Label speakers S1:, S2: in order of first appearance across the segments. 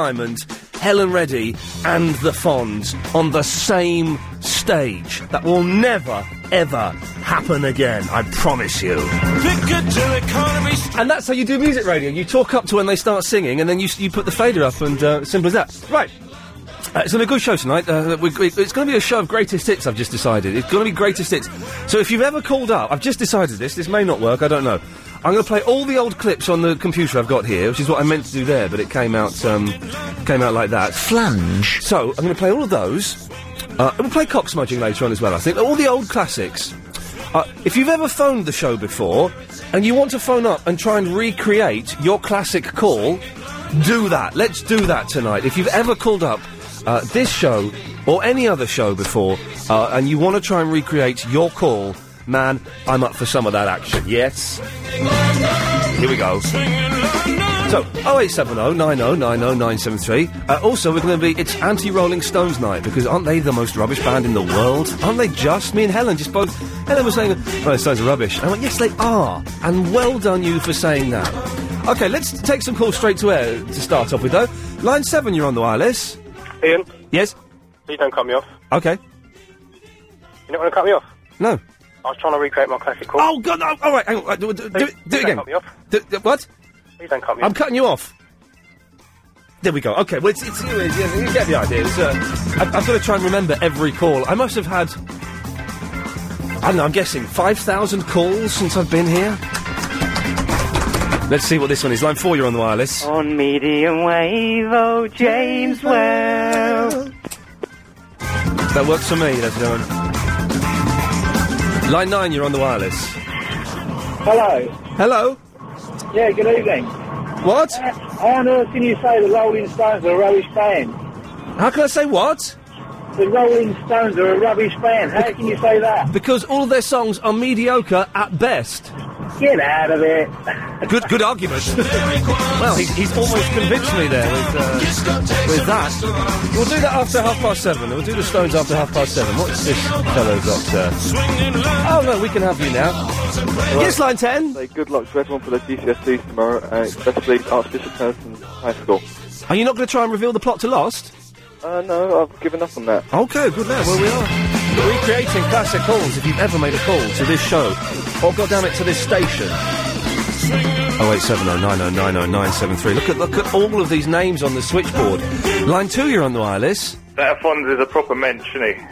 S1: Diamond, Helen Reddy, and the Fonz on the same stage. That will never, ever happen again. I promise you. And that's how you do music radio. You talk up to when they start singing, and then you, s- you put the fader up, and uh, simple as that. Right. Uh, it's going to be a good show tonight. Uh, we, we- it's going to be a show of greatest hits, I've just decided. It's going to be greatest hits. So if you've ever called up, I've just decided this, this may not work, I don't know. I'm going to play all the old clips on the computer I've got here, which is what I meant to do there, but it came out, um, came out like that. Flange. So I'm going to play all of those. Uh, we'll play cock smudging later on as well, I think. All the old classics. Uh, if you've ever phoned the show before and you want to phone up and try and recreate your classic call, do that. Let's do that tonight. If you've ever called up uh, this show or any other show before uh, and you want to try and recreate your call, man, I'm up for some of that action. Yes. Here we go. So, 0870 90 90 973. Uh, also, we're going to be, it's anti Rolling Stones night because aren't they the most rubbish band in the world? Aren't they just? Me and Helen just both. Helen was saying, Rolling Stones are rubbish. And I went, yes, they are. And well done you for saying that. Okay, let's take some calls straight to air to start off with, though. Line 7, you're on the wireless.
S2: Ian,
S1: Yes?
S2: please don't cut me off.
S1: Okay.
S2: You don't want to cut me off?
S1: No.
S2: I was trying to recreate my classic call.
S1: Oh, God, no. All right, hang on. Uh, Do, do, do, it- do it again.
S2: Cut me off.
S1: Do- do- what?
S2: Please don't cut me
S1: I'm
S2: off.
S1: cutting you off. There we go. Okay, well, it's, it's, you, you get the idea. It's, uh, I, I've got to try and remember every call. I must have had, I don't know, I'm guessing 5,000 calls since I've been here. Let's see what this one is. Line 4, you're on the wireless.
S3: On medium wave, oh James Well.
S1: That works for me, ladies and gentlemen. Line 9, you're on the wireless.
S4: Hello.
S1: Hello?
S4: Yeah, good evening.
S1: What?
S4: How on earth can you say the Rolling Stones are a rubbish band?
S1: How can I say what?
S4: The Rolling Stones are a rubbish band. How can you say that?
S1: Because all of their songs are mediocre at best.
S4: Get out of it.
S1: Good, good argument. well, he's, he's almost convinced me there with, uh, with that. We'll do that after half past seven. We'll do the Stones after half past seven. What's this fellow got? Uh... Oh no, we can have you now. Yes, line ten.
S5: Say good luck to everyone for their GCSEs tomorrow, uh, especially Archbishop Townsend High School.
S1: Are you not going to try and reveal the plot to Lost?
S5: Uh, no, I've given up on that.
S1: Okay, good lad. Well, we are recreating classic calls. If you've ever made a call to this show, or goddamn it, to this station. Oh eight seven oh nine oh nine oh nine seven three. Look at look at all of these names on the switchboard. Line two, you're on the wireless.
S6: That Fonz is a proper mensch, isn't he?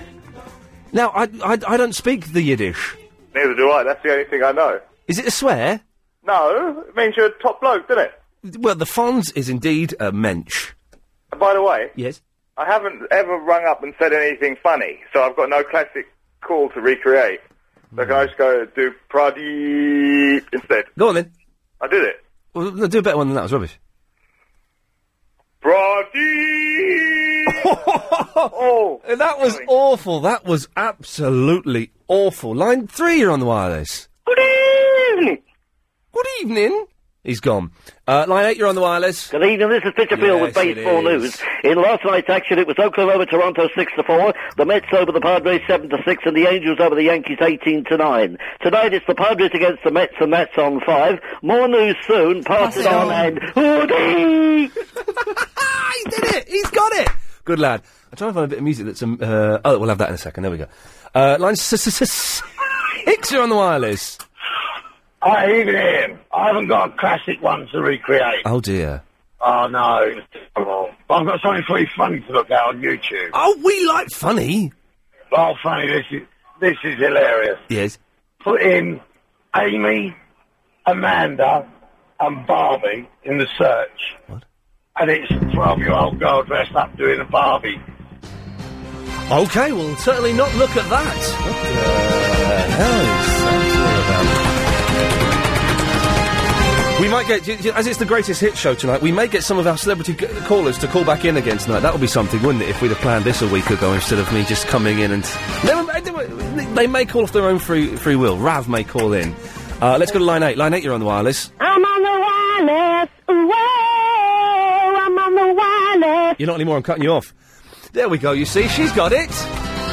S1: Now, I, I, I don't speak the Yiddish.
S6: Neither do I. That's the only thing I know.
S1: Is it a swear?
S6: No, it means you're a top bloke, doesn't it?
S1: Well, the Fonz is indeed a mensch.
S6: And by the way,
S1: Yes.
S6: I haven't ever rung up and said anything funny, so I've got no classic call to recreate. So can I just go do Pradeep instead?
S1: Go on then.
S6: I did it.
S1: Well, no, do a better one than that. It was rubbish.
S6: Pradeep!
S1: oh, that was awful. That was absolutely awful. Line three, you're on the wireless. Good evening. Good evening. He's gone. Uh, line eight, you're on the wireless.
S7: Good evening, this is Pitcherfield with
S1: Yes, it
S7: Baseball
S1: is.
S7: News. In last night's action, it was Oakland over Toronto 6 to 4, the Mets over the Padres 7 to 6, and the Angels over the Yankees 18 to 9. Tonight it's the Padres against the Mets, and that's on 5. More news soon, pass, it on, and hoodie!
S1: Ah, he did it. He's got it. Good lad. I'm trying to find a bit of music that's. Um, uh, oh, we'll have that in a second. There we go. Uh, line s- s- s- six, you're on the wireless.
S8: Hi, evening. I haven't got a classic one to recreate.
S1: Oh dear.
S8: Oh, no. it's terrible. But I've got something pretty funny to look at on YouTube.
S1: Oh, we like funny.
S8: Oh, funny. This is, this is hilarious.
S1: Yes.
S8: Put in Amy, Amanda, and Barbie in the search. What? And it's a 12-year-old girl dressed up doing a Barbie.
S1: Okay, we'll certainly not look at that. What the hell is that all about? We might get, y- y- as it's the greatest hit show tonight, we may get some of our celebrity c- callers to call back in again tonight. That would be something, wouldn't it, if we'd have planned this a week ago instead of me just coming in and. They, were- they were- they may call off their own free, free will. Rav may call in. Uh, let's go to line 8. Line 8, you're on the wireless.
S9: I'm on the wireless. Whoa, I'm on the wireless.
S1: You're not anymore, I'm cutting you off. There we go, you see, she's got it.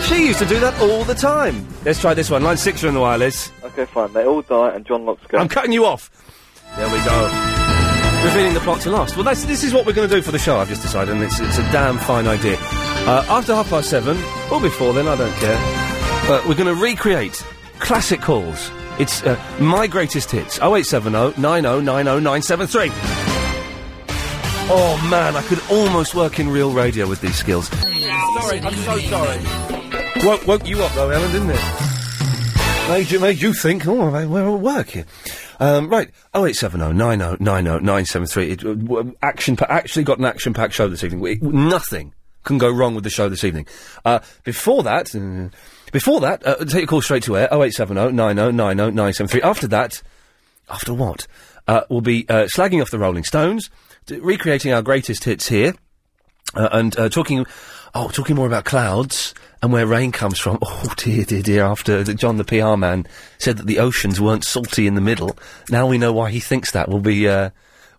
S1: She used to do that all the time. Let's try this one. Line 6, you're on the wireless.
S5: Okay, fine. They all die, and John Locke's gone.
S1: I'm cutting you off. There we go. revealing the plot to last. Well, that's, this is what we're going to do for the show, I've just decided, and it's, it's a damn fine idea. Uh, after half past seven, or before then, I don't care, uh, we're going to recreate classic calls. It's uh, My Greatest Hits, 0870 9090973. Oh man, I could almost work in real radio with these skills. Sorry, I'm so sorry. Woke, woke you up though, Ellen, didn't it? Made you, made you think, oh, I- we're at work here. Um, right, 0870 90 90 973. It, uh, w- action pa- actually got an action packed show this evening. It- nothing can go wrong with the show this evening. Uh, before that, uh, before that, uh, take your call straight to air 0870 90 90 973. After that, after what? Uh, we'll be uh, slagging off the Rolling Stones, d- recreating our greatest hits here, uh, and uh, talking, oh, talking more about clouds and where rain comes from. Oh dear, dear, dear! After the, John, the PR man, said that the oceans weren't salty in the middle, now we know why he thinks that. We'll be, uh,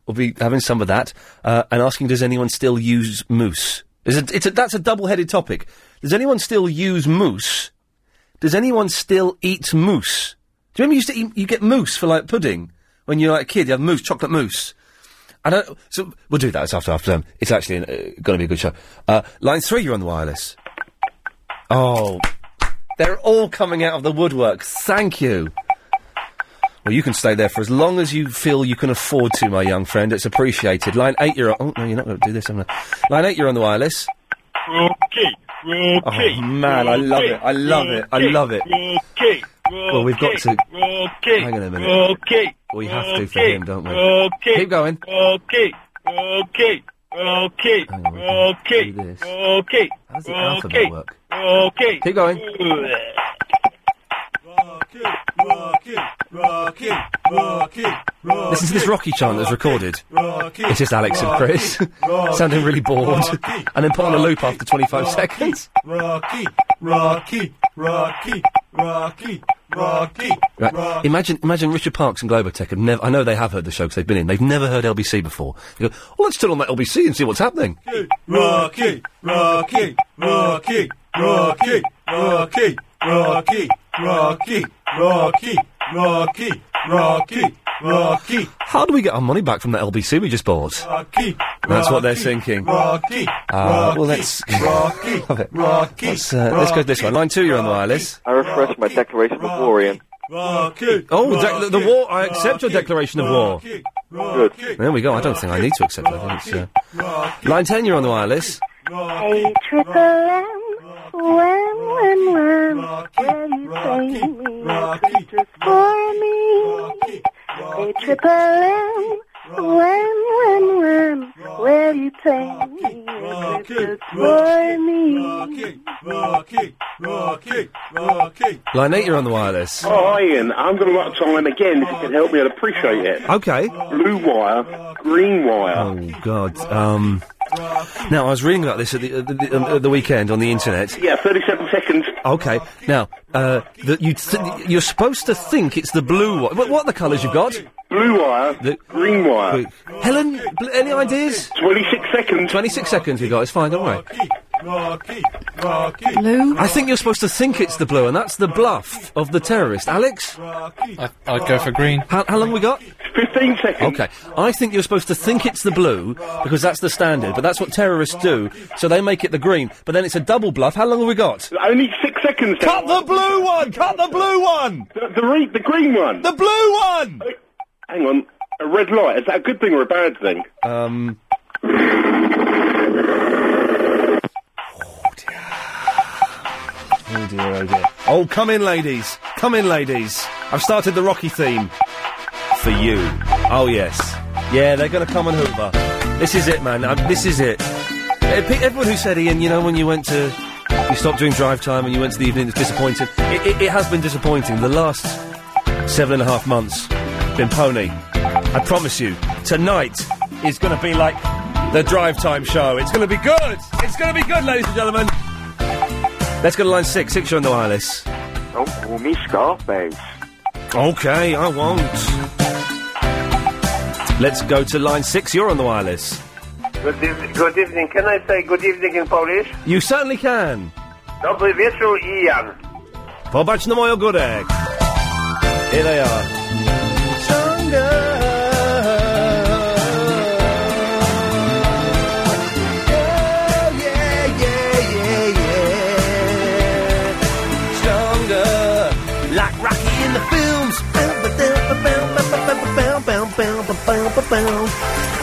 S1: we'll be having some of that uh, and asking, does anyone still use moose? Is it, it's a, that's a double-headed topic. Does anyone still use moose? Does anyone still eat moose? Do you remember you used to eat, you get moose for like pudding when you're like a kid? You have moose, chocolate mousse. I don't. So we'll do that. It's after after them. It's actually uh, going to be a good show. Uh, line three, you're on the wireless. Oh, they're all coming out of the woodwork. Thank you. Well, you can stay there for as long as you feel you can afford to, my young friend. It's appreciated. Line eight, you're on. Oh no, you're not going to do this. I'm gonna... Line eight, you're on the wireless.
S2: Rocky,
S1: Oh man, I love it. I love it. I love it.
S2: Rocky,
S1: Well, we've got to.
S2: Rocky,
S1: Hang on a minute.
S2: Rocky,
S1: We have to for
S2: Rocky,
S1: him, don't we?
S2: Rocky,
S1: Keep going.
S2: Rocky, Rocky, Rocky, Rocky, Rocky. How's
S1: the alphabet work?
S2: Rocky.
S1: Keep going.
S2: Rocky, Rocky, Rocky, Rocky.
S1: Listen to this Rocky chant that's recorded.
S2: Rocky,
S1: It's just Alex and
S2: Rocky,
S1: Chris
S2: Rocky,
S1: sounding really bored,
S2: Rocky,
S1: and then put on a loop after 25 seconds.
S2: Rocky, Rocky, Rocky, Rocky, Rocky,
S1: Right.
S2: Rocky.
S1: Imagine, imagine Richard Parks and Globotech have never. I know they have heard the show because they've been in. They've never heard LBC before. They go, "Oh, let's turn on that LBC and see what's happening."
S2: Rocky, Rocky, Rocky, Rocky, Rocky, Rocky, Rocky, Rocky, Rocky, Rocky, Rocky,
S1: How do we get our money back from that LBC we just bought?
S2: Rocky.
S1: That's what they're thinking.
S2: Rocky,
S1: Uh, well, let's.
S2: Rocky,
S1: Love it.
S2: Rocky,
S1: Let's, uh, let's go to this one. Line two, you're on the wireless.
S10: I refresh my declaration of war, Ian.
S2: Rocky.
S1: Oh, dec- the war. I accept your declaration of war.
S10: Good.
S1: There we go. I don't think I need to accept that. I think it's, uh... Line 10, you're on the wireless.
S7: Hey, triple M, wham, wham, wham. Will you play me a Christmas for me? Hey, triple M, wham, wham, wham. Will you play me a Christmas for me?
S2: Rocky, Rocky, Rocky.
S1: Line 8, you're on the wireless.
S11: Oh, hi, Ian. I'm going to write a time again. If you can help me, I'd appreciate it.
S1: Okay.
S11: Blue wire, green wire.
S1: Oh, God. Um, now, I was reading about this at the, at the, the, um, at the weekend on the internet.
S11: Yeah, 37 seconds.
S1: Okay. Now, uh, the, you th- you're supposed to think it's the blue wire. What, what are the colours you've got?
S11: Blue wire, green wire.
S1: Helen, bl- any ideas?
S11: 26 seconds.
S1: 26 seconds you got. It's fine. Don't worry.
S2: Rocky, Rocky.
S1: Blue? I think you're supposed to think it's the blue, and that's the bluff of the terrorist. Alex?
S2: I,
S1: I'd go for green. How, how long we got?
S11: 15 seconds.
S1: Okay. I think you're supposed to think it's the blue because that's the standard, but that's what terrorists do, so they make it the green, but then it's a double bluff. How long have we got?
S11: Only six seconds.
S1: Cut the blue one! Cut the blue one!
S11: The, the, re- the green one.
S1: The blue one!
S11: Hang on. A red light. Is that a good thing or a bad thing?
S1: Um. Oh dear, oh dear. Oh, come in, ladies. Come in, ladies. I've started the Rocky theme. For you. Oh, yes. Yeah, they're going to come and hoover. This is it, man. Um, this is it. Eh, pe- Everyone who said, Ian, you know, when you went to. You stopped doing drive time and you went to the evening, it's disappointed. It, it, it has been disappointing. The last seven and a half months been pony. I promise you, tonight is going to be like the drive time show. It's going to be good. It's going to be good, ladies and gentlemen. Let's go to line six. Six, you're on the wireless.
S12: Don't call me Scarface.
S1: Okay, I won't. Let's go to line six. You're on the wireless.
S6: Good, eve- good evening. Can I say good evening in Polish?
S1: You certainly can.
S6: Dobry wieczór, Ian.
S1: Pobacz na moją górę. Here they are. Stronger.
S6: bow.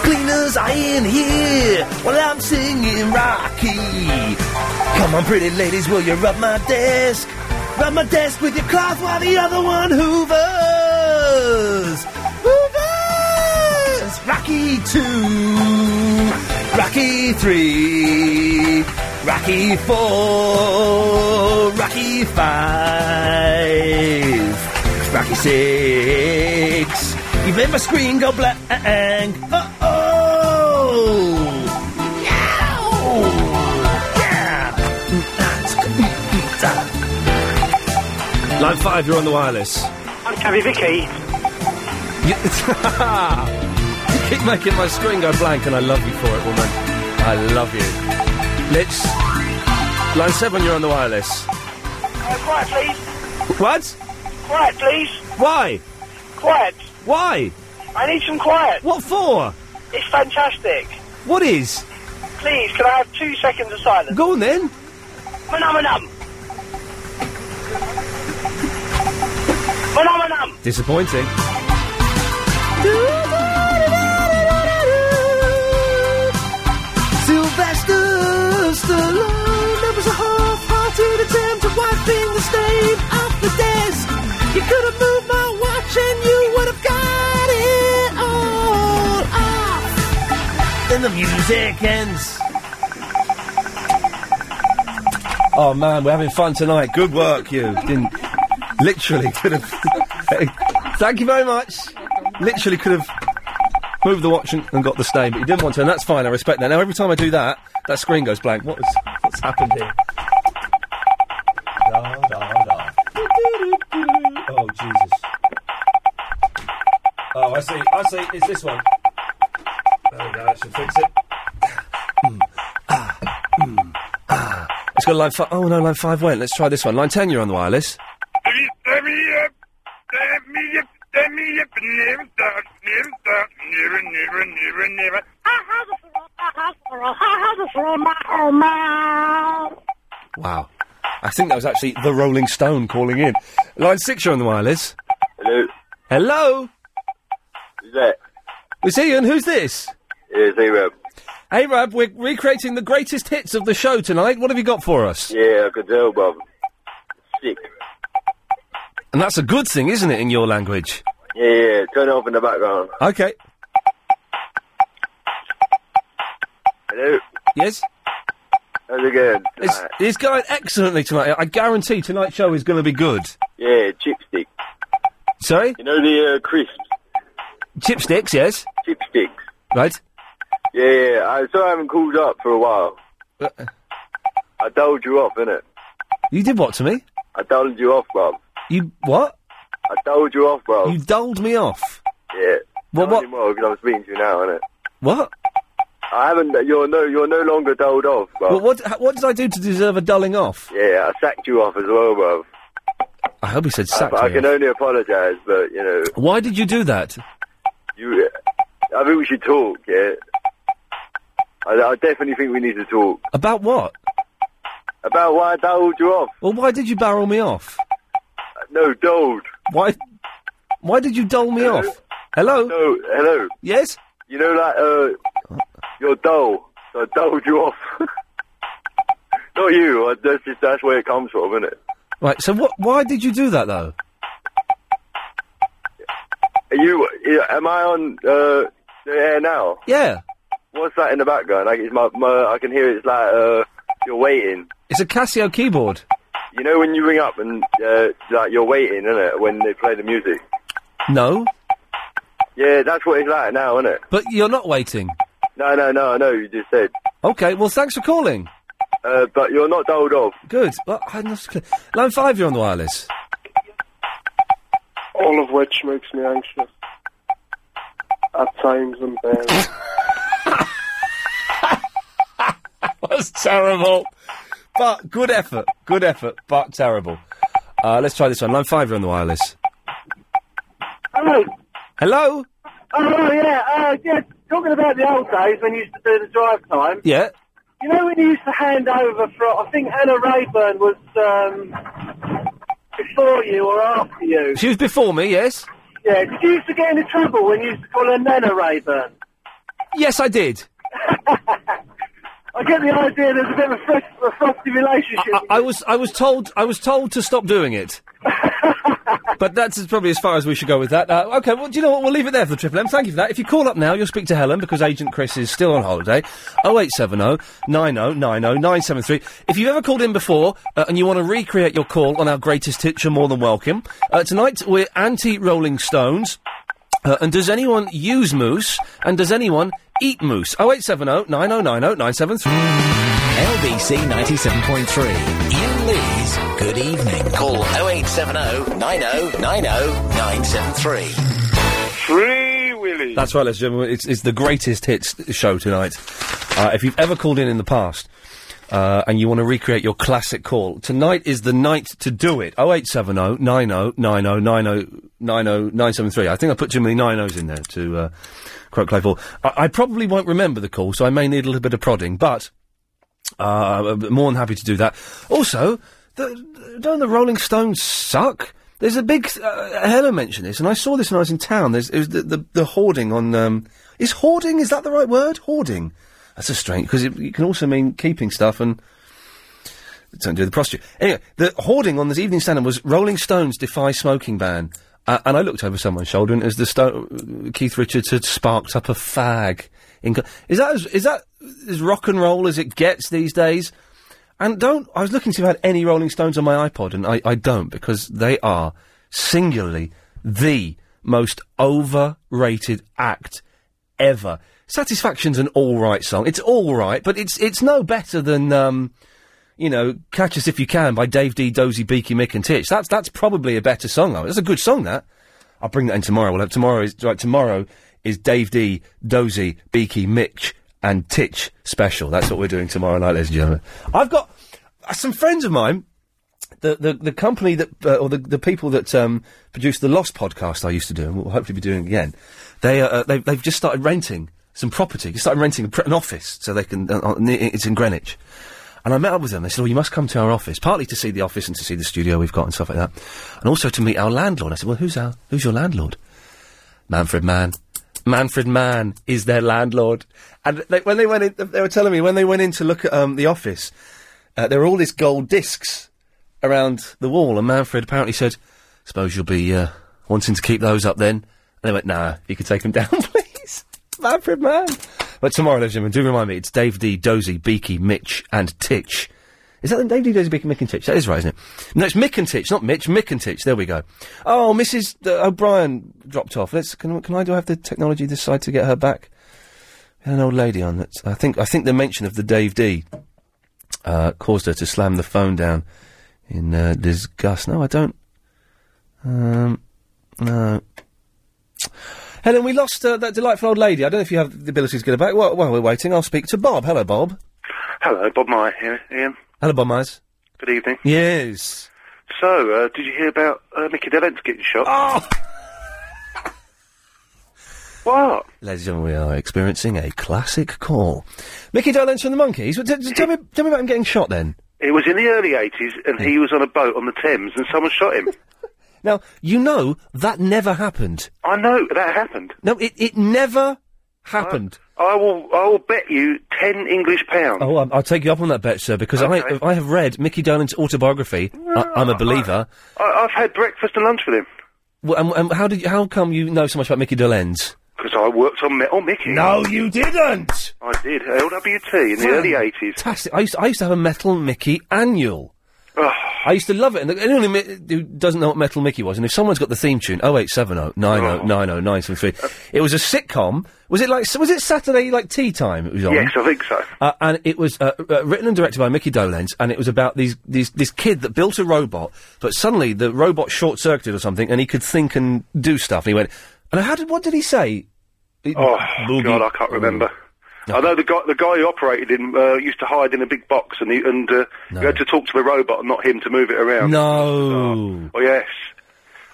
S6: Cleaners are in here while I'm singing Rocky. Come on, pretty ladies, will you rub my desk? Rub my desk with your cloth while the other one hoovers. Hoovers! Rocky 2, Rocky 3, Rocky 4, Rocky 5, Rocky 6. You made my screen go black. Uh oh!
S1: Line five, you're on the wireless.
S13: I'm Cabby Vicky.
S1: You you keep making my screen go blank, and I love you for it, woman. I love you. Let's. Line seven, you're on the wireless.
S13: quiet, please.
S1: What?
S13: Quiet, please.
S1: Why?
S13: Quiet.
S1: Why?
S13: I need some quiet.
S1: What for?
S13: It's fantastic.
S1: What is?
S13: Please, can I have two seconds of silence?
S1: Go on then.
S13: Manum, manum. Manum, manum.
S1: Disappointing.
S6: Sylvester Stallone, that was a half-hearted attempt at wiping the stain off the desk. You could have moved my watch and you would have got it all off. Then the music ends.
S1: Oh man, we're having fun tonight. Good work, you. Didn't literally could have. Thank you very much. Literally could have moved the watch and, and got the stain, but you didn't want to, and that's fine. I respect that. Now every time I do that, that screen goes blank. What is, what's happened here? Da, da, da. Oh Jesus! Oh, I see. I see. It's this one. There we go. That should fix it. Hmm. Ah. Let's go to line five. Oh no, line five went. Let's try this one. Line ten, you're on the wireless. Wow. I think that was actually the Rolling Stone calling in. Line six, you're on the wireless.
S14: Hello.
S1: Hello.
S14: Who's that?
S1: It's Ian. Who's this?
S14: Yeah, zero.
S1: Hey, Rob. We're recreating the greatest hits of the show tonight. What have you got for us?
S14: Yeah, I could tell, Bob. Sick.
S1: And that's a good thing, isn't it, in your language?
S14: Yeah, yeah. Turn it off in the background.
S1: Okay.
S14: Hello.
S1: Yes.
S14: How's it going?
S1: It's, it's going excellently tonight. I guarantee tonight's show is going to be good.
S14: Yeah, chipstick.
S1: Sorry?
S14: You know the uh, crisps,
S1: Chipsticks, yes?
S14: chipsticks.
S1: Right?
S14: Yeah, yeah. I sorry I haven't called up for a while. I doled you off, innit?
S1: Uh-uh. You did what to me?
S14: I doled you off, Bob.
S1: You what?
S14: I doled you off, Bob.
S1: You doled me off.
S14: Yeah.
S1: Well,
S14: Not anymore, because I'm speaking to you now, innit?
S1: What?
S14: I haven't. You're no. You're no longer doled off, Bob.
S1: Well, what? h- What did I do to deserve a dulling off?
S14: Yeah, I sacked you off as well, Bob.
S1: I hope he said sacked
S14: I, I
S1: me
S14: can
S1: off.
S14: only apologise, but you know,
S1: Why did you do that?
S14: you. I think we should talk. Yeah. I, I definitely think we need to talk
S1: About what?
S14: about why I doled you off.
S1: Well, why did you barrel me off?
S14: No, doled.
S1: Why? Why did you dole me off? Hello.
S14: No, hello.
S1: Yes.
S14: You know, like uh, you're dull. So I doled you off. Not you. I, that's just that's where it comes from, isn't it?
S1: Right. So what? Why did you do that though?
S14: Are you? Am I on uh, the air now?
S1: Yeah.
S14: What's that in the background? Like, it's my, my I can hear it's like uh, you're waiting.
S1: It's a Casio keyboard.
S14: You know when you ring up and uh, like you're waiting, innit? When they play the music.
S1: No.
S14: Yeah, that's what it's like now, innit?
S1: But you're not waiting.
S14: No, no, no, no. You just said,
S1: Okay. Well, thanks for calling.
S14: uh, but you're not doled off.
S1: Good. Well, I'm not... Line five. You're on the wireless.
S2: All of which makes me anxious. At times and then.
S1: was terrible. But good effort. Good effort, but terrible. Uh, let's try this one. Line five, you're on the wireless.
S15: Hello.
S1: Hello?
S15: Oh, yeah. Uh, yeah. Talking about the old days when you used to do the drive time.
S1: Yeah?
S15: You know when you used to hand over for, I think Anna Rayburn was um, before you or after you.
S1: She was before me, yes?
S15: Yeah,
S4: Yeah, did you used to get into trouble when you used to call her Nana Rayburn?
S1: Yes, I did.
S4: I get the idea there's a bit of a, fro- a frosty relationship.
S1: I, I was I was told I was told to stop doing it. but that's as- probably as far as we should go with that. Uh, okay, well, do you know what? We'll leave it there for the Triple M. Thank you for that. If you call up now, you'll speak to Helen because Agent Chris is still on holiday. Oh, 0870 90 90 973. If you've ever called in before uh, and you want to recreate your call on our greatest hits, you're more than welcome. Uh, tonight, we're anti Rolling Stones. Uh, and does anyone use moose? And does anyone eat moose? Oh, 0870 90 90 973. LBC 97.3. Ian Lee's Good Evening.
S16: Call 0870 90 90 973.
S1: Free Willy. That's right, ladies and gentlemen. It's, it's the greatest hits show tonight. Uh, if you've ever called in in the past uh, and you want to recreate your classic call, tonight is the night to do it. 0870 90 90 90 973. I think I put too many 90s in there to uh, quote Clive Hall. I, I probably won't remember the call, so I may need a little bit of prodding, but uh, I'm more than happy to do that. Also, the, don't the Rolling Stones suck? There's a big uh, Helen mentioned this, and I saw this when I was in town. There's it was the, the the hoarding on. Um, is hoarding is that the right word? Hoarding. That's a strange because it, it can also mean keeping stuff and something to do with the prostitute. Anyway, the hoarding on this Evening Standard was Rolling Stones defy smoking ban. Uh, and I looked over someone's shoulder, and as the Sto- uh, Keith Richards had sparked up a fag. In co- is that as, is that as rock and roll as it gets these days? And don't I was looking to see if I had any Rolling Stones on my iPod, and I, I don't because they are singularly the most overrated act ever. Satisfaction's an all right song. It's all right, but it's it's no better than um, you know, Catch Us If You Can by Dave D, Dozy, Beaky, Mick and Titch. That's, that's probably a better song, though. That's a good song, that. I'll bring that in tomorrow. We'll have tomorrow is, right, tomorrow is Dave D, Dozy, Beaky, Mitch and Titch special. That's what we're doing tomorrow night, ladies and gentlemen. I've got uh, some friends of mine, the, the, the company that, uh, or the, the people that, um, produced the Lost podcast I used to do and will hopefully be doing again. They, uh, they've, they've just started renting some property. They started renting a pre- an office so they can, uh, uh, ne- it's in Greenwich. And I met up with them. They said, "Oh, you must come to our office, partly to see the office and to see the studio we've got and stuff like that, and also to meet our landlord." I said, "Well, who's our who's your landlord?" Manfred Mann. Manfred Mann is their landlord. And they, when they went in, they were telling me when they went in to look at um, the office, uh, there were all these gold discs around the wall, and Manfred apparently said, "Suppose you'll be uh, wanting to keep those up then." And they went, "No, you could take them down, please, Manfred Mann." But tomorrow, ladies and gentlemen, do remind me, it's Dave D, Dozy, Beaky, Mitch, and Titch. Is that the Dave D, Dozy, Beaky, Mick and Titch? That is right, isn't it? No, it's Mick and Titch, not Mitch. Mick and Titch. There we go. Oh, Mrs. D- O'Brien dropped off. Let's. Can, can I do I have the technology this side to get her back? We had an old lady on that. I think. I think the mention of the Dave D uh, caused her to slam the phone down in uh, disgust. No, I don't. Um, no. Helen, we lost uh, that delightful old lady. I don't know if you have the ability to get her back. Well, while we're waiting, I'll speak to Bob. Hello, Bob.
S17: Hello, Bob Meyer here, Ian.
S1: Hello, Bob Myers.
S17: Good evening.
S1: Yes.
S17: So, uh, did you hear about uh, Mickey Dellens getting shot?
S1: Oh!
S17: what?
S1: Ladies and gentlemen, we are experiencing a classic call. Mickey Dolenz from the Monkeys. Well, t- t- tell, me, tell me about him getting shot then.
S17: It was in the early 80s, and he was on a boat on the Thames, and someone shot him.
S1: Now, you know that never happened.
S17: I know, that happened.
S1: No, it, it never happened.
S17: I will, I will bet you 10 English pounds.
S1: Oh, um, I'll take you up on that bet, sir, because I I have read Mickey Dolenz' autobiography. I, I'm a believer.
S17: I, I've had breakfast and lunch with him,
S1: Well, and, and how did you, how come you know so much about Mickey Dolenz?
S17: because I worked on Metal Mickey.
S1: No, you didn't!
S17: I did, LWT, in the early 80s.
S1: Fantastic. I used, I used to have a Metal Mickey annual.
S17: Ah.
S1: I used to love it. And the- anyone who mi- who doesn't know what Metal Mickey was, and if someone's got the theme tune, oh, 0870
S17: Oh.
S1: 90 90 973. It was a sitcom. Was it like, was it Saturday, like tea time it was on?
S17: Yes, I think so.
S1: Uh, and it was uh, uh, written and directed by Mickey Dolenz, and it was about these, these this kid that built a robot, but suddenly the robot short circuited or something, and he could think and do stuff. And he went, and how did what did he say?
S17: Oh, God, I can't remember. I know the guy, the guy who operated him uh, used to hide in a big box, and he, and uh, you had to talk to the robot, not him, to move it around.
S1: No.
S17: Oh yes,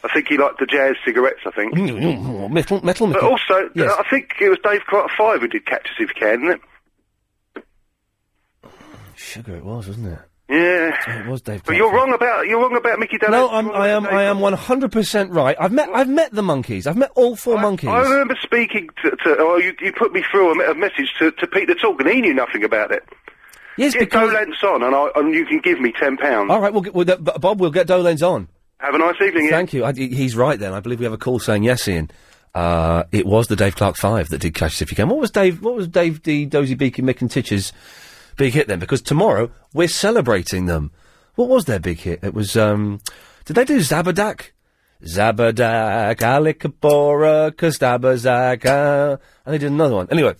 S17: I think he liked the jazz cigarettes. I
S1: Mm,
S17: think.
S1: metal, metal Mickey.
S17: But also, I think it was Dave Clark Five who did Catch Us If You Can, didn't it?
S1: Sugar it was, wasn't it?
S17: Yeah.
S1: It was Dave.
S11: But you're wrong about you're wrong about Mickey Dallin.
S1: No, I'm, I am. I am 100 percent right. I've met. I've met the monkeys. I've met all four monkeys.
S11: I remember speaking to, to oh, you, you put me through a, me- a message to, to Pete the Talk, and he knew nothing about it.
S1: Yes,
S11: Get
S1: because-
S11: Dolence on, and, I, and you can give me ten pounds.
S1: All right, we'll get, we'll, get- B- Bob. We'll get Dolan's on.
S11: Have a nice evening.
S1: Thank you. I, he- he's right then. I believe we have a call saying yes, Ian. Uh, it was the Dave Clark Five that did Cash If You Can. What was Dave? What was Dave D. Dozy Beaky Mick and Titch's big hit then? Because tomorrow we're celebrating them. What was their big hit? It was. um Did they do Zabadak? Zabadak, Alikapora, Kastabazaka. uh, And they did another one. Anyway,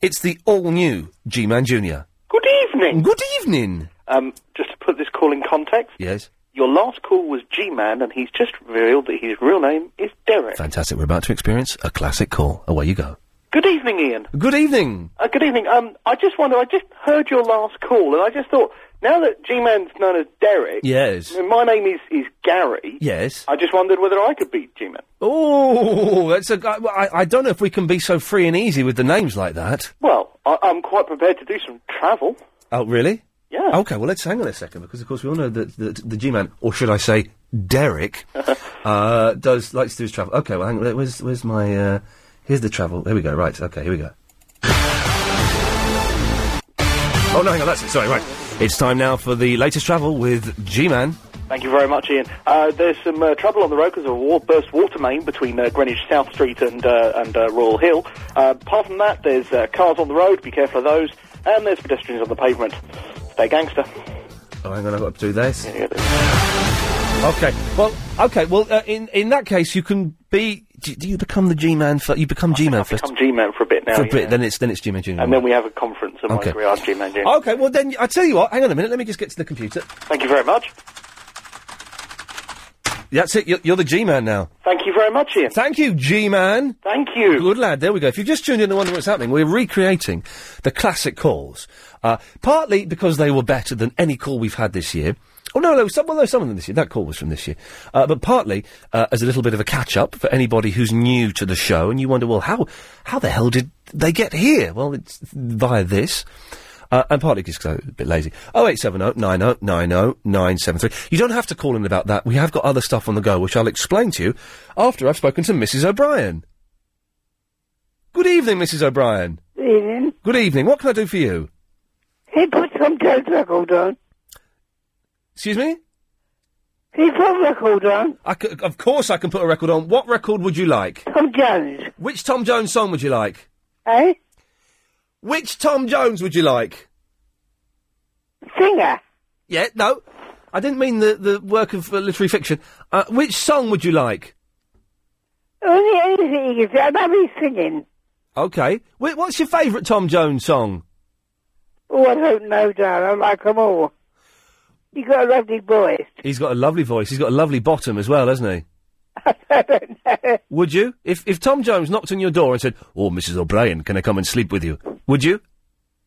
S1: it's the all new G Man Jr.
S2: Good evening.
S1: Good evening.
S2: Um, just to put this call in context,
S1: Yes.
S2: your last call was G-Man, and he's just revealed that his real name is Derek.
S1: Fantastic. We're about to experience a classic call. Away you go.
S2: Good evening, Ian.
S1: Good evening.
S2: Uh, good evening. Um, I just wonder. I just heard your last call, and I just thought, now that G-Man's known as Derek,
S1: Yes.
S2: I mean, my name is is Gary.
S1: Yes.
S2: I just wondered whether I could beat G-Man.
S1: Oh, that's a. I, I- I don't know if we can be so free and easy with the names like that.
S2: Well, I, I'm quite prepared to do some travel.
S1: Oh, really?
S2: Yeah.
S1: Okay, well, let's hang on a second because, of course, we all know that the, the G-man, or should I say, Derek, uh, does likes to do his travel. Okay, well, hang on. Where's where's my? Uh, here's the travel. There we go. Right. Okay. Here we go. Oh no, hang on. That's it. Sorry. Right. It's time now for the latest travel with G-man.
S2: Thank you very much, Ian. Uh, there's some uh, trouble on the road because of a wa- burst water main between uh, Greenwich South Street and uh, and uh, Royal Hill. Uh, apart from that, there's uh, cars on the road. Be careful of those. And there's pedestrians on the pavement. Stay gangster.
S1: Oh, hang on, I've got to do this. Okay. Well, okay. Well, uh, in in that case, you can be. Do, do you become the G-man? For, you become G-man first.
S2: Become G-Man for a bit now.
S1: for a bit,
S2: yeah.
S1: then it's then it's G-man Junior.
S2: and then we have a conference and
S1: Okay.
S2: my career as G-Man. Junior.
S1: Okay, well then I tell you what. Hang on a minute. Let me just get to the computer.
S2: Thank you very much.
S1: That's it. You're, you're the G-man now.
S2: Thank you very much, Ian.
S1: Thank you, G-man.
S2: Thank you.
S1: Good lad. There we go. If you've just tuned in and wonder what's happening, we're recreating the classic calls. Uh, partly because they were better than any call we've had this year. Oh no, no, some, well, no, some of them this year. That call was from this year, uh, but partly uh, as a little bit of a catch-up for anybody who's new to the show, and you wonder, well, how how the hell did they get here? Well, it's via this. Uh, and partly because I'm a bit lazy. Oh, 0870 90 90 973. You don't have to call in about that. We have got other stuff on the go, which I'll explain to you after I've spoken to Mrs. O'Brien. Good evening, Mrs. O'Brien.
S6: Evening.
S1: Good evening. What can I do for you?
S6: He put some dead record on.
S1: Excuse me?
S6: He put record on.
S1: I c- of course I can put a record on. What record would you like?
S6: Tom Jones.
S1: Which Tom Jones song would you like?
S6: Eh?
S1: Which Tom Jones would you like?
S6: Singer.
S1: Yeah, no. I didn't mean the, the work of uh, literary fiction. Uh, which song would you like?
S6: Only anything he can say. I love his singing.
S1: Okay. Wh- what's your favourite Tom Jones song?
S6: Oh, I don't know, darling. I like them all. He got a lovely voice.
S1: He's got a lovely voice. He's got a lovely bottom as well, hasn't he? would you? If if Tom Jones knocked on your door and said, "Oh, Mrs. O'Brien, can I come and sleep with you?" Would you?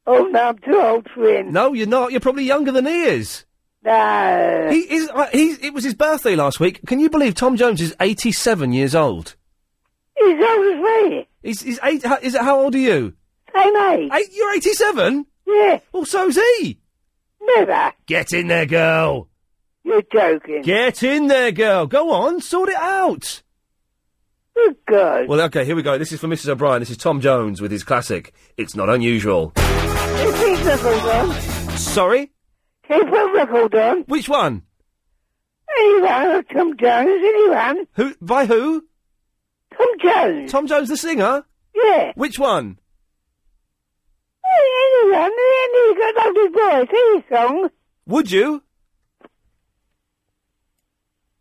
S6: Oh no, I'm too old for him.
S1: No, you're not. You're probably younger than he is.
S6: No.
S1: He is. Uh, he's, it was his birthday last week. Can you believe Tom Jones is 87 years old?
S6: He's old as me.
S1: He's, he's eight. How, is it? How old are you?
S6: Same age.
S1: Eight. You're 87.
S6: Yeah.
S1: Well, so's he.
S6: Never.
S1: Get in there, girl.
S6: You're joking.
S1: Get in there, girl. Go on, sort it out.
S6: Good God.
S1: Well, okay, here we go. This is for Mrs. O'Brien. This is Tom Jones with his classic. It's not unusual.
S6: He put record on.
S1: Sorry?
S6: He put record on.
S1: Which one?
S6: Anyone, Tom Jones, anyone.
S1: Who? By who?
S6: Tom Jones.
S1: Tom Jones, the singer.
S6: Yeah.
S1: Which one?
S6: Anyone, and he got a lovely voice. Any song.
S1: Would you?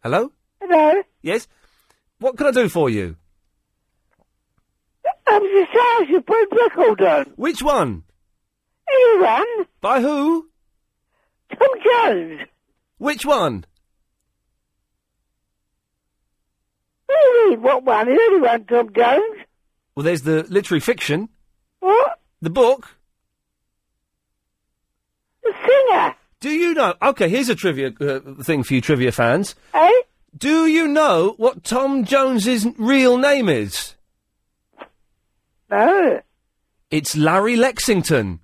S1: Hello?
S6: Hello.
S1: Yes? What can I do for you?
S6: I'm the sales you put record on.
S1: Which one?
S6: Anyone.
S1: By who?
S6: Tom Jones.
S1: Which one?
S6: Really? What one? Is anyone Tom Jones?
S1: Well, there's the literary fiction,
S6: What?
S1: the book.
S6: The singer.
S1: Do you know? Okay, here's a trivia uh, thing for you trivia fans.
S6: Eh?
S1: Do you know what Tom Jones's real name is?
S6: No.
S1: It's Larry Lexington.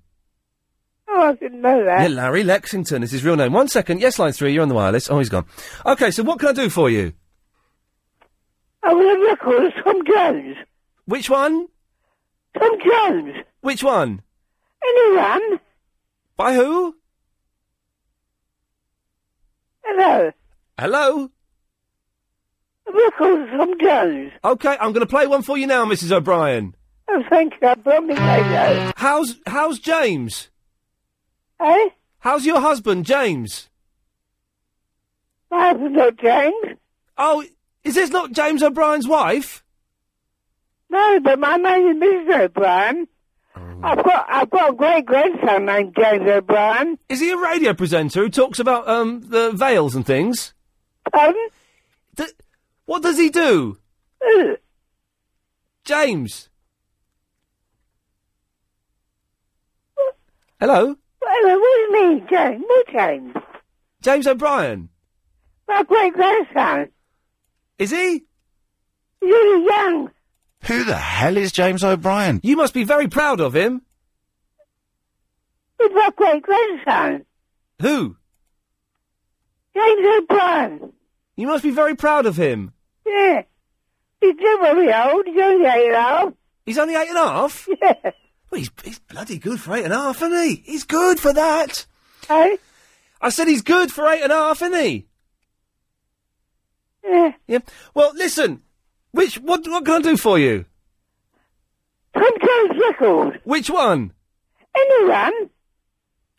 S6: Oh, I didn't know that.
S1: Yeah, Larry Lexington is his real name. One second. Yes, line three. You're on the wireless. Oh, he's gone. Okay, so what can I do for you?
S6: I was a Oh, record of Tom Jones.
S1: Which one?
S6: Tom Jones.
S1: Which one?
S6: Anyone?
S1: By who?
S6: Hello.
S1: Hello.
S6: A record of Tom Jones.
S1: Okay, I'm going to play one for you now, Mrs. O'Brien.
S6: Oh, thank you. I brought me radio.
S1: How's How's James?
S6: Eh?
S1: How's your husband, James?
S6: My husband's not James.
S1: Oh, is this not James O'Brien's wife?
S6: No, but my name is Mrs. O'Brien.
S1: Oh.
S6: I've got I've got a great grandson named James O'Brien.
S1: Is he a radio presenter who talks about um the veils and things?
S6: Pardon?
S1: D- what does he do?
S6: Who?
S1: James. Hello,
S6: Hello, who's me, James? Me, James.
S1: James O'Brien.
S6: My great grandson.
S1: Is he?
S6: He's really young.
S18: Who the hell is James O'Brien?
S1: You must be very proud of him.
S6: He's my great grandson.
S1: Who?
S6: James O'Brien.
S1: You must be very proud of him.
S6: Yeah. He's not very old. He's only eight and a half.
S1: He's only eight and a half?
S6: Yeah.
S1: Well, he's, he's bloody good for eight and a half, isn't he? He's good for that.
S6: Hey?
S1: I said he's good for eight and a half, isn't he?
S6: Yeah.
S1: Yeah. Well, listen. Which what what can I do for you?
S6: Tom Jones record.
S1: Which one?
S6: Anyone?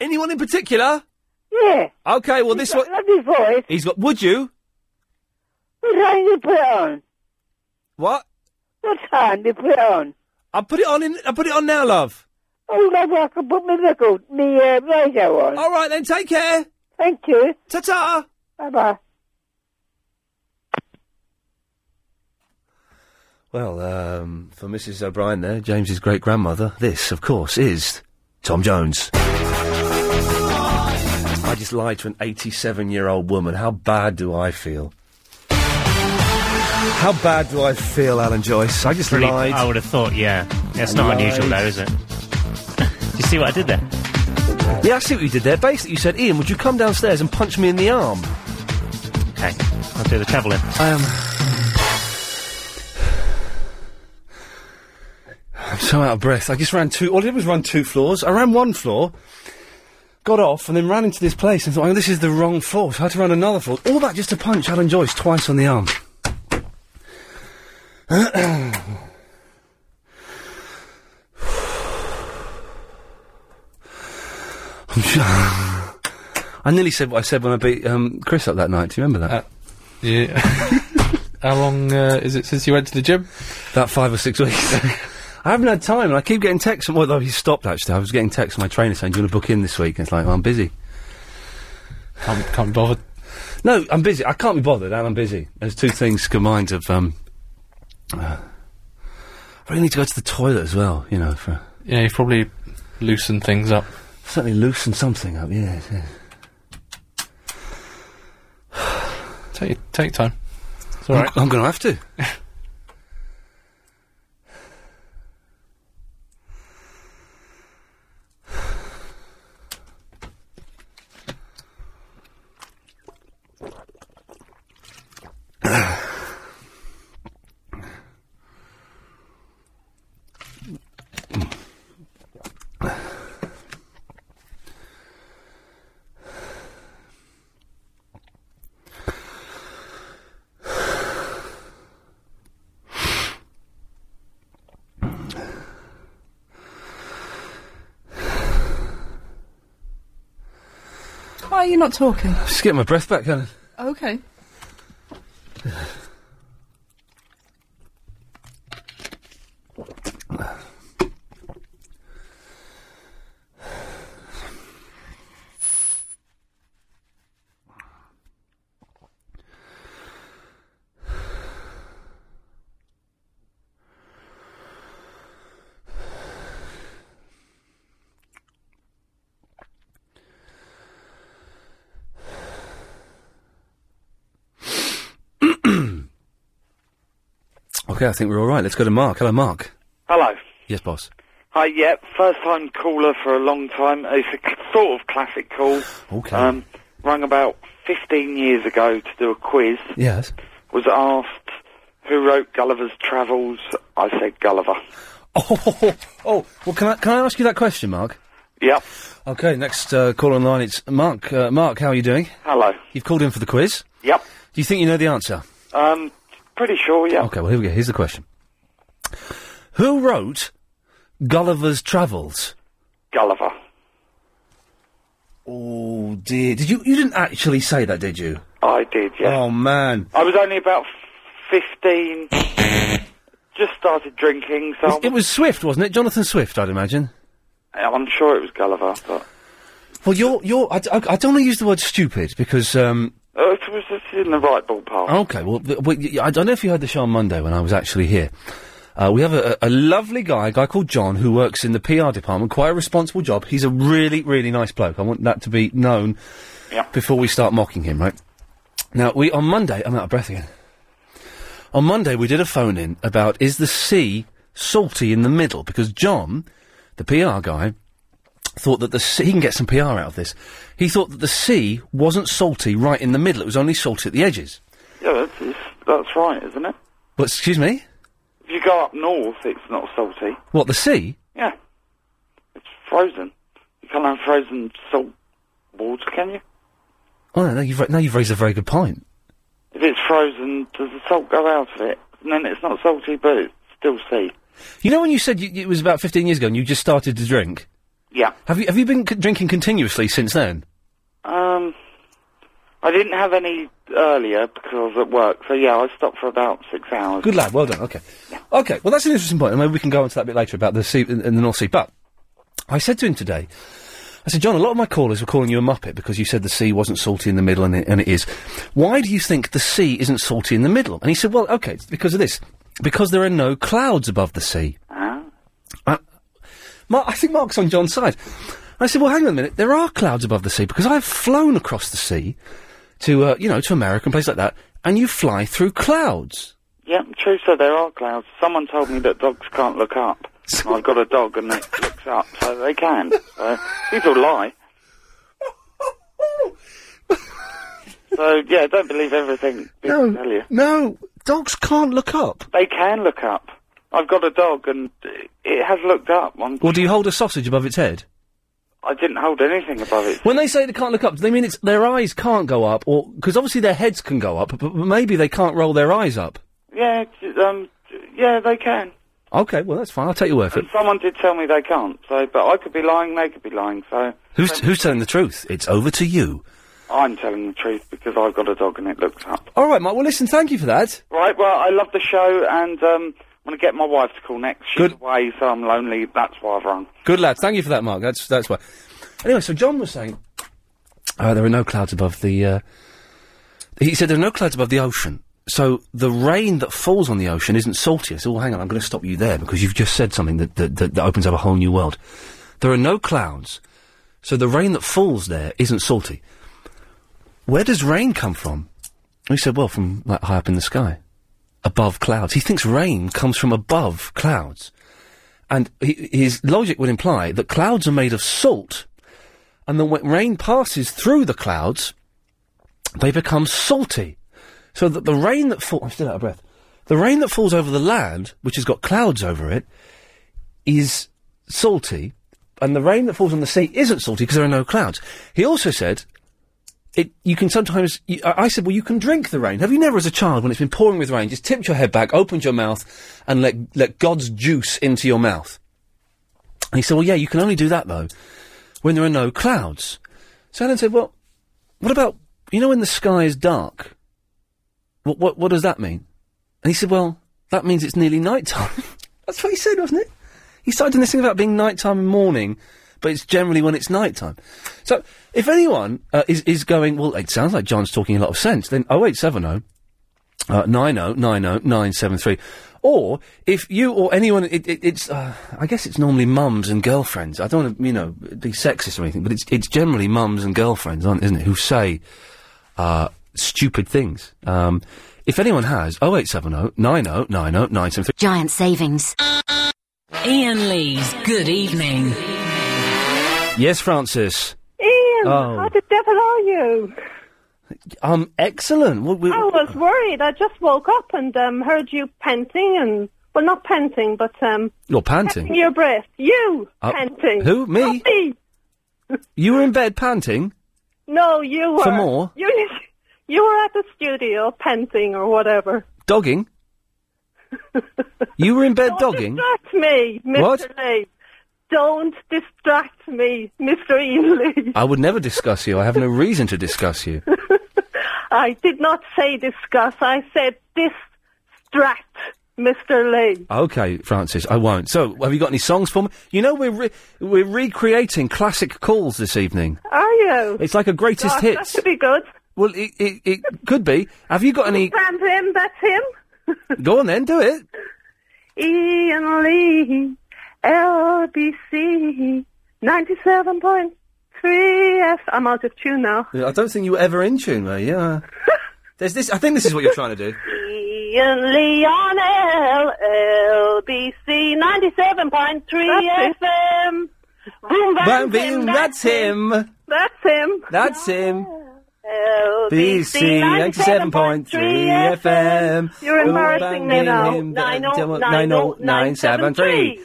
S1: Anyone in particular?
S6: Yeah.
S1: Okay. Well, this
S6: He's got
S1: one.
S6: a Lovely voice.
S1: He's got. Would you?
S6: What time do you put it on?
S1: What?
S6: What time do you put it on?
S1: I'll put it on in. I'll put it on now, love.
S6: Oh, no, I can put my record, me uh, radio on.
S1: All right then. Take care.
S6: Thank you.
S1: Ta ta.
S6: Bye bye.
S1: Well, um, for Mrs. O'Brien there, James's great grandmother, this, of course, is Tom Jones. I just lied to an 87 year old woman. How bad do I feel? How bad do I feel, Alan Joyce? I just
S19: Pretty-
S1: lied.
S19: I would have thought, yeah. That's
S1: I
S19: not
S1: lied.
S19: unusual, though, is it? you see what I did there?
S1: Yeah, I see what you did there. Basically, you said, Ian, would you come downstairs and punch me in the arm? Um,
S19: Okay, I'll do the travelling.
S1: I am. I'm so out of breath. I just ran two. All I did was run two floors. I ran one floor, got off, and then ran into this place and thought, oh, this is the wrong floor. So I had to run another floor. All that just to punch Alan Joyce twice on the arm. I'm sure. I nearly said what I said when I beat um, Chris up that night. Do you remember that?
S8: Uh, Yeah. How long uh, is it since you went to the gym?
S1: About five or six weeks. I haven't had time, and I keep getting texts. From, well, though he stopped actually. I was getting texts from my trainer saying, "Do you want to book in this week?" And it's like, well, "I'm busy."
S8: Can't, can't be bothered.
S1: No, I'm busy. I can't be bothered, and I'm busy. There's two things combined of. Um, uh, I really need to go to the toilet as well. You know, for
S8: Yeah, you probably loosen things up.
S1: certainly loosen something up. Yeah. yeah.
S8: Take take time. It's all
S1: I'm-
S8: right.
S1: I'm, going to have to.
S7: Why are you not talking?
S1: Just get my breath back, Helen.
S7: Okay.
S1: Okay, I think we're all right. Let's go to Mark. Hello, Mark.
S20: Hello.
S1: Yes, boss.
S21: Hi, yeah, first time caller for a long time. It's a c- sort of classic call.
S1: Okay.
S21: Um, rang about 15 years ago to do a quiz.
S1: Yes.
S21: Was asked who wrote Gulliver's Travels. I said Gulliver.
S1: Oh, oh, well, can I can I ask you that question, Mark?
S21: Yep.
S1: Okay, next uh, call online. It's Mark. Uh, Mark, how are you doing?
S21: Hello.
S1: You've called in for the quiz.
S21: Yep.
S1: Do you think you know the answer?
S21: Um, pretty sure, yeah.
S1: Okay, well, here we go. Here's the question. Who wrote Gulliver's Travels?
S21: Gulliver.
S1: Oh dear! Did you you didn't actually say that, did you?
S21: I did, yeah.
S1: Oh man!
S21: I was only about 15. just started drinking, so
S1: It was Swift, wasn't it? Jonathan Swift, I'd imagine.
S21: I'm, I'm sure it was Gulliver, but.
S1: Well, you're you're. I, d- I- I don't want to use the word stupid because um,
S21: Uh, it was it's in the right ballpark.
S1: Okay, well, th- well, y- I don't know if you heard the show on Monday when I was actually here. Uh, we have a, a a lovely guy, a guy called John, who works in the PR department. Quite a responsible job. He's a really, really nice bloke. I want that to be known before we start mocking him, right? Now, we on Monday, I'm out of breath again. On Monday, we did a phone in about is the sea salty in the middle? Because John, the PR guy, thought that the sea, he can get some PR out of this. He thought that the sea wasn't salty right in the middle, it was only salty at the edges.
S21: Yeah, that's, it's, that's right, isn't it?
S1: But excuse me?
S21: If you go up north, it's not salty.
S1: What, the sea?
S21: Yeah. It's frozen. You can't have frozen salt water, can you?
S1: Oh, no, you've, ra- now you've raised a very good point.
S21: If it's frozen, does the salt go out of it? And then it's not salty, but it's still sea.
S1: You know when you said you, it was about 15 years ago and you just started to drink?
S21: Yeah.
S1: Have you, have you been c- drinking continuously since then?
S21: Um, I didn't have any earlier because I was at work, so yeah, I stopped for about six hours.
S1: Good lad, well done, okay. Okay, well that's an interesting point, and maybe we can go into that a bit later about the sea in, in the North Sea. But, I said to him today, I said, John, a lot of my callers were calling you a muppet because you said the sea wasn't salty in the middle, and it, and it is. Why do you think the sea isn't salty in the middle? And he said, well, okay, it's because of this. Because there are no clouds above the sea. I, Mark, I think Mark's on John's side. I said, well, hang on a minute. There are clouds above the sea because I've flown across the sea to, uh, you know, to America and places like that, and you fly through clouds.
S21: Yeah, true, so there are clouds. Someone told me that dogs can't look up. And I've got a dog and it looks up, so they can. So people lie. so, yeah, don't believe everything people tell you.
S1: No, dogs can't look up.
S21: They can look up. I've got a dog and it has looked up. I'm,
S1: Or do you hold a sausage above its head?
S21: I didn't hold anything above it.
S1: When they say they can't look up, do they mean it's their eyes can't go up, or because obviously their heads can go up, but, but maybe they can't roll their eyes up?
S21: Yeah, j- um, j- yeah, they can.
S1: Okay, well that's fine. I'll take your word for it.
S21: And someone did tell me they can't, so, but I could be lying, they could be lying, so
S1: Who's who's telling the truth? It's over to you.
S21: I'm telling the truth because I've got a dog and it looks up.
S1: All right, Mike. Well, listen. Thank you for that.
S21: Right, well, I love the show and, um, I'm gonna get my wife to call next. She's away, so I'm lonely, that's why I've rung.
S1: Good lad. Thank you for that, Mark. That's that's why. Anyway, so John was saying uh, there are no clouds above the. Uh, he said there are no clouds above the ocean, so the rain that falls on the ocean isn't salty. I said, "Well, hang on, I'm going to stop you there because you've just said something that that, that that opens up a whole new world. There are no clouds, so the rain that falls there isn't salty. Where does rain come from?" And he said, "Well, from like high up in the sky, above clouds." He thinks rain comes from above clouds. And he, his logic would imply that clouds are made of salt, and then when rain passes through the clouds, they become salty. So that the rain that falls, I'm still out of breath, the rain that falls over the land, which has got clouds over it, is salty, and the rain that falls on the sea isn't salty because there are no clouds. He also said, it, you can sometimes, you, I I said, well, you can drink the rain. Have you never, as a child, when it's been pouring with rain, just tipped your head back, opened your mouth, and let, let God's juice into your mouth? And he said, well, yeah, you can only do that, though, when there are no clouds. So I then said, well, what about, you know, when the sky is dark? What, what, what does that mean? And he said, well, that means it's nearly night time. That's what he said, wasn't it? He started doing this thing about being nighttime and morning, but it's generally when it's nighttime. So, if anyone uh, is, is going, well, it sounds like John's talking a lot of sense, then oh, 0870 uh, 9090973. Or if you or anyone, it, it, it's, uh, I guess it's normally mums and girlfriends. I don't want to, you know, be sexist or anything, but it's, it's generally mums and girlfriends, aren't, isn't it, who say uh, stupid things. Um, oh, if anyone has, 0870 9090973.
S22: Giant savings.
S6: Ian Lee's Good Evening.
S1: Yes, Francis.
S7: Ian,
S1: Oh.
S7: how the devil are you?
S1: Um, excellent. Well, we,
S7: I was worried. I just woke up and um, heard you panting and well, not panting, but um,
S1: you're panting.
S7: catching your breath. You
S1: Uh,
S7: panting?
S1: who? Me?
S7: Not me.
S1: You were in bed panting.
S7: No, you were.
S1: For more?
S7: You need- you were at the studio panting or whatever.
S1: Dogging? you were in bed dogging?
S7: Distract me, Mr.
S1: What?
S7: Lee. Don't distract me, Mr. Ian Lee.
S1: I would never discuss you. I have no reason to discuss you.
S7: I did not say discuss. I said distract, Mr. Lee.
S1: Okay, Francis, I won't. So, have you got any songs for me? You know, we're re- we're recreating classic calls this evening.
S7: Are you?
S1: It's like a greatest
S7: Oh, Gosh,
S1: hits.
S7: That could be good.
S1: Well, it, it, it could be. Have you got any?
S7: That's him. That's him.
S1: Go on then, do it.
S7: Ian Lee, LBC, ninety-seven point three F. I'm out of tune now.
S1: I don't think you were ever in tune, were you? Uh, There's this. I think this is what you're trying to do.
S7: Ian Lionel, LBC, ninety-seven point three FM. Boom,
S1: Bam, bam, that's him.
S7: That's him.
S1: That's him.
S7: LBC
S1: 97.3 FM.
S7: You're embarrassing me now. Nine oh nine oh nine seven three.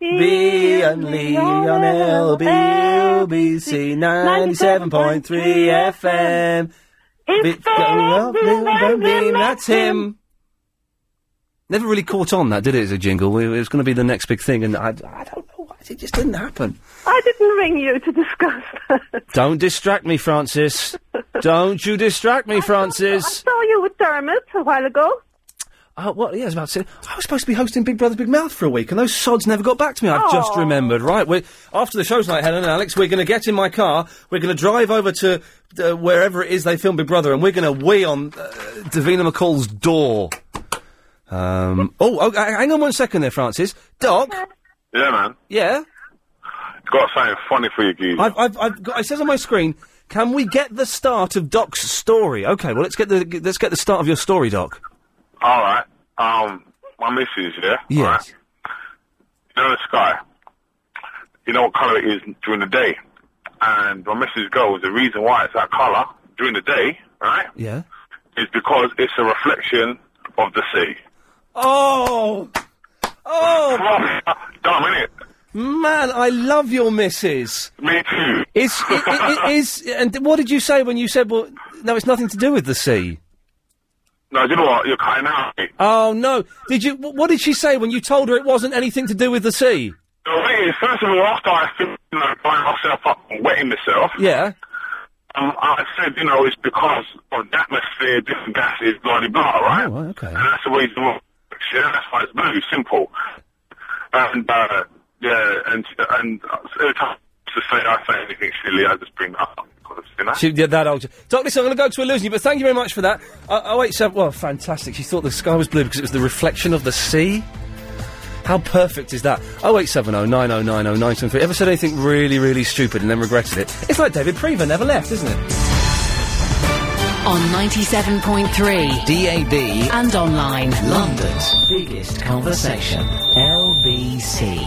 S1: B and Lee on LBC 97.3 FM. Bit going up, boom, boom, boom, that's him. Never really caught on that, did it, as a jingle? We- It was going to be the next big thing, and I, I don't know why. It just didn't happen.
S7: I didn't ring you to discuss.
S1: Don't distract me, Francis. don't you distract me, Francis.
S7: Saw you with Dermot a while ago.
S1: Oh, what? Yeah, I was about to say, I was supposed to be hosting Big Brother Big Mouth for a week, and those sods never got back to me. I've just
S7: Aw.
S1: remembered. Right, we're, after the show tonight, Helen and Alex, we're going to get in my car, we're going to drive over to uh, wherever it is they film Big Brother, and we're going to wee on uh, Davina McCall's door. Um, oh, oh, h- hang on one second there, Francis. Doc?
S8: Yeah, man.
S1: Yeah?
S8: Got something funny for you, geezer.
S1: I've, I've, I've got, it says on my screen, can we get the start of Doc's story? Okay, well, let's get the, g- let's get the start of your story, Doc.
S8: All right. Um, my missus, yeah?
S1: Yes.
S8: You know the sky. You know what colour it is during the day. And my missus goes, the reason why it's that colour during the day, right,
S1: Yeah?
S8: is because it's a reflection of the sea.
S1: Oh! Oh!
S8: Dumb, innit?
S1: Man, I love your missus.
S8: Me too.
S1: It's, it, it, it is, and what did you say when you said, well, no, it's nothing to do with the sea?
S8: No, you know what? You're cutting out. mate.
S1: Oh, no. Did you, wh- what did she say when you told her it wasn't anything to do with the sea?
S8: The way is, first of all, after I feel like buying myself up and wetting myself,
S1: Yeah.
S8: um, I said, you know, it's because of the atmosphere, different gases, blah, blah, blah, right?
S1: okay.
S8: And that's the way it's works, yeah? That's why it's very simple. And, uh, yeah, and, and uh, every time to say I say anything silly, I just bring that up. Because, you know?
S1: She did that old. Doc, listen, I'm going to go to a losing you, but thank you very much for that. Uh, oh, wait, so, well, fantastic. She thought the sky was blue because it was the reflection of the sea. How perfect is that? Oh, 0870 9090 973. Ever said anything really, really stupid and then regretted it? It's like David Prever never left, isn't it?
S6: On 97.3
S16: DAB
S6: and online.
S16: London's biggest conversation. LBC.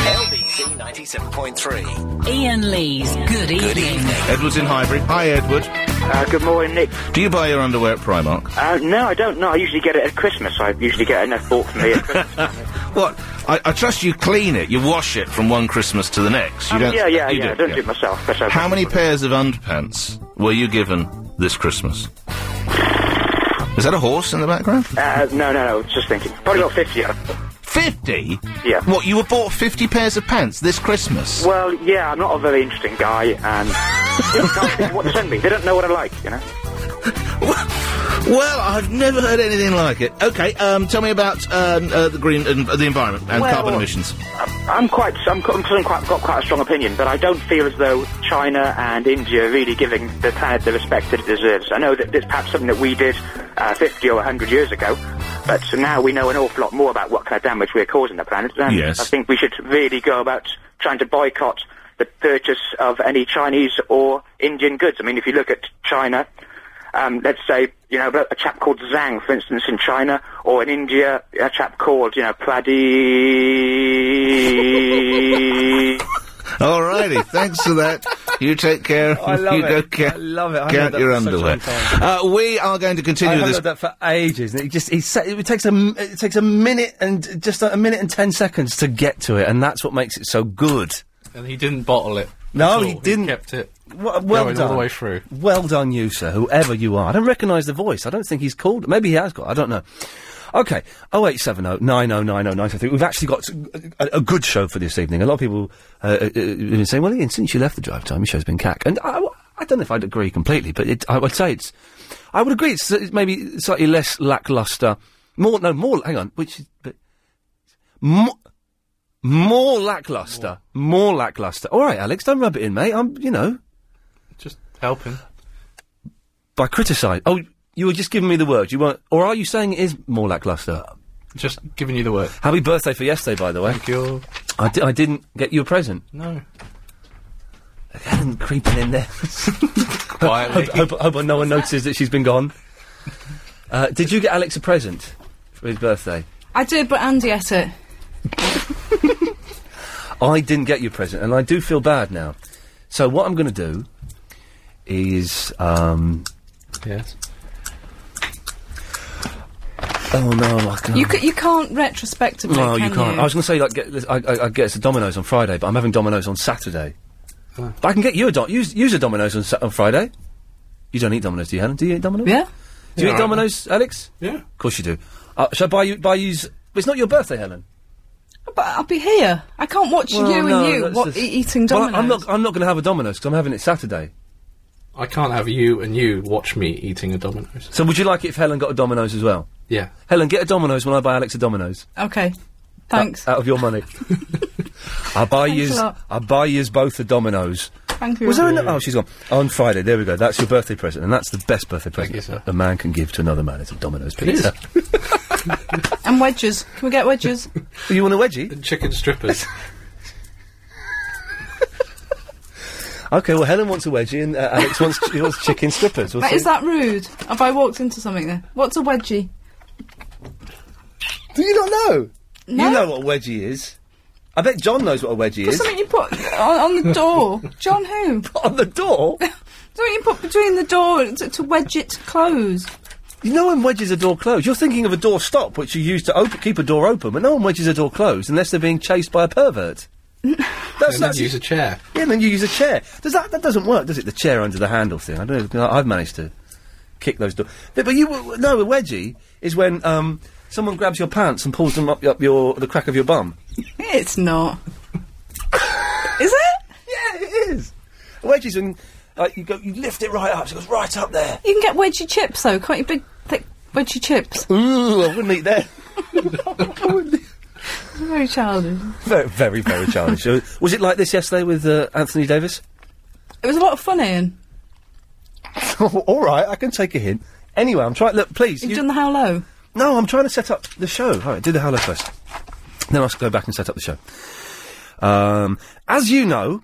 S6: LBC 97.3. Ian Lee's Good Evening.
S23: Edward's in Highbury. Hi, Edward.
S21: Uh, good morning, Nick.
S23: Do you buy your underwear at Primark?
S21: Uh, no, I don't know. I usually get it at Christmas. I usually get enough bought for me at Christmas.
S23: What? I, I trust you clean it. You wash it from one Christmas to the next. You
S21: Um,
S23: don't,
S21: yeah, yeah,
S23: you
S21: yeah. I don't do it myself. But uh, I-
S23: How many pairs of underpants were you given this Christmas? Is that a horse in the background?
S21: Uh, no, no, no. I was just thinking. Probably got 50 of them.
S23: 50?
S21: Yeah.
S23: What, you were bought 50 pairs of pants this Christmas?
S21: Well, yeah, I'm not a very interesting guy, and they can't think of what to send me. They don't know what I like, you know?
S23: Well, I've never heard anything like it. Okay, um, tell me about um, uh, the green and the environment and
S21: Well-
S23: carbon emissions.
S21: I'm quite, I'm, I'm quite, got quite a strong opinion, but I don't feel as though China and India are really giving the planet the respect that it deserves. I know that it's perhaps something that we did uh, 50 or 100 years ago, but now we know an awful lot more about what kind of damage we're causing the planet. And
S24: Yes.
S21: I think we should really go about trying to boycott the purchase of any Chinese or Indian goods. I mean, if you look at China, um, let's say, you know, a chap called Zhang, for instance, in China, or in India, a chap called, you know, Pladdy.
S23: Alrighty, thanks for that. You take care.
S1: I love
S23: you Go
S1: it.
S23: ca-
S1: I love it. I haven't heard
S23: count
S1: that
S23: your
S1: for such a long
S23: underwear. Uh, we are going to
S1: I
S23: continue
S1: haven't
S23: this.
S1: heard that for ages. and It just it, sa- it takes a m- it takes a minute and just a, a minute and ten seconds to get to it, and that's what makes it so good.
S22: And he didn't bottle it.
S1: No,
S22: at all.
S1: he didn't.
S22: kept it.
S1: Well, well
S22: going
S1: done.
S22: all the way through.
S1: Well done, you sir, whoever you are. I don't recognise the voice. I don't think he's called. Maybe he has got. I don't know. Okay, Oh, 0870 9090993. oh, We've actually got a, a- a good show for this evening. A lot of people uh, uh, uh, have been saying, well, Ian, since you left the drive time, your show's been cack. And I, I don't know if I'd agree completely, but it, I would say it's. I would agree it's, it's maybe slightly less lackluster. More, no, more. Hang on, which is. But, more, more lackluster. More. lackluster. All right, Alex, don't rub it in, mate. I'm, you know.
S22: Just helping.
S1: By criticise. Oh, you were just giving me the word. You weren't. Or are you saying it is more lackluster?
S22: Just giving you the word.
S1: Happy birthday for yesterday, by the way. Thank
S22: you.
S1: I, di- I didn't get you a present.
S22: No.
S1: Helen creeping in there. Quietly. hope, hope, hope no one notices that she's been gone. Uh, did you get Alex a present for his birthday?
S25: I did, but Andy ate it.
S1: I didn't get your present, and I do feel bad now. So what I'm going to do is, um,
S22: yes.
S1: Oh no, I can't.
S25: You, ca- you can't retrospectively.
S1: no,
S25: can
S1: you can't. I was going to say like get, I, I, I get some Domino's on Friday, but I'm having Domino's on Saturday.
S22: Ah.
S1: But I can get you a Domino's. Use, use a Domino's on, Sa- on Friday. You don't eat Domino's, do you, Helen? Do you eat Domino's?
S25: Yeah.
S1: Do you
S22: Yeah,
S1: eat
S22: I-
S1: Domino's, Alex?
S22: Yeah.
S1: Of course you do. Uh, shall I buy you buy you's? but It's not your birthday, Helen.
S25: But I'll be here. I can't watch
S1: Well,
S25: you
S1: no,
S25: and you
S1: that's
S25: what,
S1: just-
S25: e- eating
S1: Well,
S25: Domino's.
S1: I'm not. I'm not going to have a Domino's because I'm having it Saturday.
S22: I can't have you and you watch me eating a Domino's.
S1: So would you like it if Helen got a Domino's as well?
S22: Yeah.
S1: Helen, get a Domino's when I buy Alex a Domino's.
S25: Okay. Thanks.
S1: Out, out of your money. I buy
S25: Thanks a
S1: yous.
S25: lot.
S1: I buy yous both a Domino's.
S25: Thank you.
S1: Was there an- Oh, she's gone. On Friday, there we go. That's your birthday present, and that's the best birthday present a man can give to another man. It's a Domino's pizza.
S25: and wedges. Can we get wedges?
S1: you want a wedgie? And
S22: chicken strippers.
S1: okay, well, Helen wants a wedgie, and uh, Alex wants, she wants chicken strippers. We'll
S25: Mate,
S1: see.
S25: is that rude? Have I walked into something there? What's a wedgie?
S1: Do you not know?
S25: No.
S1: You know what a wedgie is. I bet John knows what a wedgie
S25: It's
S1: is.
S25: something you put on, on the door. John who?
S1: on the door?
S25: something you put between the door to, to wedge it closed.
S1: You know when wedges a door closed? You're thinking of a door stop, which you use to open, keep a door open, but no one wedges a door closed unless they're being chased by a pervert. that's,
S22: And then use a chair.
S1: Yeah, and then you use a chair. Does that that doesn't work, does it? The chair under the handle thing. I don't. know. I've managed to kick those doors. But, but you no, a wedgie is when um, someone grabs your pants and pulls them up up your the crack of your bum.
S25: It's not. is it?
S1: Yeah, it is. A wedgie's when like, you go, you lift it right up. So it goes right up there.
S25: You can get wedgie chips though, can't you? Big thick wedgie chips.
S1: Ooh, I wouldn't eat that.
S25: Very childish.
S1: Very, very, very childish. Uh, Was it like this yesterday with uh, Anthony Davis?
S25: It was a lot of fun, Ian.
S1: All right, I can take a hint. Anyway, I'm trying. Look, please.
S25: You've done the how low.
S1: No, I'm trying to set up the show. All right, do the hello first. Then I'll s- go back and set up the show. Um, as you know.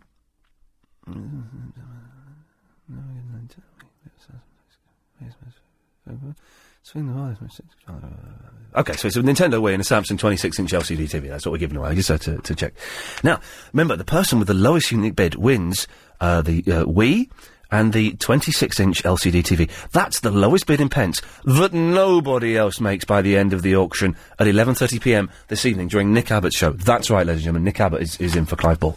S1: Okay, so it's a Nintendo Wii and a Samsung 26-inch LCD TV. That's what we're giving away. I just had to, to check. Now, remember, the person with the lowest unit bid wins uh, the uh, Wii and the 26-inch LCD TV. That's the lowest bid in pence that nobody else makes by the end of the auction at 11:30 p.m. this evening during Nick Abbott's show. That's right, ladies and gentlemen. Nick Abbott is, is in for Clive Ball.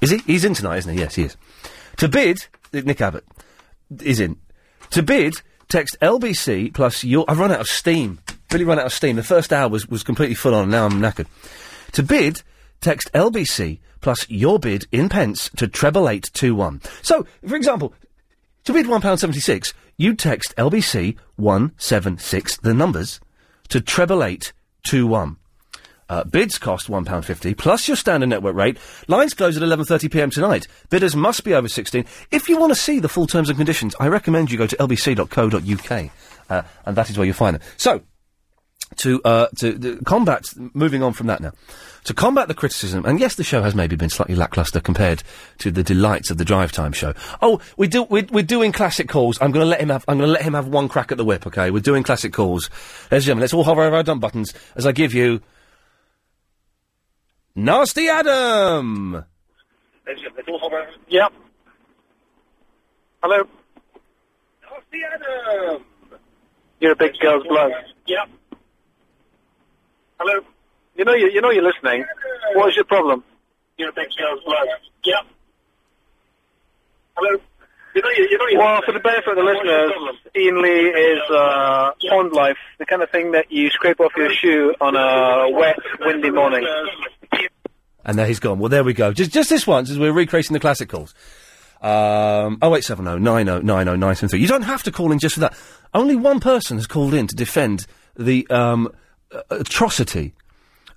S1: Is he? He's in tonight, isn't he? Yes, he is. To bid, Nick Abbott is in. To bid, text LBC plus your. I've run out of steam. Really run out of steam. The first hour was, was completely full on. Now I'm knackered. To bid, text LBC plus your bid in pence to treble eight two one. So, for example, to bid £1.76, you text LBC 176, the numbers, to treble eight two one. Uh, bids cost £1.50 plus your standard network rate. Lines close at 11.30pm tonight. Bidders must be over 16. If you want to see the full terms and conditions, I recommend you go to lbc.co.uk uh, and that is where you'll find them. So, to uh, to the combat. Moving on from that now, to combat the criticism, and yes, the show has maybe been slightly lacklustre compared to the delights of the Drive Time show. Oh, we do we're, we're doing classic calls. I'm going to let him have I'm going to let him have one crack at the whip. Okay, we're doing classic calls, ladies and gentlemen. Let's all hover over our dumb buttons as I give you Nasty Adam.
S26: Yep.
S2: Hello. You're a big girl's bloke.
S26: Yep.
S2: Hello. You know you, you know you're listening. What is your problem?
S26: You're a big girl's bloke. Yep. Hello. You know you, you know you're
S2: Well, for the benefit of the listeners, Ian Lee is uh, pond life, the kind of thing that you scrape off your shoe on a wet, windy morning.
S1: And there he's gone. Well, there we go. Just just this once as we're recreating the classic calls. Um, 0870 90 90 973. You don't have to call in just for that. Only one person has called in to defend the um, uh, atrocity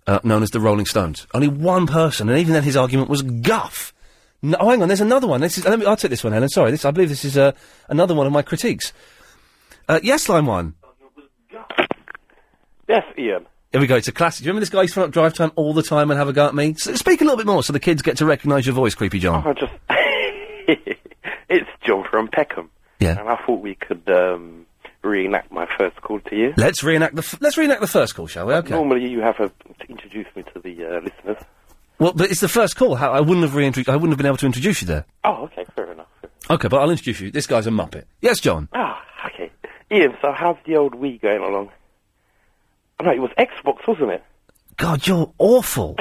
S1: uh, known as the Rolling Stones. Only one person, and even then his argument was guff. No, oh, hang on, there's another one. This is, let me, I'll take this one, Helen. Sorry, this, I believe this is uh, another one of my critiques. Uh, yes, line one.
S21: Yes, Ian.
S1: Here we go. It's a classic. Do you remember this guy used to phone up drive time all the time and have a go at me? S- speak a little bit more so the kids get to recognise your voice, Creepy John.
S21: Oh, I just. it's John from Peckham.
S1: Yeah.
S21: And I thought we could um, reenact my first call to you.
S1: Let's reenact the f- let's reenact the first call, shall we? Okay.
S21: Normally you have a, to introduce me to the uh, listeners.
S1: Well, but it's the first call. How, I wouldn't have reintroduced. I wouldn't have been able to introduce you there.
S21: Oh, okay, fair enough.
S1: Okay, but I'll introduce you. This guy's a muppet. Yes, John.
S21: Ah, okay. Ian, so how's the old Wii going along? I know, it was Xbox, wasn't it?
S1: God, you're awful.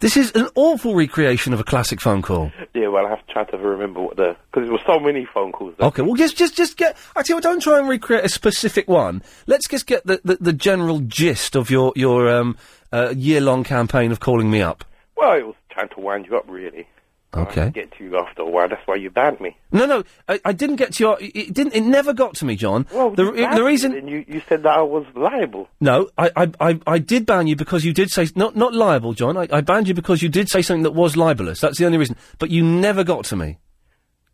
S1: this is an awful recreation of a classic phone call.
S21: Yeah, well, I have to try to remember what the... Because there were so many phone calls. There.
S1: Okay, well, just just just get. Actually, well, don't try and recreate a specific one. Let's just get the, the, the general gist of your your um, uh, year long campaign of calling me up.
S21: Well, it was trying to wind you up, really.
S1: Okay.
S21: I get to you after a while, that's why you banned me.
S1: No, no, I, I didn't get to your. It didn't. It never got to me, John.
S21: Well,
S1: the,
S21: you
S1: re-
S21: banned
S1: the
S21: me,
S1: reason.
S21: then you, you said that I was liable.
S1: No, I, I, I, I did ban you because you did say not not liable, John. I, I banned you because you did say something that was libelous. That's the only reason. But you never got to me.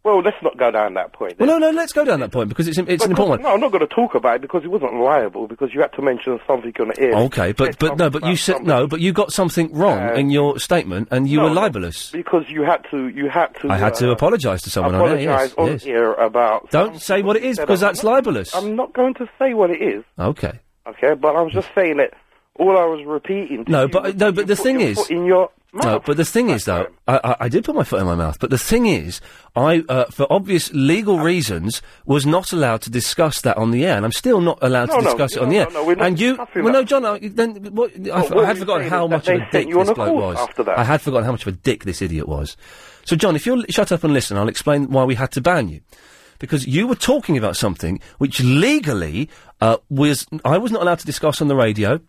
S21: Well, let's not go down that point.
S1: Well, no, no. Let's go down that point because it's im- it's an important
S21: No, I'm not going to talk about it because it wasn't liable because you had to mention something on the air.
S1: one. Okay, but but no, but you said no, but you got something wrong
S21: Uh,
S1: in your statement, and you
S21: No,
S1: were libelous.
S21: Because you had to, you had to.
S1: I had to
S21: uh,
S1: apologise to someone on air. Yes,
S21: apologise on
S1: yes.
S21: air about.
S1: Don't say what it is because that's libelous.
S21: I'm not going to say what it is,
S1: Okay.
S21: okay? But I was just saying that all I was repeating. to
S1: No,
S21: you
S1: but-
S21: was
S1: no,
S21: you
S1: but the
S21: put
S1: thing
S21: your
S1: is-
S21: foot in your
S1: No, but the thing is, though, I, I, I did put my foot in my mouth. But the thing is, I, uh, for obvious
S21: Uh,
S1: legal reasons, was not allowed to discuss that on the air, and I'm still not allowed
S21: No,
S1: to
S21: no,
S1: discuss it on
S21: no,
S1: the air.
S21: no, no, we're not
S1: and you,
S21: discussing
S1: well,
S21: that.
S1: no, John, I, then what? I,
S21: Oh, what
S1: I had
S21: we're
S1: forgotten
S21: saying
S1: how
S21: is that
S1: much of
S21: they
S1: a
S21: sent
S1: dick
S21: you on
S1: this
S21: a
S1: bloke
S21: call
S1: was.
S21: after that.
S1: I had forgotten how much of a dick this idiot was. So, John, if you'll l- shut up and listen, I'll explain why we had to ban you. Because you were talking about something which legally uh, was I was not allowed to discuss on the radio.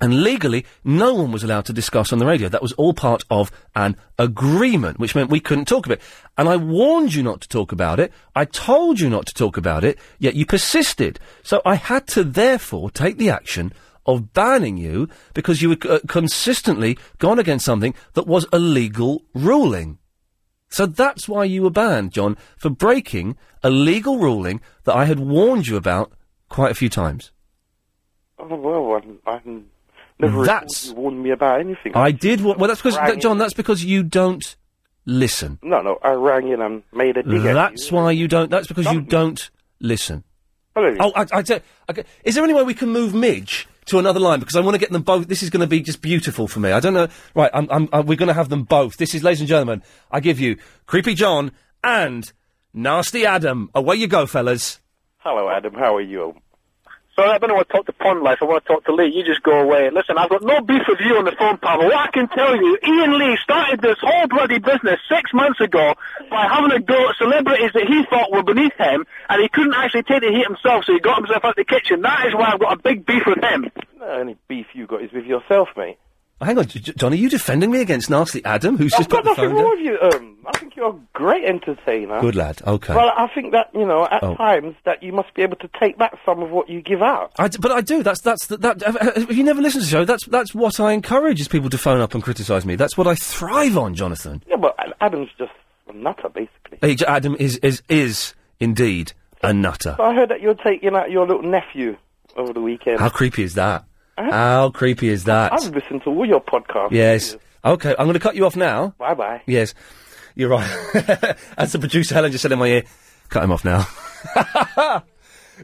S1: And legally, no one was allowed to discuss on the radio. That was all part of an agreement, which meant we couldn't talk about it. And I warned you not to talk about it. I told you not to talk about it, yet you persisted. So I had to therefore take the action of banning you because you had uh, consistently gone against something that was a legal ruling. So that's why you were banned, John, for breaking a legal ruling that I had warned you about quite a few times.
S21: Oh, well, I'm, I'm never.
S1: That's-
S21: recalled You warned me about anything.
S1: I did. wa- Well, that's because
S21: Right.
S1: that, John. That's because you don't listen.
S21: No, no, I rang in and made a dig at you.
S1: That's why you don't. That's because you don't listen.
S21: Hello.
S1: Oh, I, I don't. Okay. Is there any way we can move Midge to another line? Because I want to get them both. This is going to be just beautiful for me. I don't know. Right, I'm, I'm, i we're going to have them both. This is, ladies and gentlemen, I give you Creepy John and Nasty Adam. Away you go, fellas.
S21: Hello, Adam. How are you?
S6: So I don't want to talk to Pond Life. I want to talk to Lee. You just go away. Listen, I've got no beef with you on the phone, pal. But what I can tell you, Ian Lee started this whole bloody business six months ago by having a go at celebrities that he thought were beneath him, and he couldn't actually take the heat himself, so he got himself out the kitchen. That is why I've got a big beef with him.
S21: The only beef you got is with yourself, mate.
S1: Oh, Hang on, J- J- John. Are you defending me against Nasty Adam, who's
S21: I've
S1: just put
S21: got
S1: the phone
S21: nothing
S1: down?
S21: wrong with you. Um, I think you're a great entertainer.
S1: Good lad. Okay.
S21: Well, I think that you know at
S1: Oh.
S21: times that you must be able to take back some of what you give out.
S1: I d- but I do. That's that's the, that. If you never listen to the show, that's that's what I encourage is people to phone up and criticise me. That's what I thrive on, Jonathan.
S21: Yeah, but Adam's just a nutter, basically.
S1: Hey, J- Adam is is is indeed a nutter.
S21: So I heard that you're taking out your little nephew
S5: over the weekend.
S1: How creepy is that? How creepy is that?
S5: I've listened to all your podcasts.
S1: Yes. Okay, I'm going to cut you off now.
S5: Bye bye.
S1: Yes, you're right. As the producer, Helen just said in my ear, cut him off now.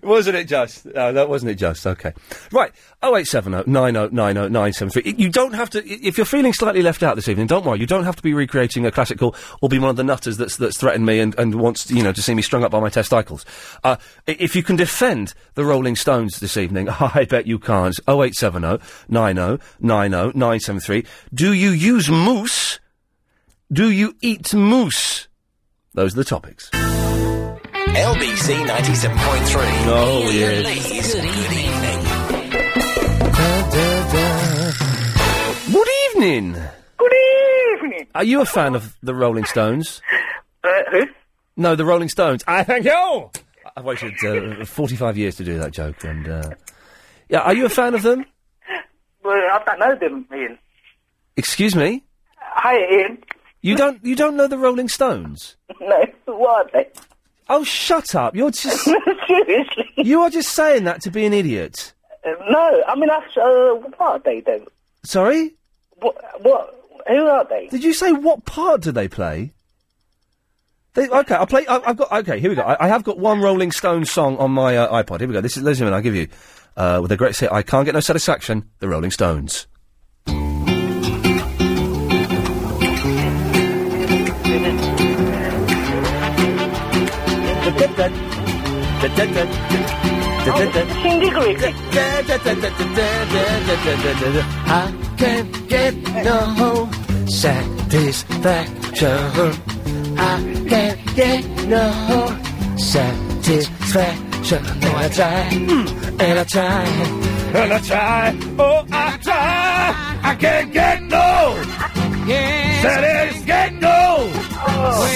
S1: wasn't it just? No, that wasn't it just. Okay. Right, 0870 90 90 973. You don't have to, i- if you're feeling slightly left out this evening, don't worry. You don't have to be recreating a classic call or be one of the nutters that's, that's threatened me and, and wants, you know, to see me strung up by my testicles. Uh, i- if you can defend the Rolling Stones this evening, I bet you can't. 0870 90 90 973. Do you use moose? Do you eat moose? Those are the topics.
S6: LBC 97.3.
S1: Oh, yes.
S6: Please, good evening.
S1: Good evening.
S27: Good evening.
S1: Are you a fan of the Rolling Stones?
S27: Uh, who?
S1: No, the Rolling Stones. I thank you. I've waited uh, 45 years to do that joke, and uh, yeah, are you a fan of them?
S27: Well, I don't know them, Ian.
S1: Excuse me.
S27: Hi, Ian.
S1: You don't you don't know the Rolling Stones?
S27: No, what are they?
S1: Oh, shut up! You're just seriously. You are just saying that to be an idiot.
S27: Uh, no, I mean, that's, uh, what are they then?
S1: Sorry.
S27: What, what, who are they?
S1: Did you say what part do they play? They, okay, I'll play. I, I've got. Okay, here we go. I, I have got one Rolling Stones song on my uh, iPod. Here we go. This is listen, I'll give you uh, with a great hit. I can't get no satisfaction. The Rolling Stones.
S6: I can't get no satisfaction. I can't get no satisfaction. And I try, and I try, and I try. Oh, I try. I can't get no satisfaction.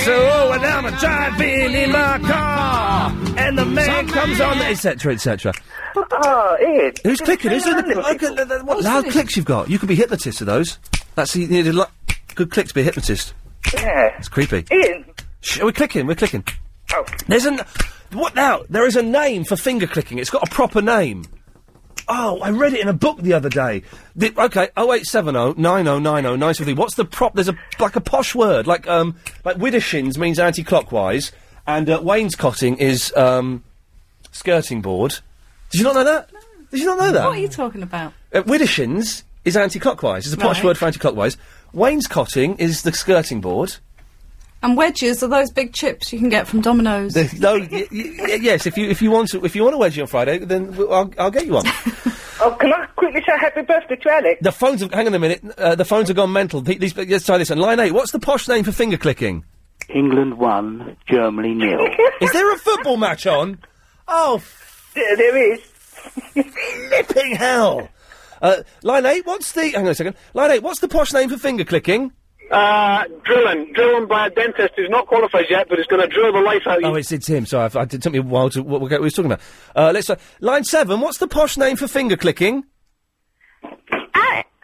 S6: So when I'm driving in my car, and the man comes on,
S1: Etc. Etc.
S27: Oh, Ian.
S1: Who's clicking? Who's doing the okay, th- th- what loud clicks you've got? You could be hypnotist to those. That's you needed lo- good clicks to be a hypnotist.
S27: Yeah.
S1: It's creepy.
S27: Ian.
S1: Shh, we're clicking. We're clicking. Oh. There's an what now? There is a name for finger clicking. It's got a proper name. Oh, I read it in a book the other day. The, okay, 0870 9090 973. What's the prop? There's a like a posh word like um like Widdershins means anti-clockwise, and uh, wainscoting is um skirting board. Did you not know that? Did you not know that?
S25: What are you talking about?
S1: Uh, Widdershins is anti-clockwise. It's a posh
S25: Right.
S1: word for anti-clockwise. Wainscoting is the skirting board.
S25: And wedges are those big chips you can get from Domino's.
S1: The, no, y- y- y- yes. If you if you want to, if you want a wedgie on Friday, then w- I'll, I'll get you one.
S27: Oh, can I quickly say happy birthday to Alex?
S1: the phones have hang on a minute. Uh, the phones have gone mental. Pe- These, let's try this one. Line eight. What's the posh name for finger clicking?
S13: England won, Germany nil.
S1: Is there a football match on? Oh,
S27: there, there is.
S1: Flipping hell! Uh, line eight. What's the hang on a second? Line eight. What's the posh name for finger clicking?
S9: Uh, drilling. Drilling by a dentist who's not qualified yet, but is going to drill the life out of you.
S1: Oh, it's, it's him. Sorry, I, I, it took me a while to what, what we were talking about. Uh, let's uh, line seven. What's the posh name for finger clicking?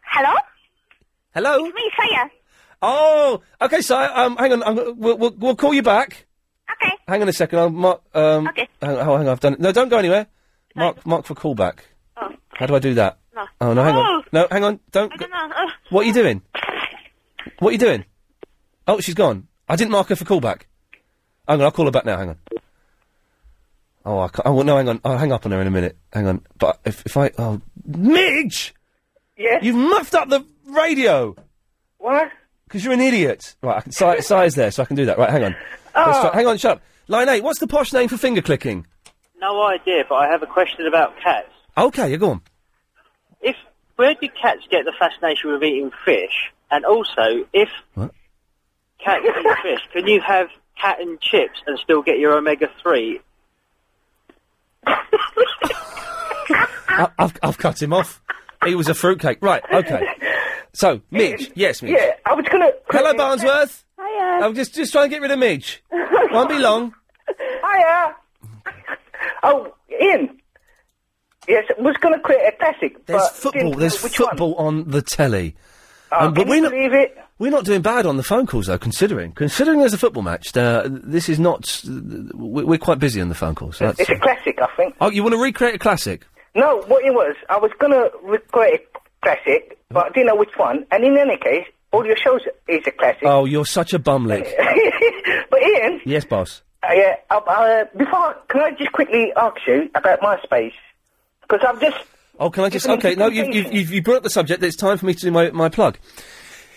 S28: Hello?
S1: Hello.
S28: Me, Saya.
S1: Oh, okay, Si. Um, hang on. I'm, gonna- we'll, we'll, we'll call you back. Okay. Hang on a second. I'll mark. Um, okay. Hang, oh, hang on. I've done it. No, don't go anywhere. Mark, mark for callback.
S28: Oh.
S1: How do I do that?
S28: No.
S1: Oh no, hang
S28: Oh.
S1: on. No, hang on. Don't. go-
S28: No, oh,
S1: What are you doing? What are you doing? Oh, she's gone. I didn't mark her for callback. Hang on. I'll call her back now. Hang on. Oh, I can't. Oh, well, no, hang on. I'll hang up on her in a minute. Hang on. But if if I oh, Midge,
S27: yes,
S1: you've muffed up the radio.
S27: What?
S1: Because you're an idiot. Right, I can si- size there, so I can do that. Right, hang on. Let's
S29: Oh.
S1: try- hang on, shut up. Line eight. What's the posh name for finger clicking?
S29: No idea, but I have a question about cats.
S1: Okay, you go on.
S29: If where do cats get the fascination with eating fish? And also, if cats eat fish, can you have cat and chips and still get your omega three?
S1: I- I've I've cut him off. He was a fruitcake. Right. Okay. So, Midge. Yes, Midge.
S27: Yeah, I was gonna. Uh,
S1: Hello, Barnsworth.
S27: Hiya.
S1: I'm just just trying to get rid of Midge. Won't be long.
S27: Hiya. oh, Ian. Yes, I was going to create a classic.
S1: There's
S27: but
S1: football.
S27: didn't-
S1: There's
S27: which
S1: football on the telly. Um,
S27: Oh,
S1: but
S27: can
S1: we're
S27: you
S1: not,
S27: believe it?
S1: we're not doing bad on the phone calls, though, considering. Considering there's a football match, uh, this is not. Uh, we- we're quite busy on the phone calls. so
S27: One?
S1: that's-
S27: It's a classic, I think.
S1: Oh, you want to recreate a classic?
S7: No, what it was, I was going to record a classic, but I didn't know which one. And in any case, all your shows is a classic.
S1: Oh, you're such a bumlick. Oh.
S7: but Ian,
S1: yes, boss.
S7: uh, yeah, uh, uh, before, can I just quickly ask you about MySpace? Because I've just
S1: Oh, can I just? Okay, no, you've, you've, you've, you brought up the subject. It's time for me to do my, my plug.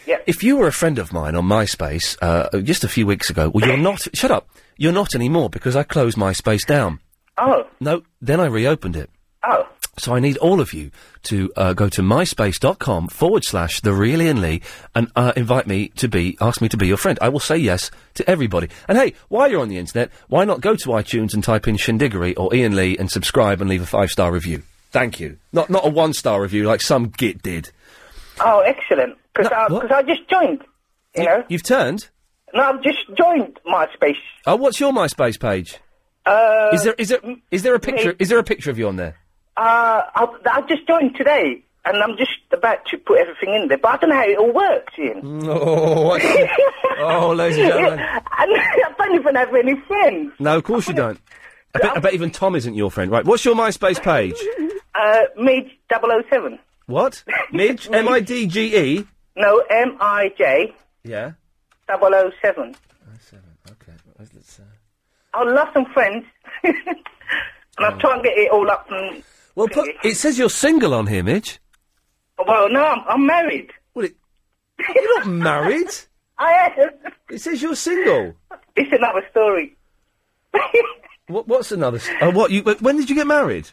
S7: Yeah.
S1: If you were a friend of mine on MySpace uh, just a few weeks ago, well, you're not. Shut up. You're not anymore because I closed MySpace down.
S7: Oh.
S1: No, then I reopened it.
S7: Oh.
S1: So I need all of you to uh, go to myspace.com forward slash the real Ian Lee and uh, invite me to be, ask me to be your friend. I will say yes to everybody. And hey, while you're on the internet, why not go to iTunes and type in Shindiggery or Ian Lee and subscribe and leave a five star review? Thank you. Not not a one star review like some git did.
S7: Oh, excellent. Because I, just joined. You, know?
S1: You've turned.
S7: No, I've just joined MySpace.
S1: Oh, what's your MySpace page?
S7: Uh,
S1: is there is there is there a picture
S7: me.
S1: is there a picture of you on there?
S7: Uh, I, I just joined today, and I'm just about to put everything in there, but I don't know how it all works, Ian.
S1: Oh, what- oh, ladies and gentlemen.
S7: And I don't even have any friends.
S1: No, of course you don't. I bet, I bet even Tom isn't your friend. Right, what's your MySpace page?
S7: Uh, Midge 007.
S1: What? Midge? M I D G E?
S7: No, M-I-J
S1: Yeah.
S7: 007.
S1: Let's- let's, uh,
S7: I lost some friends, and I'm trying to get it all up and...
S1: Well, put, it says you're single on here, Midge.
S7: Well, no, I'm, I'm married.
S1: Well, it, you're not married.
S7: I am.
S1: It says you're single.
S7: It's another story.
S1: What, what's another? s- Uh, what? You, wh- when did you get married?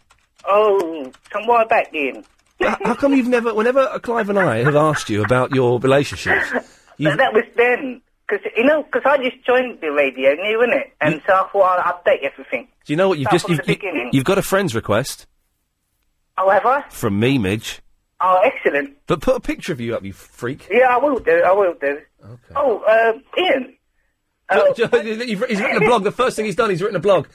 S7: Oh, some while back, Ian.
S1: H- How come you've never? Whenever uh, Clive and I have asked you about your relationships,
S7: But that was then. Because, you know, because I just joined the radio new, innit? And so I thought I'll update everything.
S1: do you know what you've
S7: Start
S1: just?
S7: from
S1: You've,
S7: the
S1: you-
S7: beginning.
S1: you've got a friend's request
S7: Oh, have I?
S1: from me, Midge.
S7: Oh, excellent.
S1: But put a picture of you up, you freak.
S7: Yeah, I will do, I will do. Oh, uh, Ian. Oh,
S1: Jo- Jo- you've- he's written a blog. The first thing he's done, he's written a blog.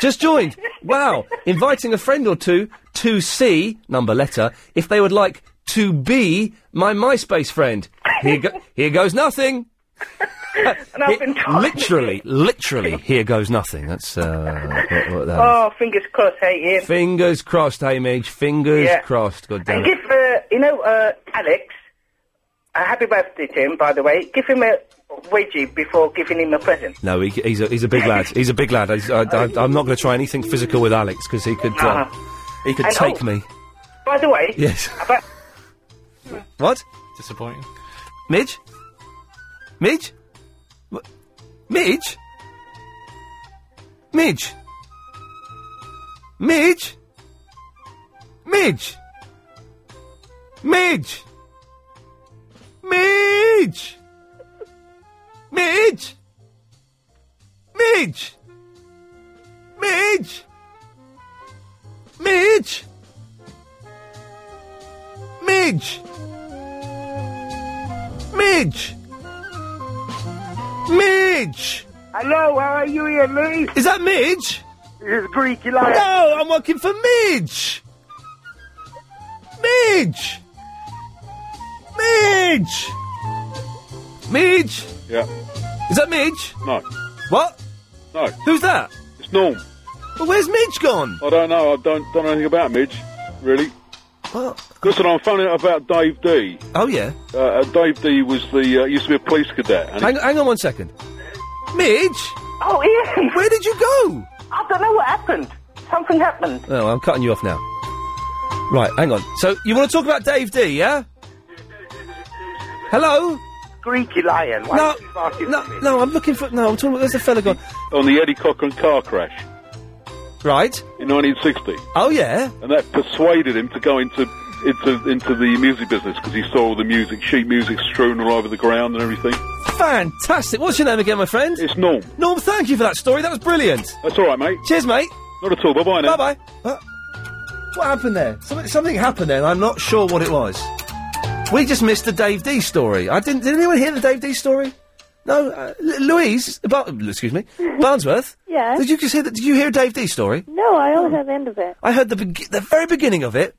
S1: Just joined. Wow. Inviting a friend or two to see, number letter, if they would like to be my MySpace friend. Here, go- here goes nothing.
S7: And I've been talking.
S1: Literally, literally, here goes nothing. That's uh, what, what that is.
S7: Oh, fingers crossed, hey, Ian.
S1: Fingers crossed, Hamish. Fingers
S7: Oh. Yeah.
S1: crossed. God damn
S7: And
S1: it.
S7: give, uh, you know, uh, Alex, uh, happy birthday to him, by the way. Give him a wedgie before giving him a present.
S1: No, he, he's a he's a big lad. He's a big lad. He's- I, am not going to try anything physical with Alex because he could uh, he could
S7: Uh-huh. And
S1: take
S7: oh-
S1: me.
S7: By the way,
S1: Yes.
S7: about,
S1: What? Disappointing. Midge? Midge? Wha- Midge? Midge? Midge? Midge? Midge? Midge? Midge? Midge? Midge? Midge? Midge? Midge! Midge!
S6: Hello, how are you, Ian Lee?
S1: Is that Midge?
S6: This is Greek, you
S1: No, I'm working for Midge! Midge! Midge! Midge!
S30: Yeah.
S1: Is that Midge?
S30: No.
S1: What?
S30: No.
S1: Who's that?
S30: It's Norm.
S1: Well, where's Midge gone?
S30: I don't know. I don't don't know anything about Midge, really.
S1: Well,
S30: Listen, I'm finding out about Dave D.
S1: Oh yeah.
S30: Uh, uh, Dave D was the uh, used to be a police cadet. And
S1: hang, hang on one second. Midge?
S7: Oh, Ian!
S1: Where did you go?
S7: I don't know what happened. Something happened.
S1: No, I'm cutting you off now. Right, hang on. So, you want to talk about Dave D, yeah? Hello?
S30: Greeky lion.
S1: No, no, no, I'm looking for. No, I'm talking about. There's a fella gone.
S30: On the Eddie Cochran car crash
S1: Right?
S30: in 1960,
S1: Oh, yeah.
S30: and that persuaded him to go into into into the music business because he saw all the music, sheet music strewn all over the ground and everything.
S1: Fantastic. What's your name again, my friend?
S30: It's Norm.
S1: Norm, thank you for that story. That was brilliant.
S30: That's all right, mate.
S1: Cheers, mate.
S30: Not
S6: Oh,
S30: at all. Bye bye now.
S1: Bye bye. What happened there? Something, something happened there, and I'm not sure what it was. We just missed the Dave D story. I didn't. Did anyone hear the Dave D story? No, uh, L- Louise. Bar- excuse me, Barnsworth.
S4: Yes.
S1: Did you just hear that? Did you hear a Dave D story?
S7: Oh,
S4: No, I always have the end of it.
S1: I heard the begi- the very beginning of it,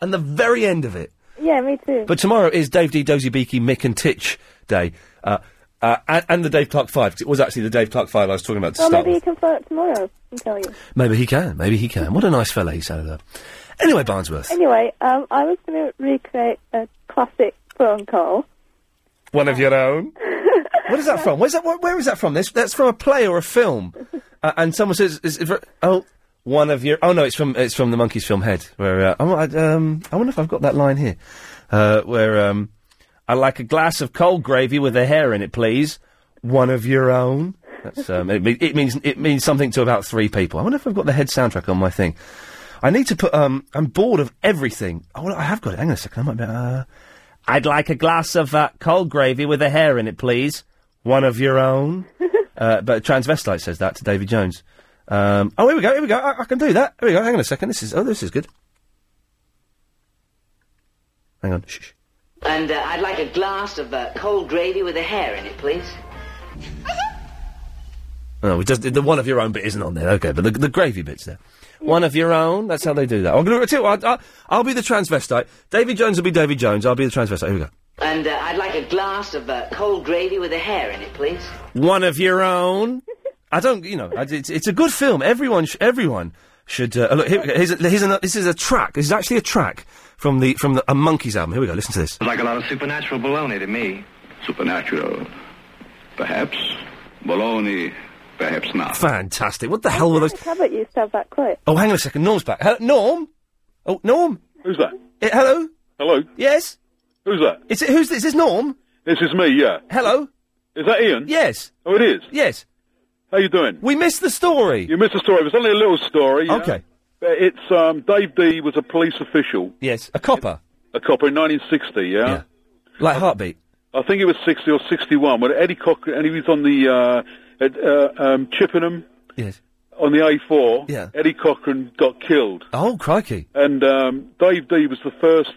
S1: and the very end of it.
S4: Yeah, me too.
S1: But tomorrow is Dave D, Dozy Beaky, Mick and Titch Day. Uh, uh, and, and the Dave Clark Five, 'cause it was actually the Dave Clark Five I was talking about to
S7: Well,
S1: start
S7: maybe
S1: with.
S7: you can phone up tomorrow and tell you.
S1: Maybe he can. Maybe he can. What a nice fella he sounded like. Anyway, Barnsworth.
S7: Anyway, um, I was going to recreate a classic phone call.
S1: One of your own. what is that from? Where's that? Where, where is that from? This that's from a play or a film. Uh, and someone says, is it ver- "Oh, one of your." Oh no, it's from it's from the monkeys film Head. Where uh, oh, I, um, I wonder if I've got that line here, uh, where um, I like a glass of cold gravy with a hair in it, please. One of your own. That's um, it, me- it means it means something to about three people. I wonder if I've got the Head soundtrack on my thing. I need to put. Um, I'm bored of everything. Oh, well, I have got it. Hang on a second. I might be. Uh, I'd like a glass of uh, cold gravy with a hair in it, please. One of your own. uh, but transvestite says that to Davy Jones. Um, oh, here we go. Here we go. I, I can do that. Here we go. Hang on a second. This is. Oh, this is good. Hang on. Shh. shh.
S16: And uh, I'd like a glass of uh, cold gravy with a hair in it, please.
S1: Oh, it does, the one of your own bit isn't on there. Okay, but the, the gravy bit's there. One of your own. That's how they do that. I'm going to. I'll, I'll, I'll be the transvestite. Davy Jones will be Davy Jones. I'll be the transvestite. Here we go.
S16: And uh, I'd like a glass of uh, cold gravy with a hair in it, please.
S1: one of your own. I don't, you know, I, it's, it's a good film. Everyone, sh- everyone should uh, oh, look. Here, we go. here's a, here's an, this is a track. This is actually a track from the from the a Monkeys album. Here we go. Listen to this.
S6: Like a lot of supernatural baloney to me. Supernatural, perhaps. Baloney, perhaps not.
S1: Fantastic. What the hell were those?
S7: Cabot used to have that quote.
S1: Oh, hang on a second. Norm's back. Hello, Norm. Oh, Norm. Eh,
S30: Who's that?
S1: hello.
S30: Hello.
S1: Yes.
S30: Who's that?
S1: Is it who's this? Is this Norm?
S30: This is me. Yeah.
S1: Hello.
S30: Is that Ian?
S1: Yes.
S30: Oh, it is.
S1: Yes.
S30: How you doing?
S1: We missed the story.
S30: You missed the story. It was only a little story. Okay. It's um, Dave D was a police official.
S1: Yes, a copper.
S30: A copper in 1960. Yeah.
S1: Like heartbeat.
S30: I think it was 60 or 61 when Eddie Cochran and he was on the uh, at uh, um, Chippenham.
S1: Yes.
S30: On the A4.
S1: Yeah.
S30: Eddie Cochran got killed,
S1: Oh, crikey.
S30: and um, Dave D was the first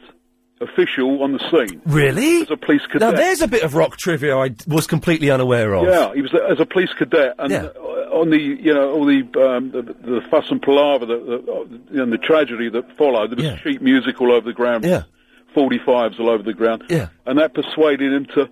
S30: official on the scene.
S1: Really?
S30: As a police
S1: Now
S30: cadet.
S1: there's a bit of rock trivia I d- was completely unaware of.
S30: Yeah, he was a, as a police cadet, and
S1: Yeah.
S30: uh, on the you know all the um, the, the fuss and palaver that that, uh, you know, the tragedy that followed. There was
S1: Yeah.
S30: sheet music all over the ground.
S1: Yeah.
S30: forty fives all over the ground.
S1: Yeah.
S30: and that persuaded him to.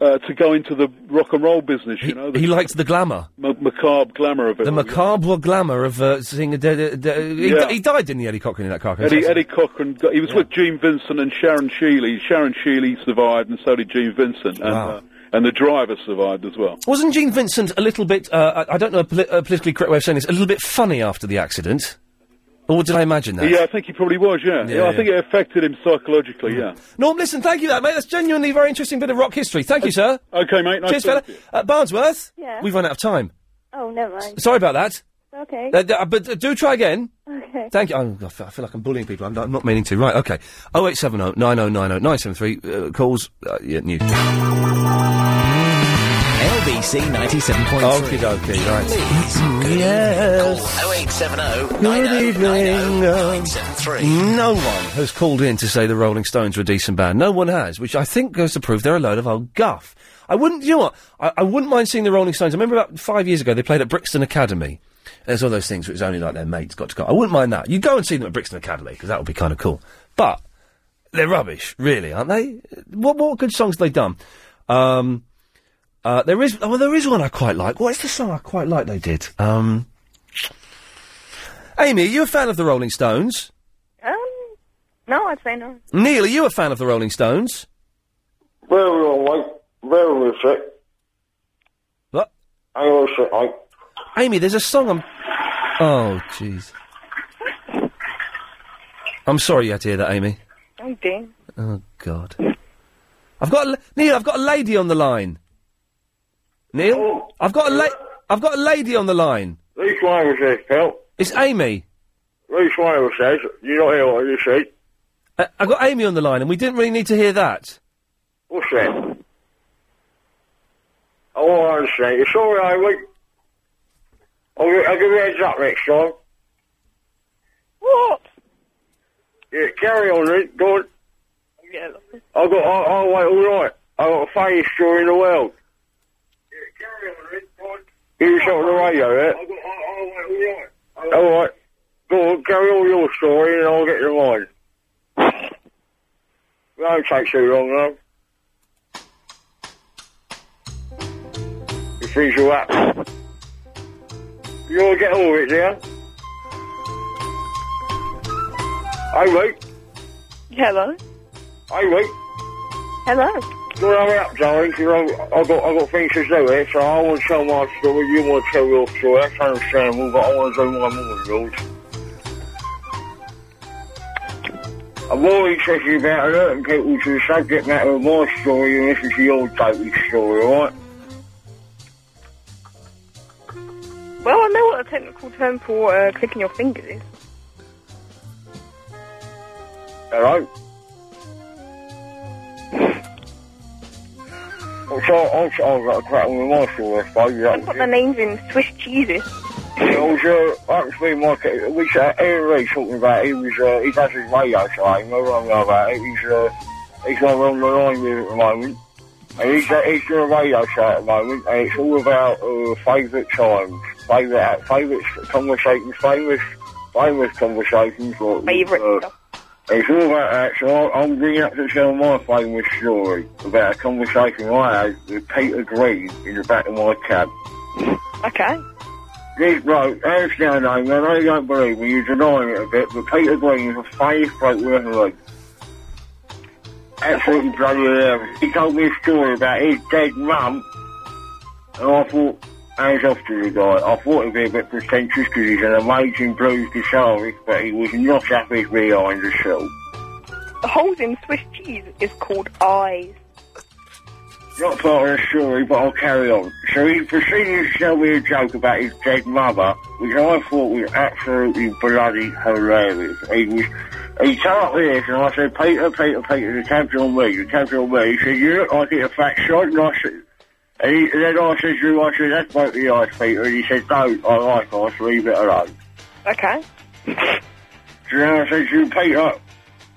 S30: Uh, to go into the rock and roll business, you know, the
S1: He liked the glamour.
S30: ma- macabre glamour of it.
S1: The
S30: all, yeah.
S1: macabre glamour of uh, seeing a dead. Uh, he,
S30: Yeah.
S1: di- he died, didn't he, Eddie Cochran, in that car crash?
S30: Eddie, Eddie Cochran, got, he was with Gene Vincent and Sharon Sheely. Sharon Sheely survived, and so did Gene Vincent, and
S1: Wow.
S30: uh, and the driver survived as well.
S1: Wasn't Gene Vincent a little bit, uh, I, I don't know a, poli- a politically correct way of saying this, a little bit funny after the accident? Or did I imagine that?
S30: Yeah, I think he probably was. Yeah,
S1: Yeah,
S30: yeah, I
S1: yeah.
S30: think it affected him psychologically. Yeah.
S1: Norm, listen, thank you for that, mate. That's genuinely a very interesting bit of rock history. Thank you, sir.
S30: Okay, mate. Nice
S1: Cheers, fella.
S30: talking to
S1: Uh, Barnsworth?
S7: Yeah?
S1: We've run out of time.
S7: Oh, never mind.
S1: Sorry about that.
S7: Okay.
S1: Uh, d- uh, but uh, do try again.
S7: okay.
S1: Thank you. Oh, I feel, I feel like I'm bullying people. I'm, not- I'm not meaning to. Right, okay. 0870 9090 973. Uh, calls. Uh, yeah, new.
S31: LBC 97.3.
S1: Okie dokie, right. yes.
S31: Call 0870
S1: Good evening. um,
S31: 973.
S1: No one has called in to say the Rolling Stones were a decent band. No one has, which I think goes to prove they're a load of old guff. I wouldn't, you know what? I, I wouldn't mind seeing the Rolling Stones. I remember about five years ago they played at Brixton Academy. There's all those things which only like their mates got to go. I wouldn't mind that. You go and see them at Brixton Academy because that would be kind of cool. But they're rubbish, really, aren't they? What what good songs have they done? Um, uh, there is well, there is one I quite like. What is the song I quite like they did? Um, Amy, are you a fan of the Rolling Stones?
S7: Um, no, I'd say no.
S1: Neil, are you a fan of the Rolling Stones?
S17: Very all right. Very all right.
S1: What?
S17: I also I
S1: Amy, there's a song I'm. Oh, jeez. I'm sorry you had to hear that, Amy.
S7: I'm Dean.
S1: Oh God. I've got a, l- Neil. I've got a lady on the line. Neil, I've got a la- I've got a lady on the line.
S17: Lee Schreiber says, pal.
S1: It's Amy.
S17: Lee Schreiber says, you don't hear what you see.
S1: I, I Uh, got Amy on the line, and we didn't really need to hear that.
S17: What's that? All I say, it's all right, mate. I'll, gi- I'll give you a heads up next time. What? Yeah, carry on, Lee. Go on. I got, I, I'll wait all night. I got the funniest story in the world. Yeah, carry on, Lee. Go on. You on the radio, yeah? All right. Go on, carry on your story and I'll get to mine. It won't take too long, love. freeze you up. You'll get all of it, yeah? Hey, mate.
S7: Hello.
S17: Hey, mate.
S7: Hello.
S17: Well, hurry up, darling, because I've got, I've got things to do here, so I want to tell my story, you want to tell your story, that's understandable, but I want to do my more yours. I'm more interested about alerting people to the subject matter of my story than listen to your dopey story, alright?
S7: Well, I know what a technical term for uh, clicking your fingers is.
S17: Hello? Well, so I've, I've got a crack with my story, I suppose, that was
S7: Put the names in Swiss cheeses.
S17: It was uh, actually my kid, which uh, Ian Reid talking about, he was, uh, he does his radio show, no wrong about it, he's, uh, he's not on the line with it at the moment, and he's, uh, he's doing a radio show at the moment, and it's all about uh, favourite times, favourite, favourite conversations, famous, famous conversations, what,
S7: Favourite
S17: uh, it's all about that, so I- I'm bringing up to tell my famous story about a conversation I had with Peter Green in the back of my cab.
S7: Okay.
S17: This bloke, hands down, I know you don't believe me, you're denying it a bit, but Peter Green is a famous bloke with a leg. Absolutely bloody hilarious. He told me a story about his dead mum, and I thought, hands off to the guy. I thought he'd be a bit pretentious because he's an amazing blues guitarist, but he was not happy behind the show.
S7: The holes in Swiss cheese is called eyes.
S17: Not part of the story, but I'll carry on. So he proceeded to tell me a joke about his dead mother, which I thought was absolutely bloody hilarious. He was, he came up with this, and I said, Peter, Peter, Peter, the cab's on me, the cab's on me. He said, you look like it's a fat shot, and I said, and, he, and then I said to him, I said, that's both the ice, Peter, and he said, no, I like ice, leave it alone.
S7: Okay.
S17: So then I said to him, Peter,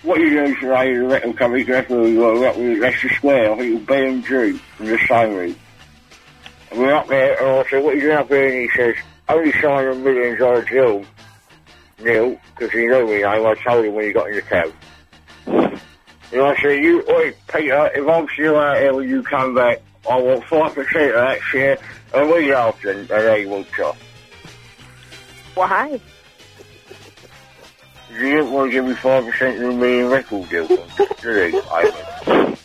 S17: what you doing today? The rental company left we were up with Leicester Square, I think it was BMG from the same room. And we're up there and I said, What you doing up here? And he says, Only sign of millions on a deal, Neil, because he knew me name, I told him when he got in the cab. And I said, You oi, Peter, if I'm still out here when you come back, I want five percent of that share and we laughed and, and he walked off.
S7: Why?
S17: You didn't want to give me five percent of the million record deal, did you? I went.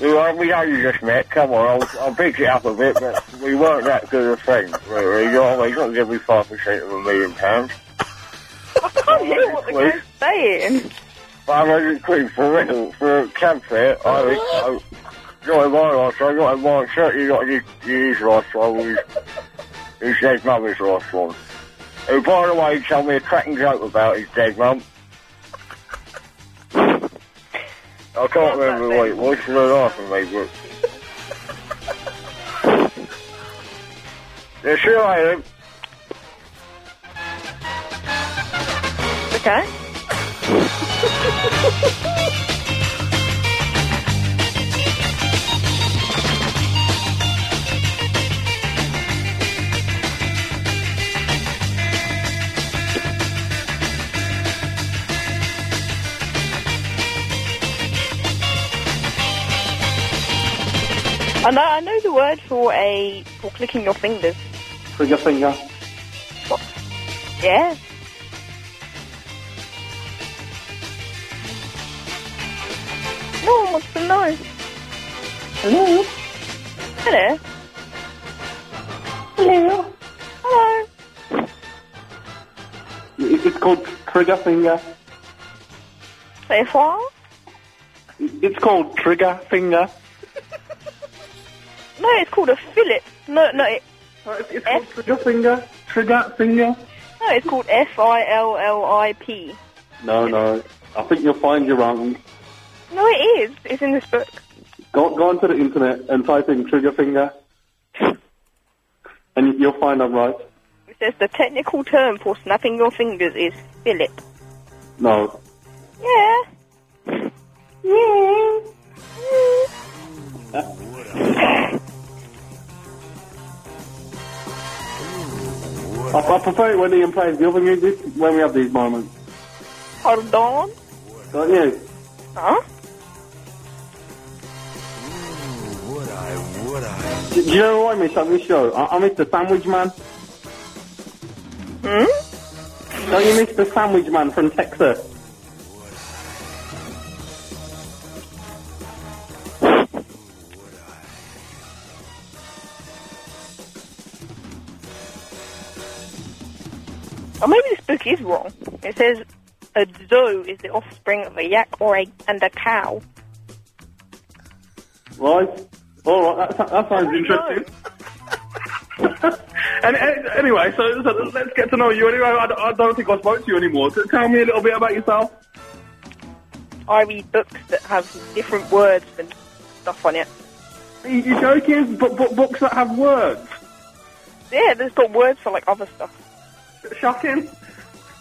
S17: We, were, we know you just met. Come on, I'll, I'll pick it up a bit, but we weren't that good of friends. Really. You know what I mean? You got to give me five percent of a million pounds.
S7: I can't hear what the guy's saying.
S17: Five hundred quid for rental for a camp fare. I think. I, not in my lifetime, not in mine, certainly not in his, his lifetime, his, his dead mother's lifetime. Who, by the way, told me a cracking joke about his dead mum. I can't remember what it was, it's not life for me, but... yeah, see you later.
S7: Okay. I know, I know the word for a for clicking your fingers.
S2: With your finger.
S7: Yeah. No one wants to know. Hello. Hello. Hello. Hello.
S2: It- It's called trigger finger.
S7: Say what?
S2: It- It's called trigger finger.
S7: No, it's called a fillet. No, no. It,
S2: it's called trigger finger. Trigger finger.
S7: No, it's called F I L L I P.
S2: No, no. I think you'll find you're wrong.
S7: No, it is. It's in this book.
S2: Go, go onto the internet and type in trigger finger. And you'll find I'm right.
S7: It says the technical term for snapping your fingers is fillet.
S2: No.
S7: Yeah. Yeah.
S2: I, I prefer it when Ian plays the other music when we have these moments.
S7: Hold on.
S2: Don't you?
S7: Huh?
S32: Would I, would I?
S2: Do you know who I miss on this show? I, I miss the sandwich man. Hmm? Don't you miss the sandwich man from Texas?
S7: Or maybe this book is wrong. It says a zoo is the offspring of a yak or a and a cow.
S2: Right. All right. That, that sounds interesting.
S4: And, and anyway, so, so let's get to know you. Anyway, I, d- I don't think I spoke to you anymore. So tell me a little bit about yourself.
S7: I read books that have different words and stuff on it.
S2: Are you you joking? But, but books that have words.
S7: Yeah, there's got words for like other stuff.
S2: Shocking.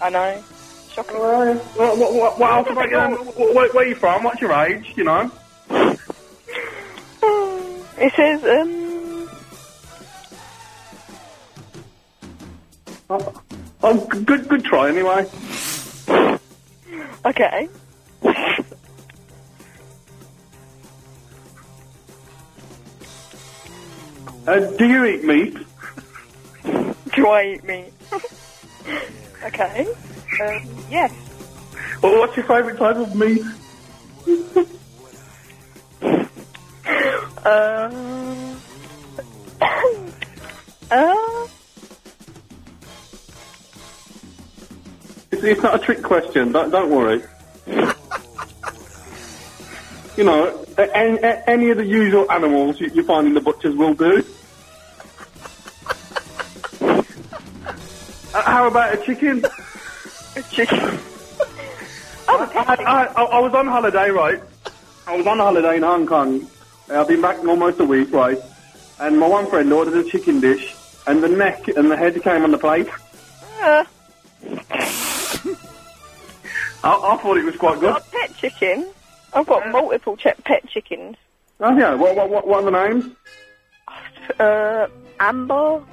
S7: I know. Shocking.
S4: What, what, what, what else about you? Wh- wh- where are you from? What's your age? You know.
S7: It says um
S4: Oh, g- good, good try. Anyway.
S7: okay.
S4: Uh, do you eat meat?
S7: Do I eat meat? okay. Um, yes.
S4: Well, what's your favourite type of meat?
S7: Um. uh,
S2: It's, it's not a trick question. Don't, don't worry. you know, a- any, a- any of the usual animals you, you find in the butchers will do. Uh, How about a chicken?
S7: A chicken.
S2: I, I, I, I was on holiday, right? I was on holiday in Hong Kong. Uh, I've been back almost a week, right? And my one friend ordered a chicken dish, and the neck and the head came on the plate.
S7: uh,
S2: I, I thought it was quite good.
S7: got a pet chicken. I've got multiple ch- pet chickens.
S2: Oh yeah, what what what, what are the names?
S7: Uh, Amber,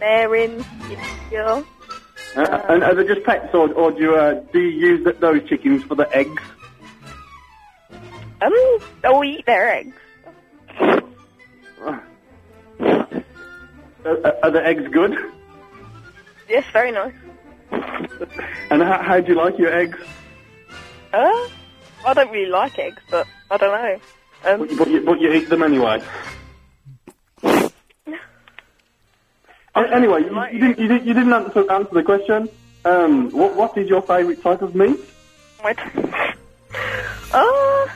S7: Marin, Ginger.
S2: Uh, and are they just pets, or, or do you uh, do you use th- those chickens for the eggs?
S7: Um, they'll eat their eggs.
S2: Uh, uh, are the eggs good?
S7: Yes, very nice.
S2: And how, how do you like your eggs?
S7: Uh, I don't really like eggs, but I don't know.
S2: But, you- but, you, but you eat them anyway. A- anyway, you, you, didn't, you, didn't, you didn't answer answer the question. Um, what what is your favourite type of meat?
S7: My uh,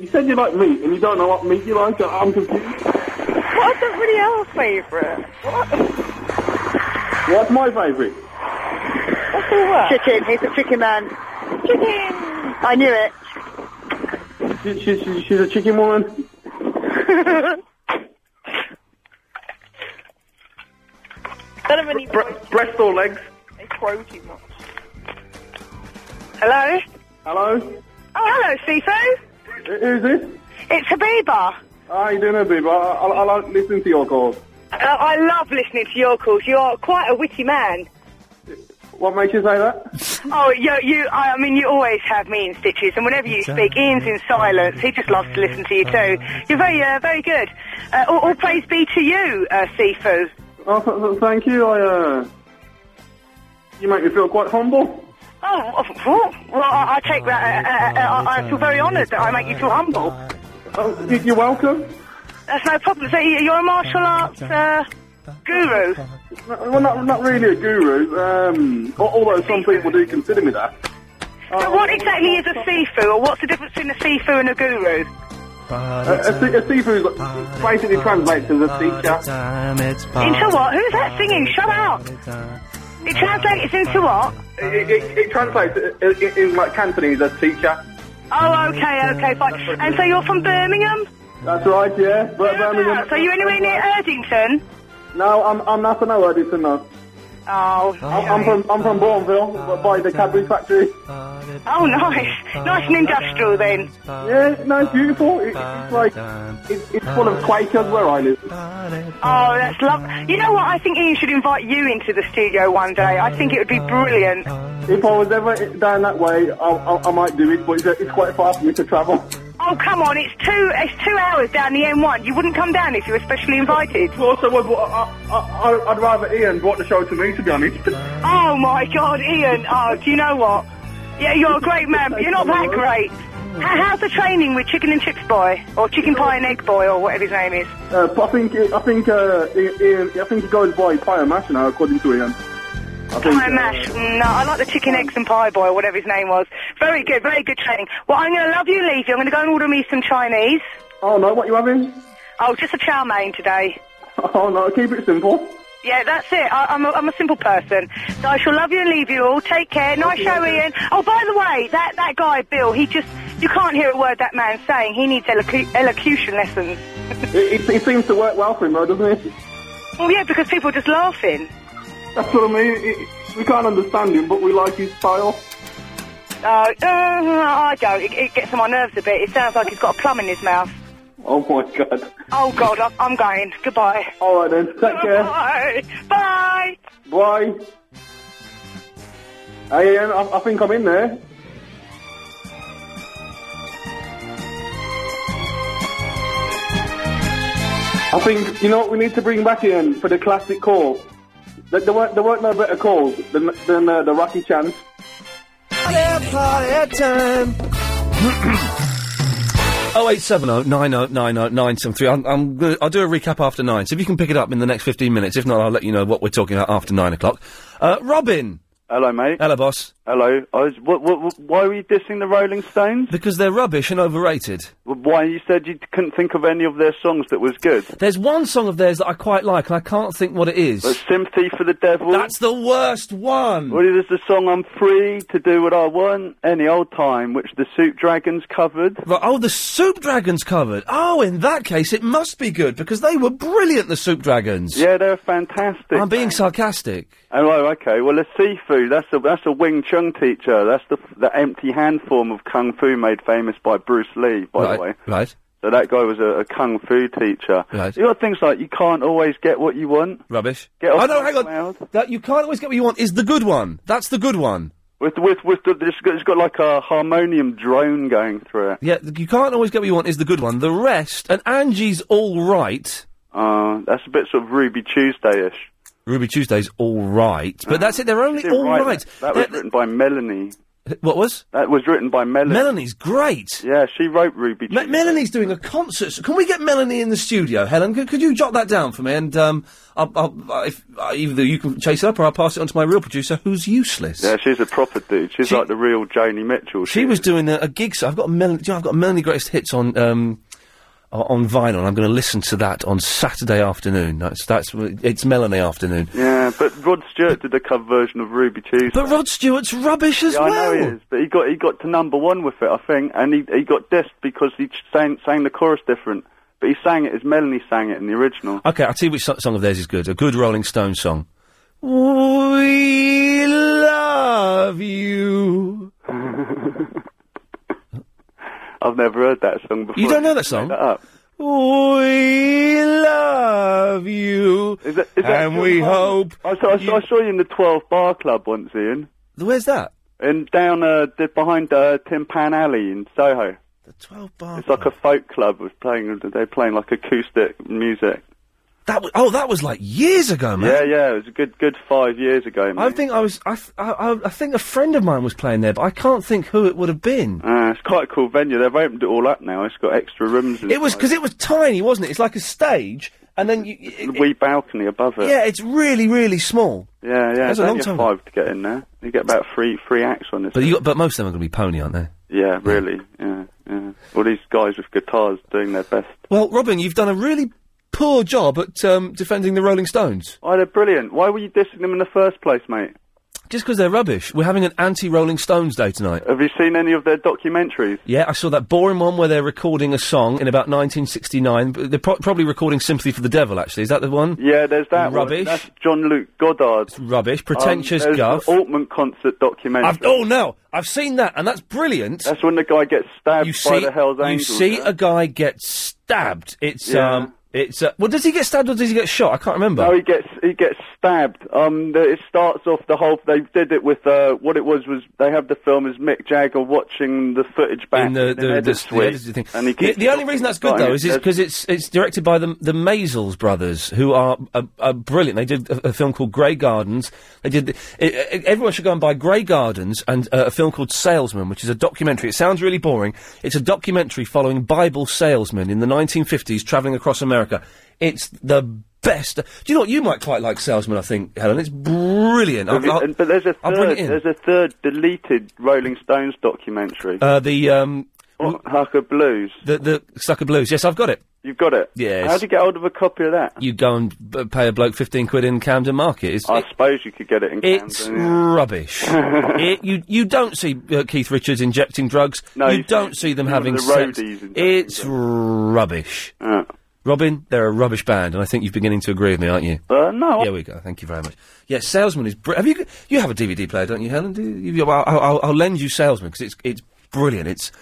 S2: You said you like meat, and you don't know what meat you like. I- I'm confused.
S7: what I don't really have a favourite. What?
S2: What's my favourite?
S7: What's all that?
S33: Chicken. He's a chicken man.
S7: Chicken.
S33: I knew it.
S2: She, she, she, she's a chicken woman.
S7: Don't have any
S4: breast or legs?
S7: They crow too much. Hello?
S2: Hello.
S33: Oh, hello, Sifo.
S2: Who's this?
S33: It's Habiba.
S2: How you doing, Abib? I, I, I like listening to your calls.
S33: Uh, I love listening to your calls. You are quite a witty man.
S2: What makes you say that?
S33: Oh, you, you I mean, you always have me in stitches, and whenever you speak, Ian's in silence. He just loves to listen to you too. You're very, uh, very good. Uh, all, all praise be to you, uh, Sifu.
S2: Oh, th- th- thank you. I, uh, you make me feel quite humble.
S33: Oh, oh, oh, well, I, I take that. Uh, uh, uh, I, I feel very honoured that I make you feel humble.
S2: Oh, y- you're welcome.
S33: That's no problem. So you- you're a martial arts uh, guru.
S2: N- Well, not not really a guru. Um, al- although some people do consider me that. Um,
S33: So what exactly is a sifu, or what's the difference between a sifu and a guru?
S2: A, a, se- a seafood basically translates as a teacher.
S33: Into what? Who's that singing? Shut up!
S2: uh,
S33: It translates into what?
S2: It, it, it translates in, in like Cantonese as teacher.
S33: Oh, okay, okay, fine. And so you're from Birmingham? Oh,
S2: That's right, yeah. But Birmingham.
S33: So you're anywhere near Erdington?
S2: No, I'm I'm not from Edison, no.
S33: Oh,
S2: I'm, I'm from I'm from Bourneville, by the Cadbury factory.
S33: oh, nice. Nice and industrial then.
S2: Yeah, no, it's beautiful. It, it's like it, it's full of Quakers where I live.
S33: Oh, that's love. You know what? I think Ian should invite you into the studio one day. I think it would be brilliant.
S2: If I was ever down that way, I, I, I might do it, but it's, it's quite far for me to travel.
S33: Oh, come on, it's two it's two hours down the M1. You wouldn't come down if you were specially invited.
S2: Also, I, I, I, I'd rather Ian brought the show to me, to be honest.
S33: Oh, my God, Ian. Oh, do you know what? Yeah, you're a great man, but you're not that great. How, how's the training with Chicken and Chips Boy? Or Chicken Pie and Egg Boy, or whatever his name is?
S2: Uh, but I think I think uh, Ian, I think he goes by Pyro Mash now, according to Ian. I think, uh,
S33: Pie and mash. Mm, No, I like the chicken, eggs and pie boy, or whatever his name was. Very good, very good training. Well, I'm going to love you, leave you. I'm going to go and order me some Chinese.
S2: Oh no, what you having?
S33: Oh, just a chow mein today.
S2: Oh no, keep it simple.
S33: Yeah, that's it. I, I'm, a, I'm a simple person. So I shall love you and leave you all. Take care. Nice show, Ian. Oh, by the way, that, that guy, Bill, he just... You can't hear a word that man's saying. He needs elocu- elocution lessons.
S2: It, it, it seems to work well for him, though, doesn't it?
S33: Well, yeah, because people are just laughing.
S2: That's what I mean. It, we can't understand him, but we like his style.
S33: Uh, uh, I don't. It, it gets on my nerves a bit. It sounds like he's got a plum in his mouth.
S2: Oh my god.
S33: Oh, God, I'm, I'm going. Goodbye.
S2: All right then. Take care.
S33: Bye. Bye.
S2: Bye. Hey, Ian, I, I think I'm in there. I think you know what we need to bring back in for the classic call. There, there weren't there weren't no better calls than than uh, the Rocky Chant.
S6: party time.
S1: 0870 90 90 973. I'm, I'm gonna, I'll do a recap after nine. So if you can pick it up in the next 15 minutes. If not, I'll let you know what we're talking about after nine o'clock. Uh, Robin!
S8: Hello, mate.
S1: Hello, boss.
S8: Hello. I was, what, what, what- why were you dissing the Rolling Stones?
S1: Because they're rubbish and overrated.
S8: Why you said you couldn't think of any of their songs that was good?
S1: There's one song of theirs that I quite like, and I can't think what it is.
S8: But Sympathy for the Devil.
S1: That's the worst one.
S8: Well, there's the song I'm free to do what I want any old time, which the Soup Dragons covered.
S1: Right, oh, the Soup Dragons covered. Oh, in that case, it must be good because they were brilliant. The Soup Dragons.
S8: Yeah, they're fantastic.
S1: I'm being sarcastic.
S8: Oh, okay. Well, a Sifu, that's a that's a Wing Chun teacher. That's the the empty hand form of kung fu made famous by Bruce Lee, by
S1: right,
S8: the way.
S1: right,
S8: So that guy was a, a kung fu teacher.
S1: Right.
S8: You got things like you can't always get what you want.
S1: rubbish.
S8: Get off
S1: oh no, hang on. That you can't always get what you want is the good one. That's the good one.
S8: With with with the, it's got, it's got like a harmonium drone going through it.
S1: Yeah, you can't always get what you want is the good one. The rest, and Angie's all right.
S8: Uh, that's a bit sort of Ruby Tuesday-ish.
S1: Ruby Tuesday's all right, but that's it. They're only
S8: She did
S1: all
S8: write
S1: right.
S8: That, that was written by Melanie.
S1: What was?
S8: That was written by Melanie.
S1: Melanie's great.
S8: Yeah, she wrote Ruby.
S1: Me- Melanie's doing a concert. So can we get Melanie in the studio, Helen? Could, could you jot that down for me? And um, I'll, I'll, I- if, I either you can chase it up, or I'll pass it on to my real producer, who's useless.
S8: Yeah, she's a proper dude. She's like the real Joni Mitchell.
S1: She was doing a, a gig. So I've got Melanie. You know, I've got Melanie Greatest Hits on um, o- on vinyl. and I'm going to listen to that on Saturday afternoon. That's that's it's Melanie afternoon.
S8: Yeah, but Rod Stewart did a cover version of Ruby Tuesday.
S1: But Rod Stewart's rubbish as
S8: yeah, I know
S1: well.
S8: he is, but he got he got to number one with it, I think, and he he got dissed because he ch- sang sang the chorus different. But he sang it as Melanie sang it in the original.
S1: Okay, I'll see which so- song of theirs is good. A good Rolling Stone song.
S6: We love you.
S8: I've never heard that song before.
S1: You don't know that song?
S6: We love you.
S8: Is that, is that
S6: and
S8: your
S6: we
S8: song?
S6: hope.
S8: I saw, I, saw, I saw you in the 12 Bar Club once, Ian.
S1: Where's that?
S8: And down uh, the, behind uh, Tim Pan Alley in Soho.
S1: The 12 Bar.
S8: It's like a folk club. Was playing. They're playing like acoustic music.
S1: That was, oh, that was like years ago, man.
S8: Yeah, yeah. It was a good, good five years ago. Mate.
S1: I think I was. I, th- I, I- I think a friend of mine was playing there, but I can't think who it would have been.
S8: Uh, it's quite a cool venue. They've opened it all up now. It's got extra rooms.
S1: It was because it was tiny, wasn't it? It's like a stage, and then you. it-
S8: wee balcony above it.
S1: yeah, it's really, really small.
S8: yeah, yeah.
S1: That's
S8: It's
S1: a long
S8: only
S1: time.
S8: five to get in there. You get about three, three acts on this.
S1: But you, got- but most of them are going to be pony, aren't they?
S8: yeah, really. Yeah, yeah. All these guys with guitars doing their best.
S1: Well, Robin, you've done a really poor job at um, defending the Rolling Stones.
S8: Oh, they're brilliant. Why were you dissing them in the first place, mate?
S1: Just because they're rubbish. We're having an anti-Rolling Stones day tonight.
S8: Have you seen any of their documentaries?
S1: Yeah, I saw that boring one where they're recording a song in about 1969. but They're pro- probably recording "Sympathy for the Devil." Actually, is that the one?
S8: Yeah, there's that One.
S1: Rubbish.
S8: That's John Luke Goddard.
S1: Rubbish, pretentious
S8: um, there's
S1: guff.
S8: An Altman concert documentary.
S1: I've, oh no, I've seen that, and that's brilliant.
S8: That's when the guy gets stabbed
S1: you
S8: by
S1: see,
S8: the Hell's
S1: you
S8: Angels.
S1: see a guy get stabbed. It's
S8: Yeah.
S1: um, It's uh, well, does he get stabbed or does he get shot? I can't remember.
S8: No, he gets he gets stabbed. Um, the, it starts off the whole. They did it with uh, what it was was they have the film as Mick Jagger watching the footage back
S1: in the
S8: and
S1: the,
S8: then
S1: the,
S8: edit
S1: the
S8: switch,
S1: edited thing.
S8: And he
S1: the,
S8: keeps
S1: the only reason that's good though is
S8: There's-
S1: because it's it's directed by the the Maisels brothers, who are, uh are brilliant. They did a, a film called Grey Gardens. They did. The, i- i- everyone should go and buy Grey Gardens and uh, a film called Salesman, which is a documentary. It sounds really boring. It's a documentary following Bible salesmen in the 1950s traveling across America. It's the best. Do you know what? You might quite like Salesman, I think, Helen. It's brilliant.
S8: Have you-
S1: I'll-
S8: and- but there's a
S1: I'll bring it
S8: third.
S1: in.
S8: There's a third deleted Rolling Stones documentary.
S1: Uh, the um,
S8: Hucker Blues.
S1: The the Sucker Blues. Yes, I've got it.
S8: You've got it.
S1: Yes.
S8: How'd you get hold of a copy of that?
S1: You go and b- pay a bloke fifteen quid in Camden Market. It's,
S8: I suppose you could get it in
S1: it's
S8: Camden. yeah.
S1: rubbish. it, you you don't see uh, Keith Richards injecting drugs.
S8: No,
S1: you
S8: you
S1: don't see them
S8: see
S1: having
S8: the
S1: sex.
S8: roadies injecting
S1: It's rubbish. Robin, they're a rubbish band, and I think you're beginning to agree with me, aren't you?
S8: Uh, no.
S1: Here we go. Thank you very much. Yes, Salesman is. Br- have you? g- You have a DVD player, don't you, Helen? Do you, you- I'll, I'll, I'll lend you Salesman because it's it's brilliant. It's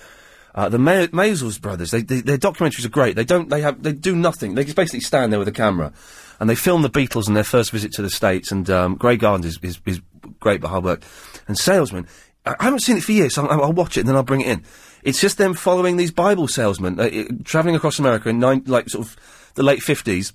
S1: uh, the Ma- Maisels brothers. They, they, their documentaries are great. They don't. They have. They do nothing. They just basically stand there with a camera, and they film the Beatles and their first visit to the states. And um, Grey Gardens is, is is great, but hard work. And Salesman. I I haven't seen it for years, so I'll, I'll watch it and then I'll bring it in. It's just them following these Bible salesmen, uh, it, travelling across America in nine, like sort of the late fifties,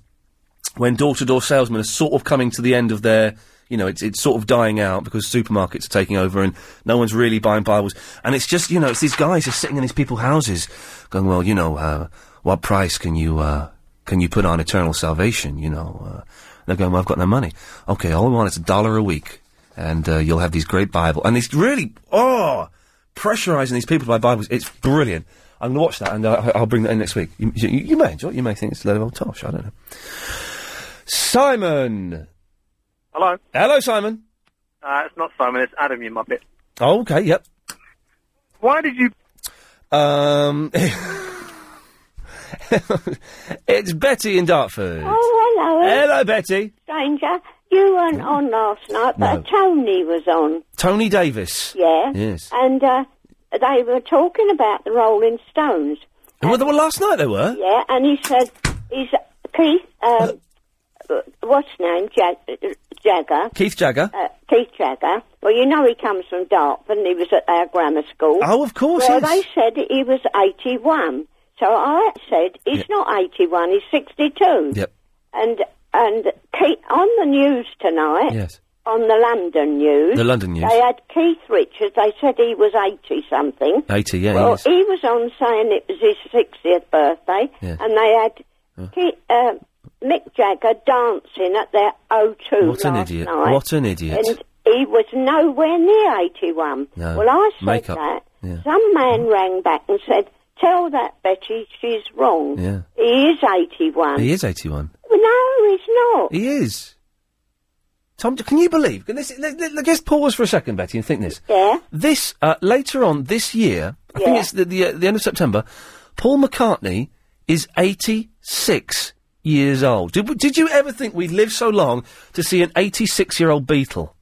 S1: when door-to-door salesmen are sort of coming to the end of their, you know, it's it's sort of dying out because supermarkets are taking over and no one's really buying Bibles, and it's just you know it's these guys just sitting in these people's houses, going, well, you know, uh, what price can you uh, can you put on eternal salvation? You know, uh, they're going, well, I've got no money. Okay, all I want is a dollar a week, and uh, you'll have these great Bible, and it's really oh pressurizing these people by Bibles. It's brilliant. I'm going to watch that, and uh, I- I'll bring that in next week. You, you, you may enjoy it. You may think it's a load of old tosh. I don't know. Simon.
S34: Hello.
S1: Hello, Simon.
S34: Uh, it's not Simon, it's Adam, you muppet.
S1: Oh, okay, yep.
S34: Why did you?
S1: Um, it's Betty in Dartford.
S35: Oh, hello.
S1: Hello, Betty.
S35: Stranger, you weren't on last night, but
S1: No.
S35: Tony was on.
S1: Tony Davis.
S35: Yeah.
S1: Yes.
S35: And uh, they were talking about the Rolling Stones.
S1: Well, they were last night. They were.
S35: Yeah, and he said, he's Keith, um, what's his name? Jag- uh, Jagger.
S1: Keith Jagger.
S35: Uh, Keith Jagger. Well, you know he comes from Dartford and he was at our grammar school.
S1: Oh, of course,
S35: Well,
S1: yes.
S35: they said he was 81. So I said, he's not 81, he's 62.
S1: Yep.
S35: And, and Keith, on the news tonight,
S1: Yes.
S35: on the London news,
S1: The London news.
S35: they had Keith Richards, they said he was 80 something.
S1: Eighty. Yeah.
S35: well,
S1: yes.
S35: he was on saying it was his 60th birthday,
S1: Yeah.
S35: and they had Keith, uh, Mick Jagger dancing at their O2
S1: What an
S35: last
S1: idiot.
S35: night.
S1: What an idiot.
S35: And he was nowhere near 81.
S1: No.
S35: Well, I said
S1: Make up.
S35: that.
S1: Yeah.
S35: Some man rang back and said, tell that Betty she's wrong.
S1: Yeah.
S35: He is 81.
S1: He is eighty-one.
S35: Well, no, he's not.
S1: He is. Tom, can you believe? Can this, let, let, let- just pause for a second, Betty, and think this.
S35: Yeah.
S1: This uh, later on this year, I think it's the the, uh, the end of September. Paul McCartney is eighty-six years old. Did, we- did you ever think we'd live so long to see an eighty-six-year-old Beatle?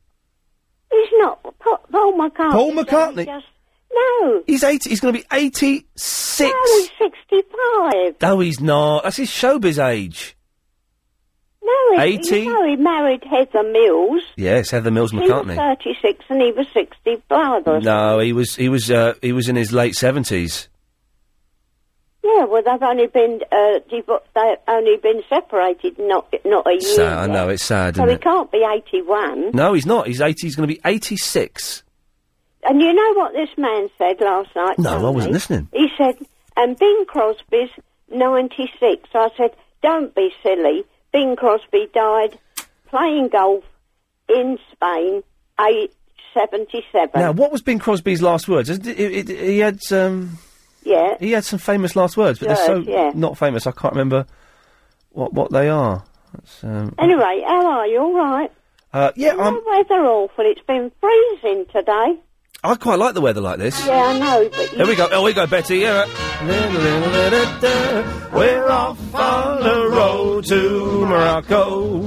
S35: He's not. Pa- Paul McCartney.
S1: Paul McCartney?
S35: Just, no.
S1: He's eighty. He's going to be eighty-six.
S35: No, he's 65.
S1: No, he's not. That's his showbiz age.
S35: No, he,
S1: 80?
S35: You know, he married Heather Mills.
S1: Yes, Heather Mills
S35: She was
S1: McCartney.
S35: 36 and he was 65. or-
S1: No, he was he was uh, he was in his late seventies.
S35: Yeah, well, they've only been uh, devo- they've only been separated not not a year.
S1: So I know it's sad.
S35: So
S1: isn't
S35: he
S1: it?
S35: can't be 81.
S1: No, he's not. He's 80. He's going to be 86.
S35: And you know what this man said last night?
S1: No, I
S35: Tony?
S1: wasn't listening.
S35: He said, and Bing Crosby's 96. I said, don't be silly. Bing Crosby died playing golf in Spain, age 77.
S1: Now, what was Bing Crosby's last words? It, it, it, he had um,
S35: Yeah.
S1: he had some famous last words, but they're so
S35: Words, yeah.
S1: not famous. I can't remember what what they are. That's, um,
S35: Anyway, how are you? All right?
S1: uh, yeah,
S35: The
S1: I'm,
S35: weather awful. It's been freezing today.
S1: I quite like the weather like this.
S35: Yeah, I know, but
S1: Here we go. Oh, we go, Betty. Yeah. right. We're off on the road to Morocco.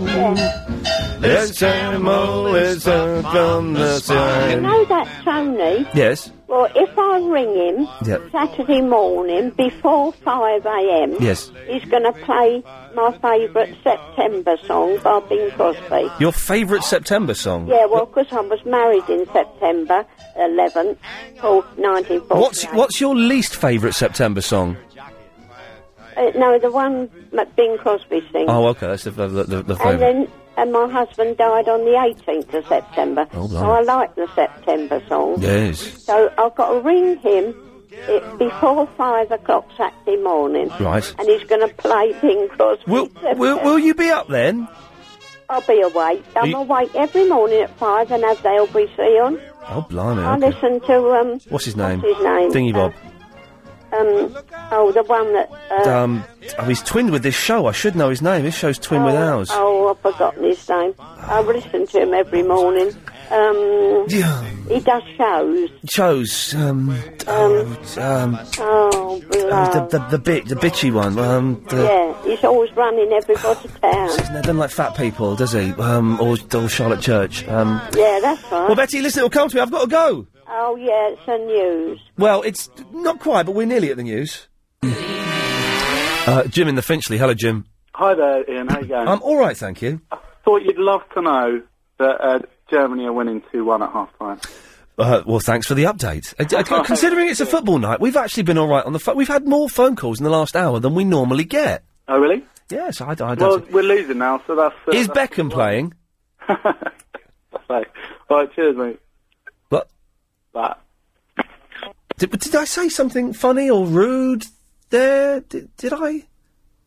S1: This animal is up on the
S35: You
S1: spine.
S35: know that Tony?
S1: Yes.
S35: Well, if I ring him
S1: Yep.
S35: Saturday morning before 5 a.m.,
S1: Yes.
S35: he's going to play my favourite September song by Bing Crosby.
S1: Your favourite September song?
S35: Yeah, well, 'cause I was married in September 11th, called 1940.
S1: What's What's your least favourite September song?
S35: Uh, no, the one that Bing Crosby sings.
S1: Oh, okay, that's the the, the, the
S35: and
S1: favourite.
S35: then and my husband died on the 18th of September.
S1: Oh,
S35: so
S1: blimey.
S35: I like the September song.
S1: Yes.
S35: So I've got to ring him it, before five o'clock Saturday morning.
S1: Right.
S35: And he's going to play Bing Crosby.
S1: Will, will Will you be up then?
S35: I'll be awake. I'm
S1: you-
S35: awake every morning at five and have the LBC on.
S1: Oh, blimey.
S35: I
S1: okay.
S35: listen to um
S1: What's his name?
S35: What's his name?
S1: Thingy Bob.
S35: um oh the one that uh,
S1: Um, oh, he's twinned with this show. I should know his name. His show's twinned with ours.
S35: oh I've forgotten his name. I listen to him every morning. Um, he does shows.
S1: Chose. Um, oh, um,
S35: Oh,
S1: oh,
S35: blood.
S1: the, the, the bit, the bitchy one. Um, the,
S35: yeah, he's always running everybody down.
S1: He doesn't like fat people, does he? Um, or, or Charlotte Church. Um,
S35: Yeah, that's right.
S1: well, Betty, listen, it'll come to me. I've got to go.
S35: Oh, yeah, it's the news.
S1: Well, it's not quite, but we're nearly at the news. Uh, Jim in the Finchley. Hello, Jim.
S3: Hi there, Ian. How you going?
S1: I'm all right, thank you.
S3: Thought you'd love to know that uh, Germany are winning 2-1 at half-time.
S1: Uh, well, thanks for the update. Uh, d- uh, considering it's a football night, we've actually been all right on the phone. We've had more phone calls in the last hour than we normally get.
S3: Oh, really?
S1: Yes, I, I don't.
S3: well, we're losing now, so that's... Uh,
S1: Is
S3: that's-
S1: Beckham playing?
S3: Right. All right, cheers, mate.
S1: What?
S3: That.
S1: Did, but did I say something funny or rude there? Did, did I?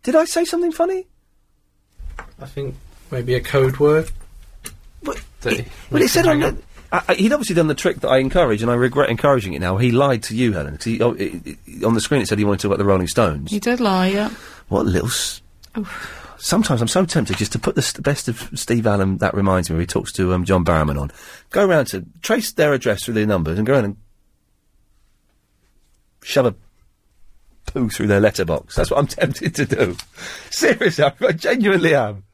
S1: Did I say something funny?
S36: I think maybe a code word. That he-
S1: Well, it said on
S36: hang
S1: the, I, I, he'd obviously done the trick that I encourage, and I regret encouraging it now. He lied to you, Helen, 'cause he, oh, it, it, on the screen it said he wanted to talk about the Rolling Stones.
S25: You did lie, yeah.
S1: What a little. S- Sometimes I'm so tempted just to put the st- best of Steve Allen. That reminds me, he talks to um, John Barrowman on. Go round to trace their address through their numbers and go around and shove a poo through their letterbox. That's what I'm tempted to do. Seriously, I, I genuinely am.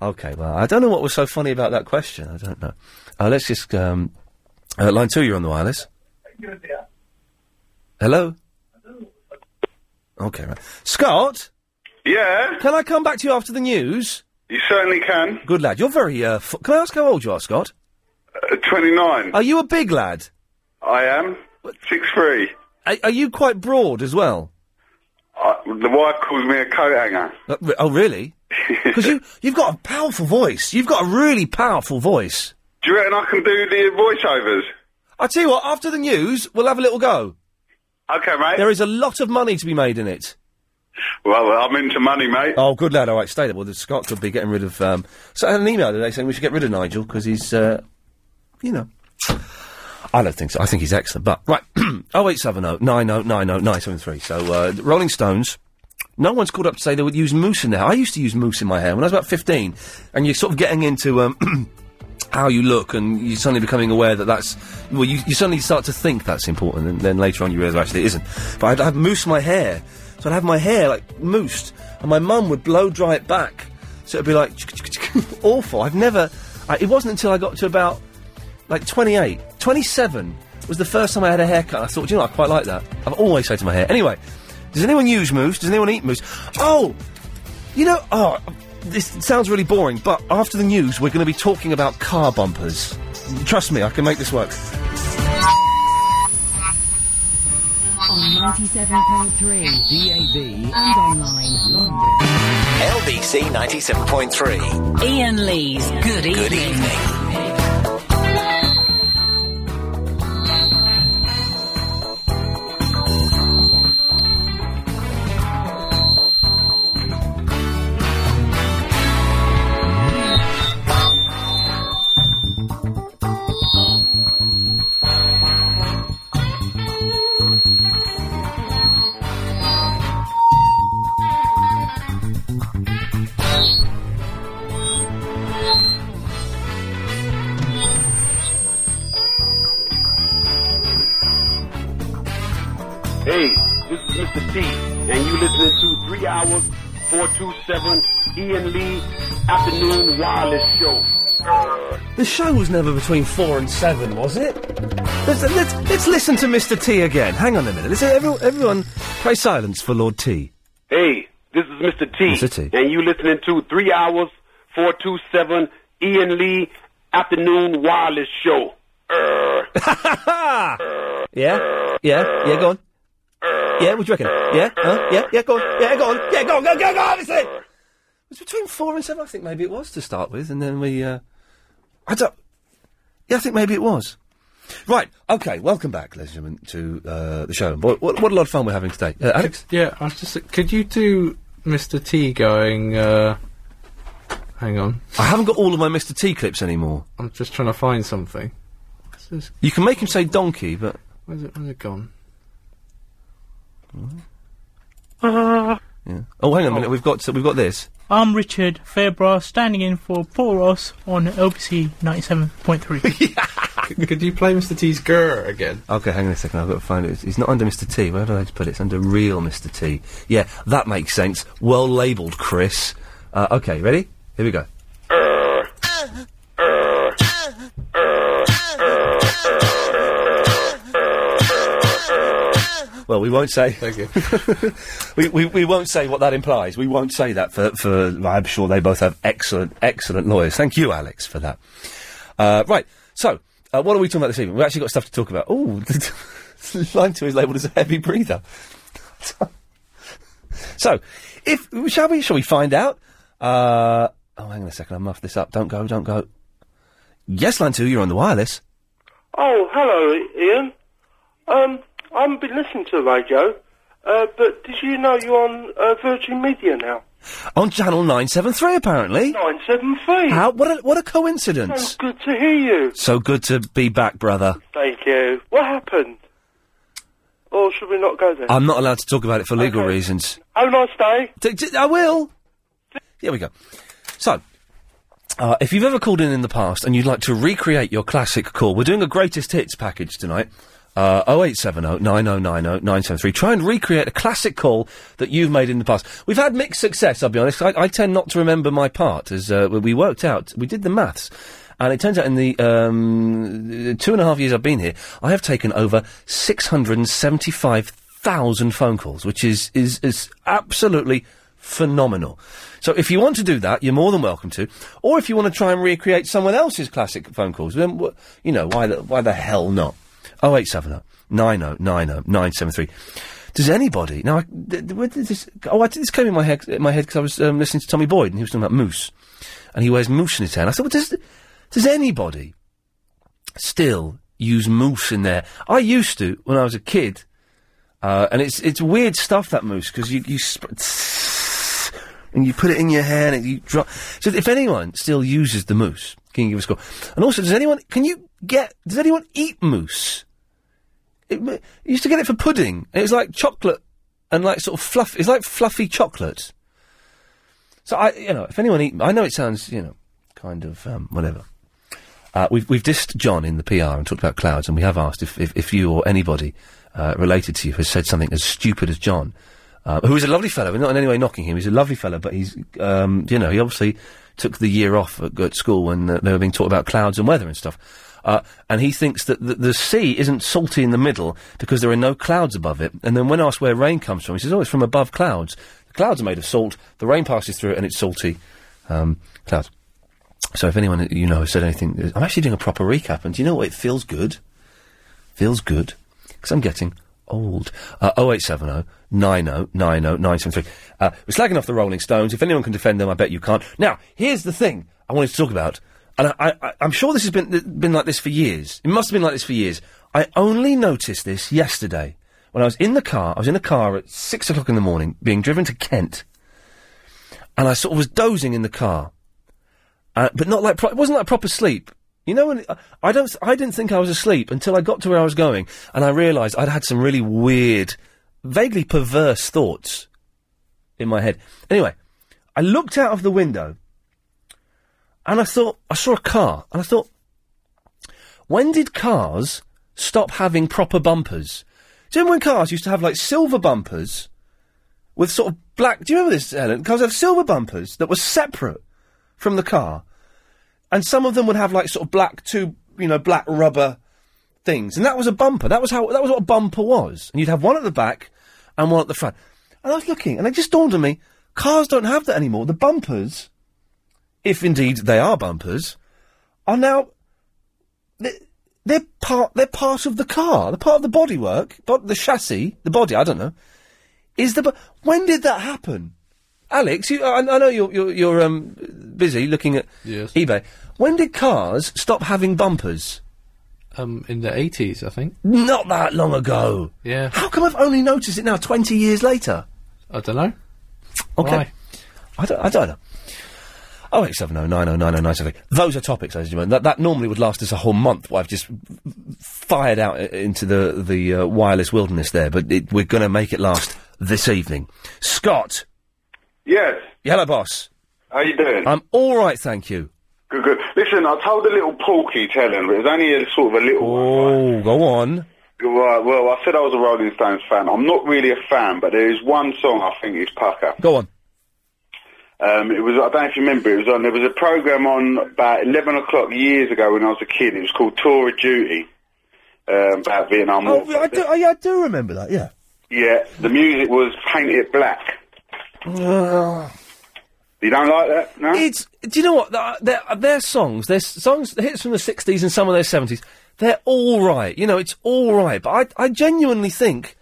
S1: Okay, well, I don't know what was so funny about that question. I don't know. Uh, let's just um, uh, line two. You're on the wireless. Hello. Okay, right. Scott.
S22: Yeah.
S1: Can I come back to you after the news?
S22: You certainly can.
S1: Good lad. You're very. Uh, f- can I ask how old you are, Scott?
S22: Uh, 29.
S1: Are you a big lad?
S22: I am. Six three.
S1: Are, are you quite broad as well?
S22: Uh, the wife calls me a coat hanger.
S1: Uh, re- oh, really? Because you you've got a powerful voice. You've got a really powerful voice.
S22: Do you reckon I can do the voiceovers?
S1: I tell you what. After the news, we'll have a little go.
S22: Okay, mate.
S1: There is a lot of money to be made in it.
S22: Well, I'm into money, mate.
S1: Oh, good lad. All right, stay there. Well, the Scott could be getting rid of. Um, so I had an email today saying we should get rid of Nigel because he's, uh, you know. I don't think so. I think he's excellent. But right, oh eight seven oh nine oh nine oh nine seven three. So uh, the Rolling Stones. No one's called up to say they would use mousse in their hair. I used to use mousse in my hair when I was about fifteen, and you're sort of getting into um, how you look, and you're suddenly becoming aware that that's well, you, you suddenly start to think that's important, and then later on you realise actually it isn't. But I'd, I'd mousse my hair, so I'd have my hair like moussed, and my mum would blow dry it back, so it'd be like awful. I've never. I, it wasn't until I got to about like 28, 27 was the first time I had a haircut. I thought, Do you know, what? I quite like that. I've always hated my hair. Anyway, does anyone use mousse? Does anyone eat mousse? Oh, you know, oh, this sounds really boring, but after the news, we're going to be talking about car bumpers. Trust me, I can make this work.
S16: On 97.3 DAB and online London.
S22: LBC 97.3.
S16: Ian Lee's Good Evening. Good evening.
S23: Hey, this is Mr. T, and you listening to three hours
S9: 427 Ian Lee Afternoon Wireless Show.
S1: The show was never between four and seven, was it? Let's, let's, let's listen to Mr. T again. Hang on a minute. Let's, everyone, everyone, pray silence for Lord T.
S9: Hey, this is Mr. T.
S1: Mr.
S9: And you listening to 3 hours 427 Ian Lee Afternoon Wireless Show.
S1: Yeah? Yeah? Yeah, go on. Yeah, what do you reckon? Yeah? Huh? Yeah? Yeah, go on. Yeah, go on. Yeah, go on, go on, go on, go on, listen! It was between four and seven, I think maybe it was to start with, and then we, uh, I don't, yeah, I think maybe it was. Right, okay, welcome back, ladies and gentlemen, to, uh, the show. And boy, what, what a lot of fun we're having today. Uh, Alex?
S36: Yeah, I was just. Could you do Mr. T going? Uh, hang on.
S1: I haven't got all of my Mr. T clips anymore.
S36: I'm just trying to find something. This is-
S1: You can make him say donkey, but.
S36: Where's it? Where's it gone?
S1: Yeah. Oh, hang on a minute, we've got, we've got this.
S13: Uh, I'm Richard Fairbra, standing in for Paul Ross on LBC 97.3.
S1: C- could you play Mr. T's grr again? Okay, hang on a second. I've got to find it. It's- It's not under Mr. T. Where did I put it? It's under real Mr. T. Yeah, that makes sense. Well labelled, Chris. Uh, okay, ready? Here we go. Well, we won't say. Thank you. we, we, we won't say what that implies. We won't say that for, for. I'm sure they both have excellent, excellent lawyers. Thank you, Alex, for that. Uh, right. So, uh, what are we talking about this evening? We've actually got stuff to talk about. Oh, line two is labelled as a heavy breather. so, if shall we? Shall we find out? Uh, oh, hang on a second. I muffed this up. Don't go. Don't go. Yes, line two. You're on the wireless.
S29: Oh, hello, Ian. Um, I haven't been listening to the radio, uh, but did you know you're on uh, Virgin Media now?
S1: On channel nine seven three, apparently.
S2: Oh,
S29: 973.
S1: Eh? How? What? A, what a coincidence.
S29: So good to hear you.
S1: So good to be back, brother.
S29: Thank you. What happened? Or should we not go there?
S1: I'm not allowed to talk about it for legal reasons.
S29: Have a nice day.
S1: D- d- I will. Here we go. So, uh, if you've ever called in in the past and you'd like to recreate your classic call, we're doing a greatest hits package tonight. Uh, 0870 9090 973. Try and recreate a classic call that you've made in the past. We've had mixed success, I'll be honest. I, I tend not to remember my part as uh, we- we worked out, we did the maths. And it turns out in the um, two and a half years I've been here, I have taken over 675,000 phone calls, which is, is, is absolutely phenomenal. So if you want to do that, you're more than welcome to. Or if you want to try and recreate someone else's classic phone calls, then wh- you know why the, why the hell not? Oh, 0870 9090 973. Does anybody now? I, th- th- where did this? Oh, I, this came in my head in my head because I was um, listening to Tommy Boyd and he was talking about moose, and he wears moose in his hand. I thought, well, does does anybody still use moose in there. I used to when I was a kid, uh, and it's it's weird stuff that moose because you you sp- and you put it in your hand and you drop. So if anyone still uses the moose, can you give us a call? And also, does anyone can you get? Does anyone eat moose? It, m- you used to get it for pudding. And it was like chocolate and like sort of fluff. It's like fluffy chocolate. So I, you know, if anyone eat, I know it sounds, you know, kind of um, whatever. Uh, we've we've dissed John in the PR and talked about clouds, and we have asked if if, if you or anybody uh, related to you has said something as stupid as John, uh, who is a lovely fellow. We're not in any way knocking him. He's a lovely fellow, but he's um, you know he obviously took the year off at, at school when uh, they were being taught about clouds and weather and stuff. Uh, and he thinks that the, the sea isn't salty in the middle because there are no clouds above it. And then when asked where rain comes from, he says, "Oh, it's from above clouds. The clouds are made of salt. The rain passes through it, and it's salty um, clouds." So if anyone you know has said anything, I'm actually doing a proper recap, and do you know what? It feels good. Feels good. Because I'm getting old. Uh, 0870 90 90 973. Uh, we're slagging off the Rolling Stones. If anyone can defend them, I bet you can't. Now, here's the thing I wanted to talk about, and I, I, I- I'm sure this has been, th- been like this for years. It must have been like this for years. I only noticed this yesterday. When I was in the car, I was in a car at six o'clock in the morning, being driven to Kent, and I sort of was dozing in the car uh, but not like pro- it wasn't like proper sleep. You know, when, uh, I don't, I didn't think I was asleep until I got to where I was going, and I realised I'd had some really weird, vaguely perverse thoughts in my head. Anyway, I looked out of the window, and I thought I saw a car, and I thought, when did cars stop having proper bumpers? Do you remember when cars used to have like silver bumpers? with sort of black. Do you remember this, Ellen? Cars have silver bumpers that were separate from the car, and some of them would have like sort of black two, you know, black rubber things, and that was a bumper. That was how that was what a bumper was, and you'd have one at the back and one at the front. And I was looking, and it just dawned on me: cars don't have that anymore. The bumpers, if indeed they are bumpers, are now they- they're part they're part of the car. They're part of the bodywork, but the chassis, the body. I don't know. Is the bu- when did that happen, Alex? You, I, I know you're you're, you're um, busy looking at eBay. When did cars stop having bumpers?
S36: Um, in the eighties, I think.
S1: Not that long ago.
S36: Yeah.
S1: How come I've only noticed it now, twenty years later?
S36: I don't know.
S1: Okay. I don't. I don't know. Oh eight seven oh nine oh nine oh nine seven. Those are topics, ladies and gentlemen. That that normally would last us a whole month. What I've just fired out i- into the the uh, wireless wilderness there, but it, we're going to make it last this evening. Scott,
S27: Yes.
S1: hello, boss.
S27: How you doing?
S1: I'm all right, thank you.
S27: Good, good. Listen, I told a little porky telling, but it was only a sort of a little
S1: Oh, go on.
S27: Right, well, I said I was a Rolling Stones fan. I'm not really a fan, but there is one song I think is pucker.
S1: Go on.
S27: Um, it was, I don't know if you remember, it was on, there was a program on about 11 o'clock years ago when I was a kid. It was called Tour of Duty, um, about Vietnam War.
S1: Oh,
S6: Oh,
S1: I do, I, I do remember that. Yeah.
S27: Yeah, the music was Paint It Black. You don't like that? No?
S1: It's. Do you know what? Th- Their, their songs, their s- songs, the hits from the '60s and some of their '70s, they're all right. You know, it's all right. But I, I genuinely think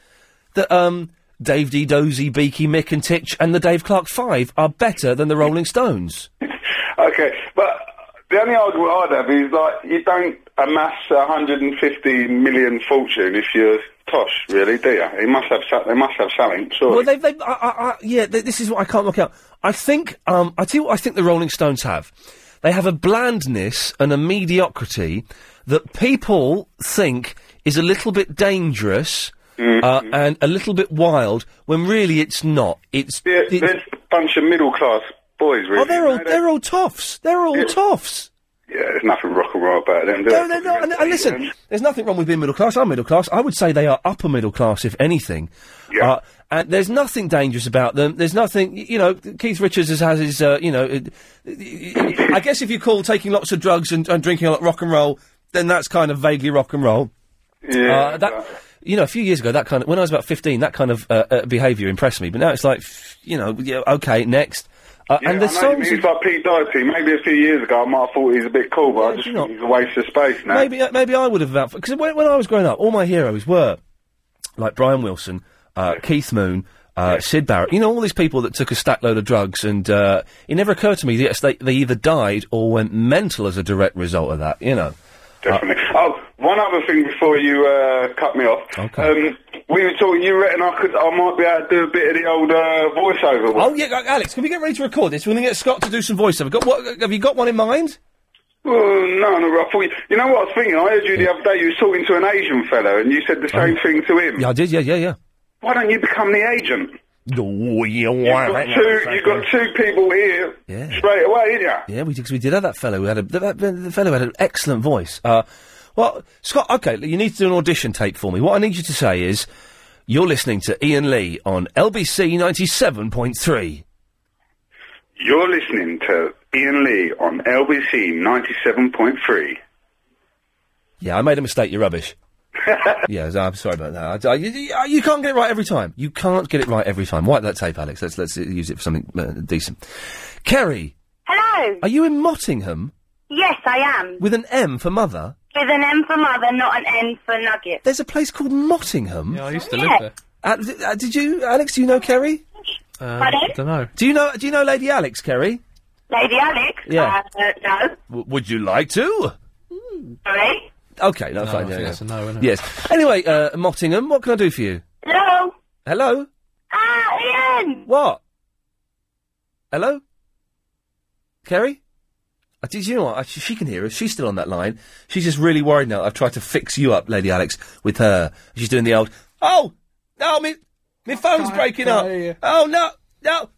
S1: that um, Dave D. Dozy, Beaky, Mick, and Titch, and the Dave Clark Five are better than the Rolling Stones.
S27: Okay, but the only argument I'd have is like you don't amass a 150 million fortune if you're tosh, really, do you? They must have so- they must have something, surely.
S1: Well, they've, they've, I, I, I, yeah, th- this is what I can't work out. I think, um, I tell you what I think the Rolling Stones have. They have a blandness and a mediocrity that people think is a little bit dangerous uh, and a little bit wild, when really it's not. It's,
S27: They're, they're a bunch of middle class boys, really.
S1: oh, they're all they're all toffs. They're all toffs.
S27: Yeah, there's nothing rock and roll about them. do
S1: No,
S27: they?
S1: they're not. And, and listen, there's nothing wrong with being middle class. I'm middle class. I would say they are upper middle class, if anything. Yeah. Uh, and there's nothing dangerous about them. There's nothing, y- you know. Keith Richards has, has his, uh, you know. It, I guess if you call taking lots of drugs and, and drinking a lot of rock and roll, then that's kind of vaguely rock and roll.
S27: Yeah,
S1: Uh, that, you know, a few years ago, that kind of when I was about fifteen, that kind of uh, uh, behaviour impressed me. But now it's like, f- you know, yeah, okay, next. Uh, and
S27: I know
S1: the
S27: what you
S1: songs.
S27: mean. It's like Pete Doherty. Maybe a few years ago I might have thought he was a bit cool, but I just think he's a waste of space now.
S1: Maybe uh, maybe I would have about because when, when I was growing up, all my heroes were like Brian Wilson, uh, Keith Moon. Uh, Sid Barrett, you know all these people that took a stack load of drugs, and uh, it never occurred to me that yes, they, they either died or went mental as a direct result of that. You know,
S27: Definitely. oh, one other thing before you uh, cut me off. Okay. Um, we were talking. You reckon I could? I might be able to do a bit of the old uh, voiceover.
S1: Oh yeah, uh, Alex, can we get ready to record this? We're going to get Scott to do some voiceover. Got what? uh, Have you got one in mind?
S27: Well, Mm, no, no. I thought you, you know what I was thinking. I heard you the other day. You were talking to an Asian fellow, and you said the same thing to him.
S1: Yeah, I did. Yeah, yeah, yeah.
S27: Why don't you become the agent?
S1: Oh, yeah,
S27: You've got two. You've got two people here
S1: Yeah.
S27: straight away, didn't you?
S1: Yeah, we did, 'cause we did have that fellow who had a, that, that- the fellow had an excellent voice. Uh, well, Scott, okay, you need to do an audition tape for me. What I need you to say is, you're listening to Ian Lee on LBC 97.3.
S27: You're listening to Ian Lee on LBC ninety-seven point three.
S1: Yeah, I made a mistake, you're rubbish. yeah, I'm sorry about that. I, I- you, you can't get it right every time. You can't get it right every time. Wipe that tape, Alex. Let's, let's uh, use it for something uh, decent. Kerry,
S37: Hello.
S1: are you in Mottingham
S37: Yes, I am.
S1: with an M for mother?
S37: With an M for mother, not an N for nugget.
S1: There's a place called Mottingham. Yeah, I used
S37: to live Oh, Yeah. there.
S1: Uh, th- uh, did you, Alex? Do you know Kerry?
S37: I Pardon?
S1: don't know. Do you know? Do you know Lady Alex Kerry?
S37: Lady Alex?
S1: Yeah.
S37: Uh, no.
S1: W- would you like to?
S37: Sorry.
S1: Okay, no,
S36: No, I
S1: fine. Yeah,
S36: think
S1: yeah.
S36: that's a no, isn't it?
S1: Yes. Anyway, uh, Mottingham, what can I do for you?
S37: Hello.
S1: Hello.
S37: Ah, Ian.
S1: What? Hello. Kerry. I did you know what? I, she, she can hear us. She's still on that line. She's just really worried now. I've tried to fix you up, Lady Alex, with her. She's doing the old. Oh no, me, my phone's breaking up. Oh no, no.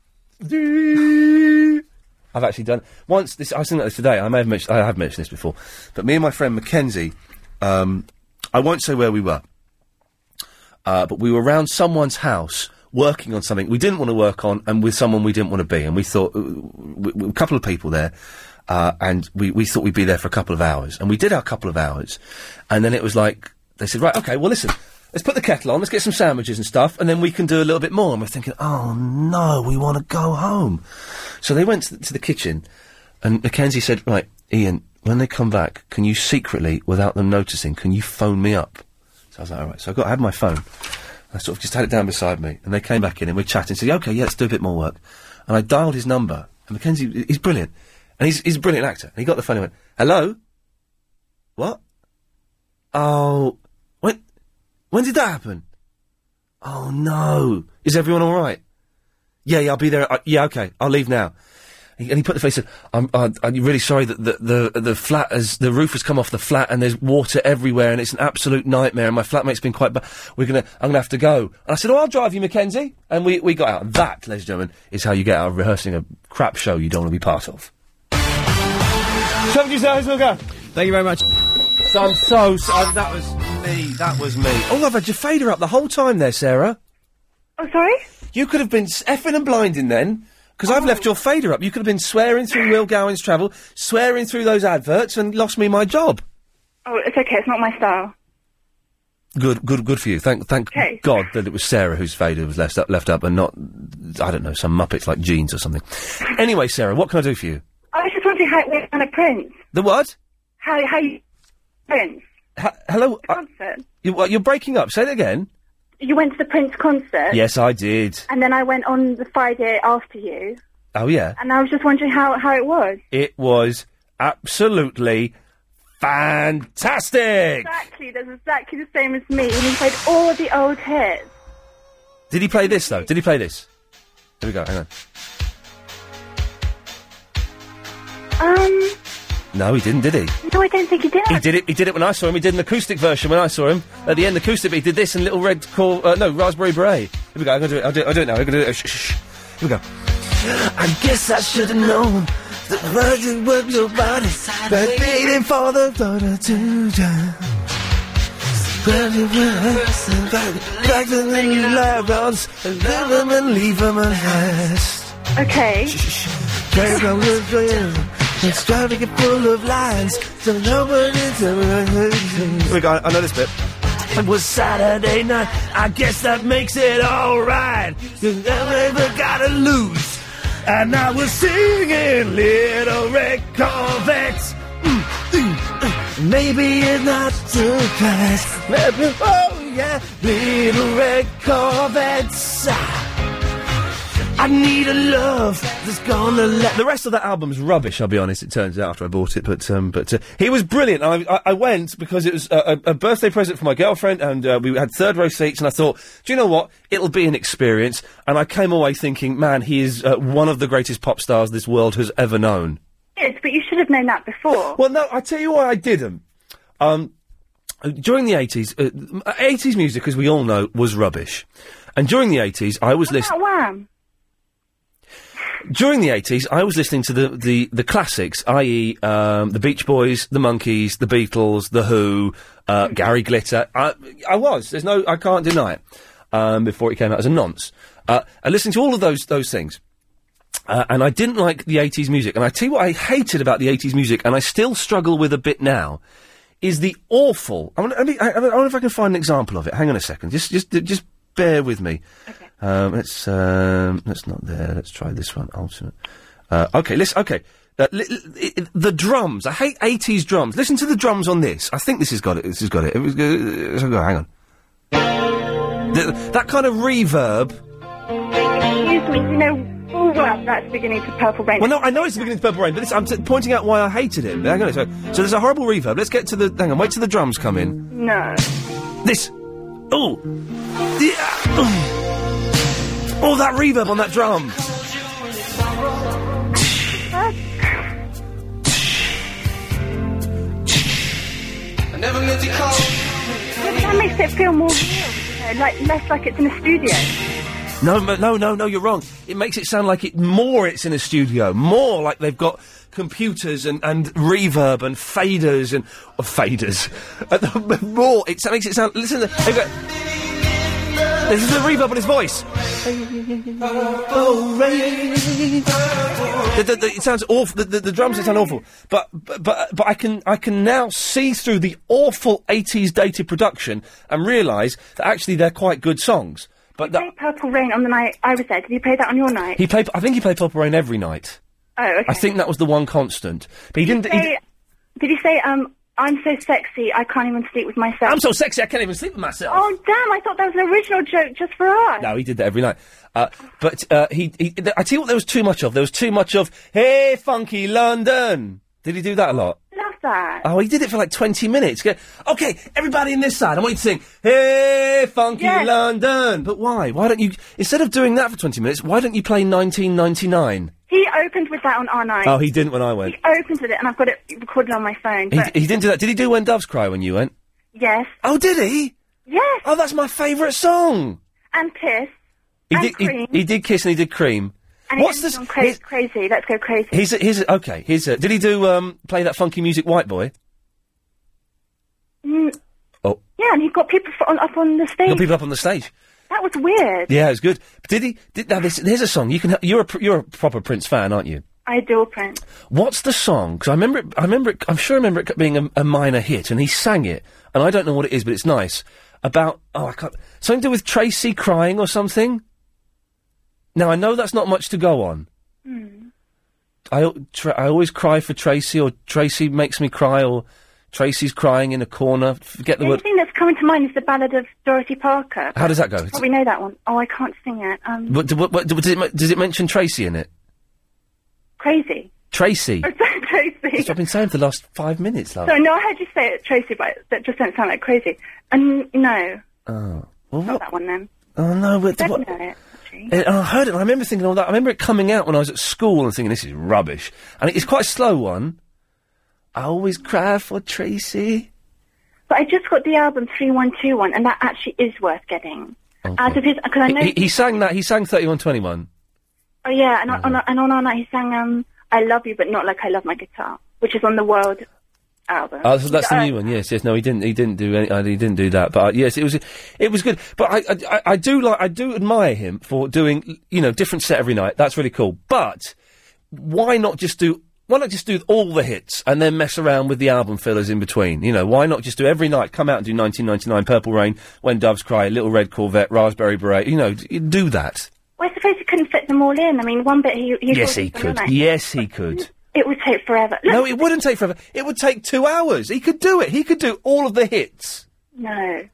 S1: I've actually done once. This I was thinking about this today. I may have mentioned, I have mentioned this before, but me and my friend Mackenzie, um, I won't say where we were, uh, but we were round someone's house working on something we didn't want to work on and with someone we didn't want to be. And we thought, w- w- w- a couple of people there, uh, and we, we thought we'd be there for a couple of hours. And we did our couple of hours, and then it was like, they said, right, okay, well, listen, let's put the kettle on, let's get some sandwiches and stuff, and then we can do a little bit more. And we're thinking, oh no, we want to go home. So they went to the, to the kitchen, and Mackenzie said, right, Ian, when they come back, can you secretly, without them noticing, can you phone me up? So I was like, all right. So I got, I had my phone. I sort of just had it down beside me, and they came back in and we chatted and said, okay, yeah, let's do a bit more work. And I dialed his number, and Mackenzie, he's brilliant. And he's, he's a brilliant actor. And he got the phone and went, hello? What? Oh, when, when did that happen? Oh no. Is everyone alright? Yeah, yeah, I'll be there. Uh, yeah, okay, I'll leave now. He- And he put the face. Said, "I'm, uh, I'm really sorry that the, the the flat has the roof has come off the flat and there's water everywhere and it's an absolute nightmare. And my flatmate's been quite. Ba- we're gonna. I'm gonna have to go." And I said, "Oh, I'll drive you, Mackenzie." And we we got out. That, ladies and gentlemen, is how you get out of rehearsing a crap show you don't want to be part of. Thank you, sir. Thank you very much. So I'm so. so uh, that was me. That was me. Oh, I've had your fader up the whole time there, Sarah.
S33: Oh, sorry?
S1: You could have been s- effing and blinding then, because I've
S33: Oh.
S1: left your fader up. You could have been swearing through Will Gowan's travel, swearing through those adverts, and lost me my job.
S33: Oh, it's okay. It's not my style.
S1: Good, good, good for you. Thank, thank
S33: Okay.
S1: God that it was Sarah whose fader was left up, left up, and not, I don't know, some muppets like jeans or something. Anyway, Sarah, what can I do for you?
S33: I was just wondering how it went on a Prince.
S1: The what?
S33: How, how you... Prince
S1: H- hello, uh,
S33: concert.
S1: you, what, you're breaking up. Say that again.
S5: You went to the Prince
S33: Uh,
S5: concert.
S1: Yes, I did.
S5: And then I went on the Friday after you,
S1: Oh yeah,
S33: uh,
S5: and I was just wondering how, how it was.
S1: it was absolutely fantastic.
S5: Exactly, that's exactly the same as me. And he played all the old hits.
S1: Did he play this though? Did he play this? Here we go. Hang on.
S5: Um,
S1: No, he didn't, did he?
S5: no, I don't think he did.
S1: He did it. He did it when I saw him. He did an acoustic version when I saw him. At the end, acoustic. But he did this in little red call. Uh, no, raspberry beret. Here we go. I'm gonna do it. I'll do it. I'll do it now. I'm gonna do it. Shh, shh, shh. Here we go.
S6: I guess I should have known that wasn't what your body that beating for the daughter to die. But you were a person back, back to the new lions and love them and leave them at last.
S5: Okay.
S6: Cause I was real, it's traffic full of lines, so nobody's ever heard you.
S1: Here we go. I know this bit.
S6: It was Saturday night. I guess that makes it alright. You never ever gotta lose. And I was singing Little Red Corvette. Mm, mm, mm. Maybe it's not too fast. Maybe, oh yeah, Little Red Corvettes. I need a love that's gonna let.
S1: The rest of that album's rubbish. I'll be honest. It turns out after I bought it, but um, but uh, he was brilliant. I, I I went because it was a, a, a birthday present for my girlfriend, and uh, we had third row seats. And I thought, do you know what? It'll be an experience. And I came away thinking, man, he is uh, one of the greatest pop stars this world has ever known.
S5: Yes, but you should have known that before.
S1: Well, no, I tell you why I didn't. Um, during the eighties, uh, eighties music, as we all know, was rubbish. And during the eighties, I was
S5: That
S1: listening.
S5: wham.
S1: During the eighties, I was listening to the the, the classics, i.e., um, the Beach Boys, the Monkeys, the Beatles, the Who, uh, Gary Glitter. I, I was. There's no. I can't deny it. Um, before it came out as a nonce, uh, I listened to all of those those things. Uh, and I didn't like the 80s music. And I tell you what I hated about the 80s music, and I still struggle with a bit now, is the awful. I wonder, I, mean, I, I wonder if I can find an example of it. Hang on a second. Just, just, just bear with me. Um, let's, um, that's not there. Let's try this one. Ultimate. Uh, okay, listen, okay. Uh, li- li- i- the drums. I hate 80s drums. Listen to the drums on this. I think this has got it. This has got it. it was, uh, hang on. The- that kind of reverb.
S33: Excuse me, you know, oh well, that's beginning to Purple Rain.
S1: Well, no, I know it's the beginning of Purple Rain, but this, I'm t- pointing out why I hated it. Hang on, a second. so, so there's a horrible reverb. Let's get to the. Hang on, wait till the drums come in.
S33: No.
S1: This. Oh. The- ah, oh. Oh, that reverb on that drum.
S6: I never meant to call.
S33: But that makes it feel more real,
S5: Uh,
S33: you know, like less like it's in a studio.
S1: No, m- no, no, no, you're wrong. It makes it sound like it more it's in a studio, more like they've got computers and, and reverb and faders and oh, or faders. more, it sa- makes it sound. Listen, to, they've got, This is the reverb on his voice. The- the- the- it sounds awful. The, the, the drums sound awful, but, but but but I can I can now see through the awful '80s dated production and realise that actually they're quite good songs. But that,
S5: Purple Rain on the night I was there. Did you play that on your night?
S1: he played. I think he played Purple Rain every night.
S5: oh, okay.
S1: I think that was the one constant. But he didn't.
S5: Did
S1: he
S5: you
S1: d-
S5: say, did you say um, I'm so sexy, I can't even sleep with myself?
S1: I'm so sexy, I can't even sleep with myself.
S5: Oh, damn, I thought that was an original joke just for us.
S1: No, he did that every night. Uh, but uh, he, he, th- I tell you what, there was too much of. There was too much of. Hey, funky London. Did he do that a lot?
S5: Love that.
S1: Oh, he did it for like twenty minutes. Go- Okay, everybody in this side, I want you to sing. Hey, funky
S5: Yes.
S1: London. But why? Why don't you instead of doing that for twenty minutes? Why don't you play 1999?
S5: He opened with that on our night.
S1: Oh, he didn't when I went.
S5: He opened with it, and I've got it recorded on my phone.
S1: He,
S5: But
S1: he didn't do that. Did he do When Doves Cry when you went?
S5: yes,
S1: Oh, did he?
S5: Yes.
S1: Oh, that's my favourite song.
S5: and piss.
S1: He
S5: And
S1: did. He,
S5: Cream.
S1: he did Kiss and he did Cream.
S5: And
S1: What's
S5: it
S1: this?
S5: ends on cra- crazy? Let's go crazy.
S1: Here's a, here's a, okay. Here's a, did he do um play that funky music, White Boy?
S5: Mm,
S1: Oh,
S5: yeah, and he got people f- on, up on the stage.
S1: got people up on the stage.
S5: That was weird.
S1: Yeah, it was good. Did he? Did now? This, here's a song. You can. ha- You're a pr- you're a proper Prince fan, aren't you?
S5: I adore Prince.
S1: What's the song? Because I remember. It, I remember. It, I'm sure. I remember it being a, a minor hit, and he sang it. And I don't know what it is, but it's nice. About oh, I can't. Something to do with Tracy crying or something. Now I know that's not much to go on.
S5: Hmm.
S1: I al- tra- I always cry for Tracy, or Tracy makes me cry, or Tracy's crying in a corner. Forget
S5: The
S1: the
S5: only
S1: word.
S5: thing that's coming to mind is the Ballad of Dorothy Parker.
S1: How does that go? Mm.
S5: You probably know that one. Oh, I can't sing it. Um,
S1: What, what, what, does, it, ma- does it mention Tracy in it?
S5: crazy.
S1: Tracy.
S5: Tracy.
S1: That's what I've been saying for the last five minutes, love.
S5: So no, I heard you say it, Tracy, but that just don't sound like crazy. And no,
S1: Oh. Well,
S5: not
S1: what?
S5: that one then.
S1: Oh, no. But,
S5: I
S1: what?
S5: know it.
S1: And I heard it, and I remember thinking all that. I remember it coming out when I was at school and thinking, this is rubbish. And it's quite a slow one. I always cry for Tracy.
S5: But I just got the album three one two one, and that actually is worth getting.
S1: Okay.
S5: Out of his, because I know.
S1: He, he sang that. He sang 3121.
S5: oh yeah, and on, on, and on our night he sang um, "I Love You," but not like I love my guitar, which is on the World album.
S1: Oh, so that's the new one. Yes, yes. No, he didn't. He didn't do. Any, uh, he didn't do that. But uh, yes, it was. It was good. But I, I- I, I do like. I do admire him for doing. You know, different set every night. That's really cool. But why not just do? Why not just do all the hits and then mess around with the album fillers in between? You know, why not just do every night? Come out and do 1999, Purple Rain, When Doves Cry, Little Red Corvette, Raspberry Beret. You know, d- do that.
S5: Well, I suppose he couldn't fit them all in. I mean, one bit he, he
S1: yes,
S5: thought
S1: he
S5: was
S1: could.
S5: nice.
S1: Yes, he could.
S5: It would take forever. Look,
S1: No, it wouldn't take forever. It would take two hours. He could do it. He could do all of the hits.
S5: no.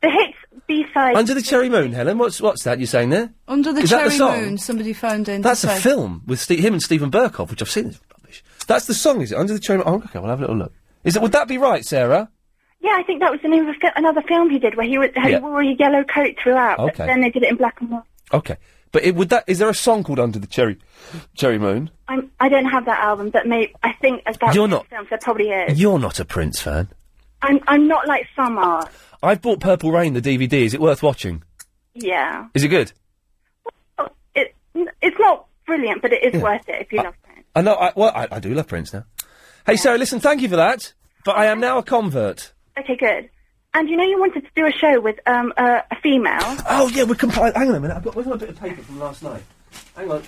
S5: The hits B side.
S1: Under the Cherry Moon, Helen. What's what's that you're saying there?
S25: Under the
S1: Is that
S25: cherry
S1: the song?
S25: moon, somebody phoned in. to
S1: That's a
S25: say-
S1: film with Ste him and Stephen Burkhoff, which I've seen. It's rubbish. That's the song, is it? Under the Cherry Moon. Oh, okay, we'll have a little look. Is it? Would that be right, Sarah?
S5: Yeah, I think that was the name of a fi- another film he did where he, was,
S1: Yeah.
S5: he wore a yellow coat throughout.
S1: Okay.
S5: But then they did it in black and white.
S1: Okay, but it, would that? Is there a song called Under the Cherry Cherry Moon?
S5: I'm, I don't have that album, but maybe I think as that
S1: You're
S5: was
S1: not-
S5: film, there probably is.
S1: You're not a Prince fan.
S5: I'm, I'm not like some are.
S1: I've bought Purple Rain the DVD. Is it worth watching?
S5: Yeah,
S1: Is it good?
S5: it n- it's not brilliant, but it is worth it if you love it.
S1: I know. I, well, I, I do love Prince now. Hey, Sarah. Listen, thank you for that. But I am now a convert.
S5: Okay, good. And you know you wanted to do a show with um a, a female.
S1: Oh yeah, we're compiling. Hang on a minute. I've got where's my bit of paper from last night? Hang on.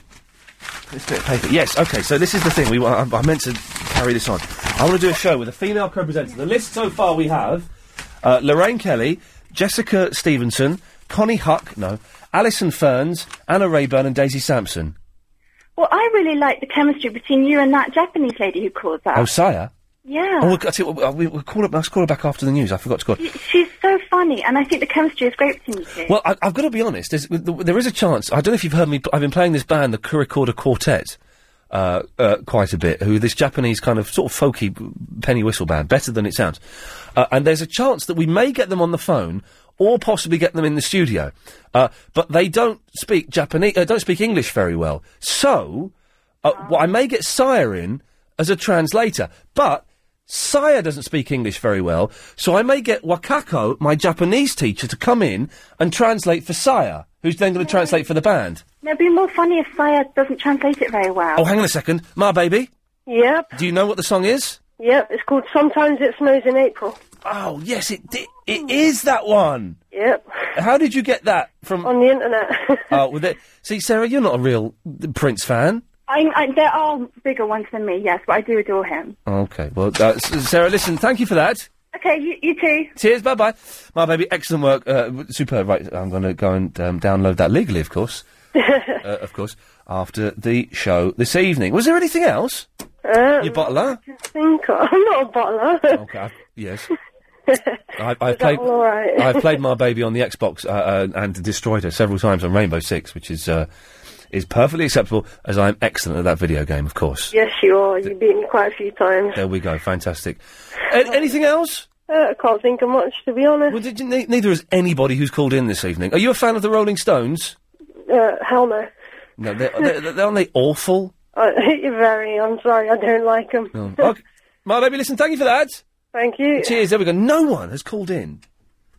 S1: This bit of paper. Yes. Okay. So this is the thing. We wa- I, I meant to carry this on. I want to do a show with a female co-presenter. The list so far we have uh, Lorraine Kelly, Jessica Stevenson, Connie Huck. No. Alison Ferns, Anna Rayburn, and Daisy Sampson.
S5: Well, I really like the chemistry between you and that Japanese lady who called that.
S1: Oh, Saya.
S5: yeah.
S1: Oh, we'll, I tell you what, we- we'll call her. I'll call her back after the news. I forgot to call.
S5: She- She's so funny, and I think the chemistry is great between you two.
S1: Well, I, I've got to be honest. There's, there is a chance. I don't know if you've heard me. I've been playing this band, the Kurikorda Quartet, uh, uh, quite a bit. Who this Japanese kind of sort of folky penny whistle band, better than it sounds. Uh, and there's a chance that we may get them on the phone or possibly get them in the studio. Uh, but they don't speak Japanese. Uh, don't speak English very well. So, uh, well, I may get Sire in as a translator, but. Saya doesn't speak English very well, so I may get Wakako, my Japanese teacher, to come in and translate for Saya, who's then going to translate for the band.
S5: No, it'd be more funny if Saya doesn't translate it very well.
S1: Oh, hang on a second. Ma Baby,
S28: Yep,
S1: do you know what the song is?
S28: yep. It's called Sometimes It Snows in April.
S1: Oh yes, it di- it is that one.
S6: Yep.
S1: How did you get that from?
S6: On the internet.
S1: Oh, well, that- see, Sarah, you're not a real Prince fan.
S5: I, I, there are bigger ones than me, yes, but I do adore him.
S1: Okay, well, uh, S- Sarah, listen, thank you for that.
S5: Okay, you, you too.
S1: Cheers, bye bye. My baby, excellent work, uh, w- superb. Right, I'm going to go and um, download that legally, of course. uh, of course, after the show this evening. Was there anything else?
S6: Um,
S1: you bottler?
S6: think of- I'm not a bottler.
S1: Okay, I- Uh, yes.
S6: Is
S1: I, I've
S6: that
S1: played.
S6: all right?
S1: I've played my baby on the Xbox uh, uh, and destroyed her several times on Rainbow Six, which is uh, is perfectly acceptable, as I am excellent at that video game, of course.
S6: Yes, you are. You've beaten me quite a few times.
S1: There we go, fantastic. A- anything else?
S6: Uh, I can't think of much, to be honest.
S1: Well, did you, ne- neither is anybody who's called in this evening. Are you a fan of the Rolling Stones?
S6: Uh, hell no.
S1: No, they're, they're, they're, aren't they awful?
S6: Uh, you're very. I'm sorry. I don't like them.
S1: No. Okay. My baby, listen, thank you for that.
S6: Thank you.
S1: Cheers, there we go. No one has called in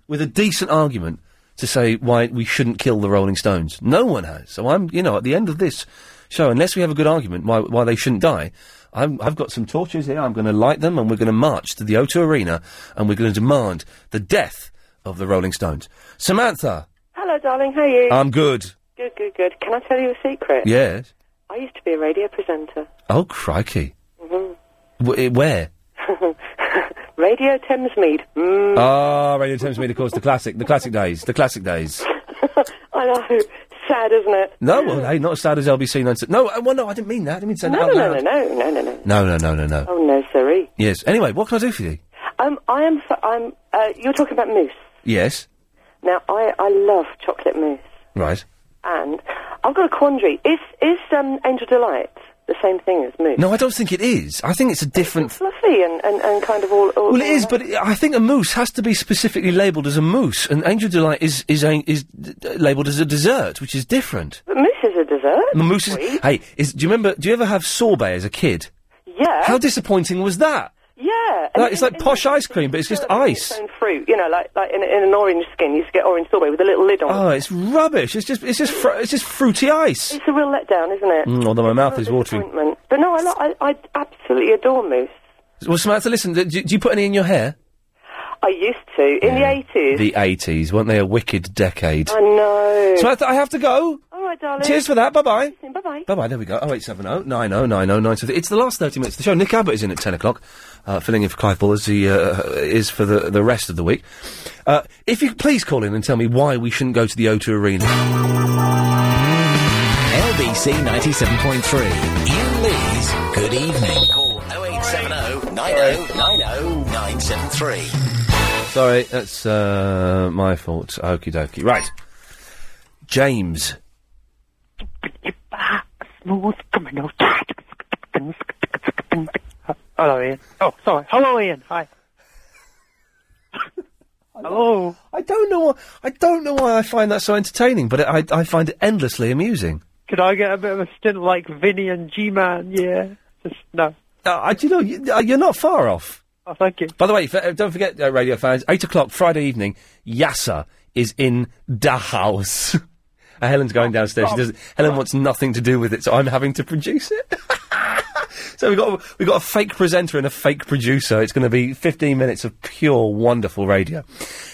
S1: with a decent argument to say why we shouldn't kill the Rolling Stones. No one has. So I'm, you know, at the end of this show, unless we have a good argument why, why they shouldn't die, I'm, I've got some torches here. I'm going to light them and we're going to march to the O2 Arena and we're going to demand the death of the Rolling Stones. Samantha,
S7: Hello, darling. How are you?
S1: I'm good.
S7: good, good, good. Can I tell you a secret?
S1: Yes.
S7: I used to be a radio presenter.
S1: Oh, crikey.
S7: Mhm.
S1: Wh- where?
S7: radio Thamesmead. Mm,
S1: Ah, Radio Thames Mead, of course, the classic, the classic days, the classic days.
S7: I know. Sad, isn't it?
S1: No, well, hey, not as sad as LBC 96. No, uh, well, no, I didn't mean that. I didn't mean to say that
S7: No, no,
S1: out
S7: no,
S1: loud.
S7: no, no, no, no.
S1: No, no, no, no, no.
S7: Oh no, sorry.
S1: Yes. Anyway, what can I do for you?
S7: Um, I am. F- I'm. Uh, you're talking about mousse.
S1: Yes.
S7: Now, I I love chocolate mousse,
S1: Right.
S7: and I've got a quandary. Is is um, Angel Delight the same thing as mousse?
S1: No, I don't think it is. I think it's a different.
S7: Fluffy and, and, and kind of all. all
S1: Well, it is, but it- I think a moose has to be specifically labelled as a moose, and Angel Delight is is a, is d- d- labelled as a dessert, which is different.
S7: But mousse is a dessert.
S1: A moose is.
S7: Sweet.
S1: Hey, is, do you remember? Do you ever have sorbet as a kid?
S7: Yeah.
S1: How disappointing was that?
S7: Yeah.
S1: Like, it's like posh ice cream, but it's just ice.
S7: and fruit, you know, like like in, in an orange skin, you used to get orange sorbet with a little lid on.
S1: Oh, it's rubbish. It's just it's just fr- it's just fruity ice.
S7: It's a real letdown, isn't it?
S1: Mm, although my mouth is watering.
S7: Disappointment. But no, I, lo- I I absolutely adore mousse.
S1: Well, Samantha, listen. Do, do you put any in your hair?
S7: I used to in the eighties.
S1: The eighties weren't they a wicked decade?
S7: I know.
S1: Samantha, I have to go.
S7: All right, darling.
S1: Cheers for that. Bye bye.
S7: Bye bye.
S1: Bye bye. There we go. Oh eight seven oh nine oh nine oh nine. So it's the last thirty minutes of the show. Nick Abbott is in at ten o'clock, uh, filling in for Clive Ball as he uh, is for the the rest of the week. Uh, if you could please call in and tell me why we shouldn't go to the O2 Arena.
S22: LBC 97.3. Ian Lee's Good Evening. Call 0870 9090 973.
S1: Sorry, that's uh, my fault. Okie dokie. Right, James.
S13: smooth criminal charge. Hello, Ian. Oh, sorry. Hello, Ian. Hi.
S1: Hello. I don't know. why- I don't know why I find that so entertaining, but I I find it endlessly amusing.
S13: Could I get a bit of a stint like Vinny and G-Man? Yeah. Just, no.
S1: Uh, I, do you know, you, uh, you're not far off.
S13: Oh, thank you.
S1: By the way, f- uh, don't forget, uh, radio fans, 8 o'clock Friday evening, Yasser is in the house. Uh, Helen's going downstairs. She doesn't, Helen wants nothing to do with it, so I'm having to produce it. so we've got, we got a fake presenter and a fake producer. It's going to be 15 minutes of pure, wonderful radio.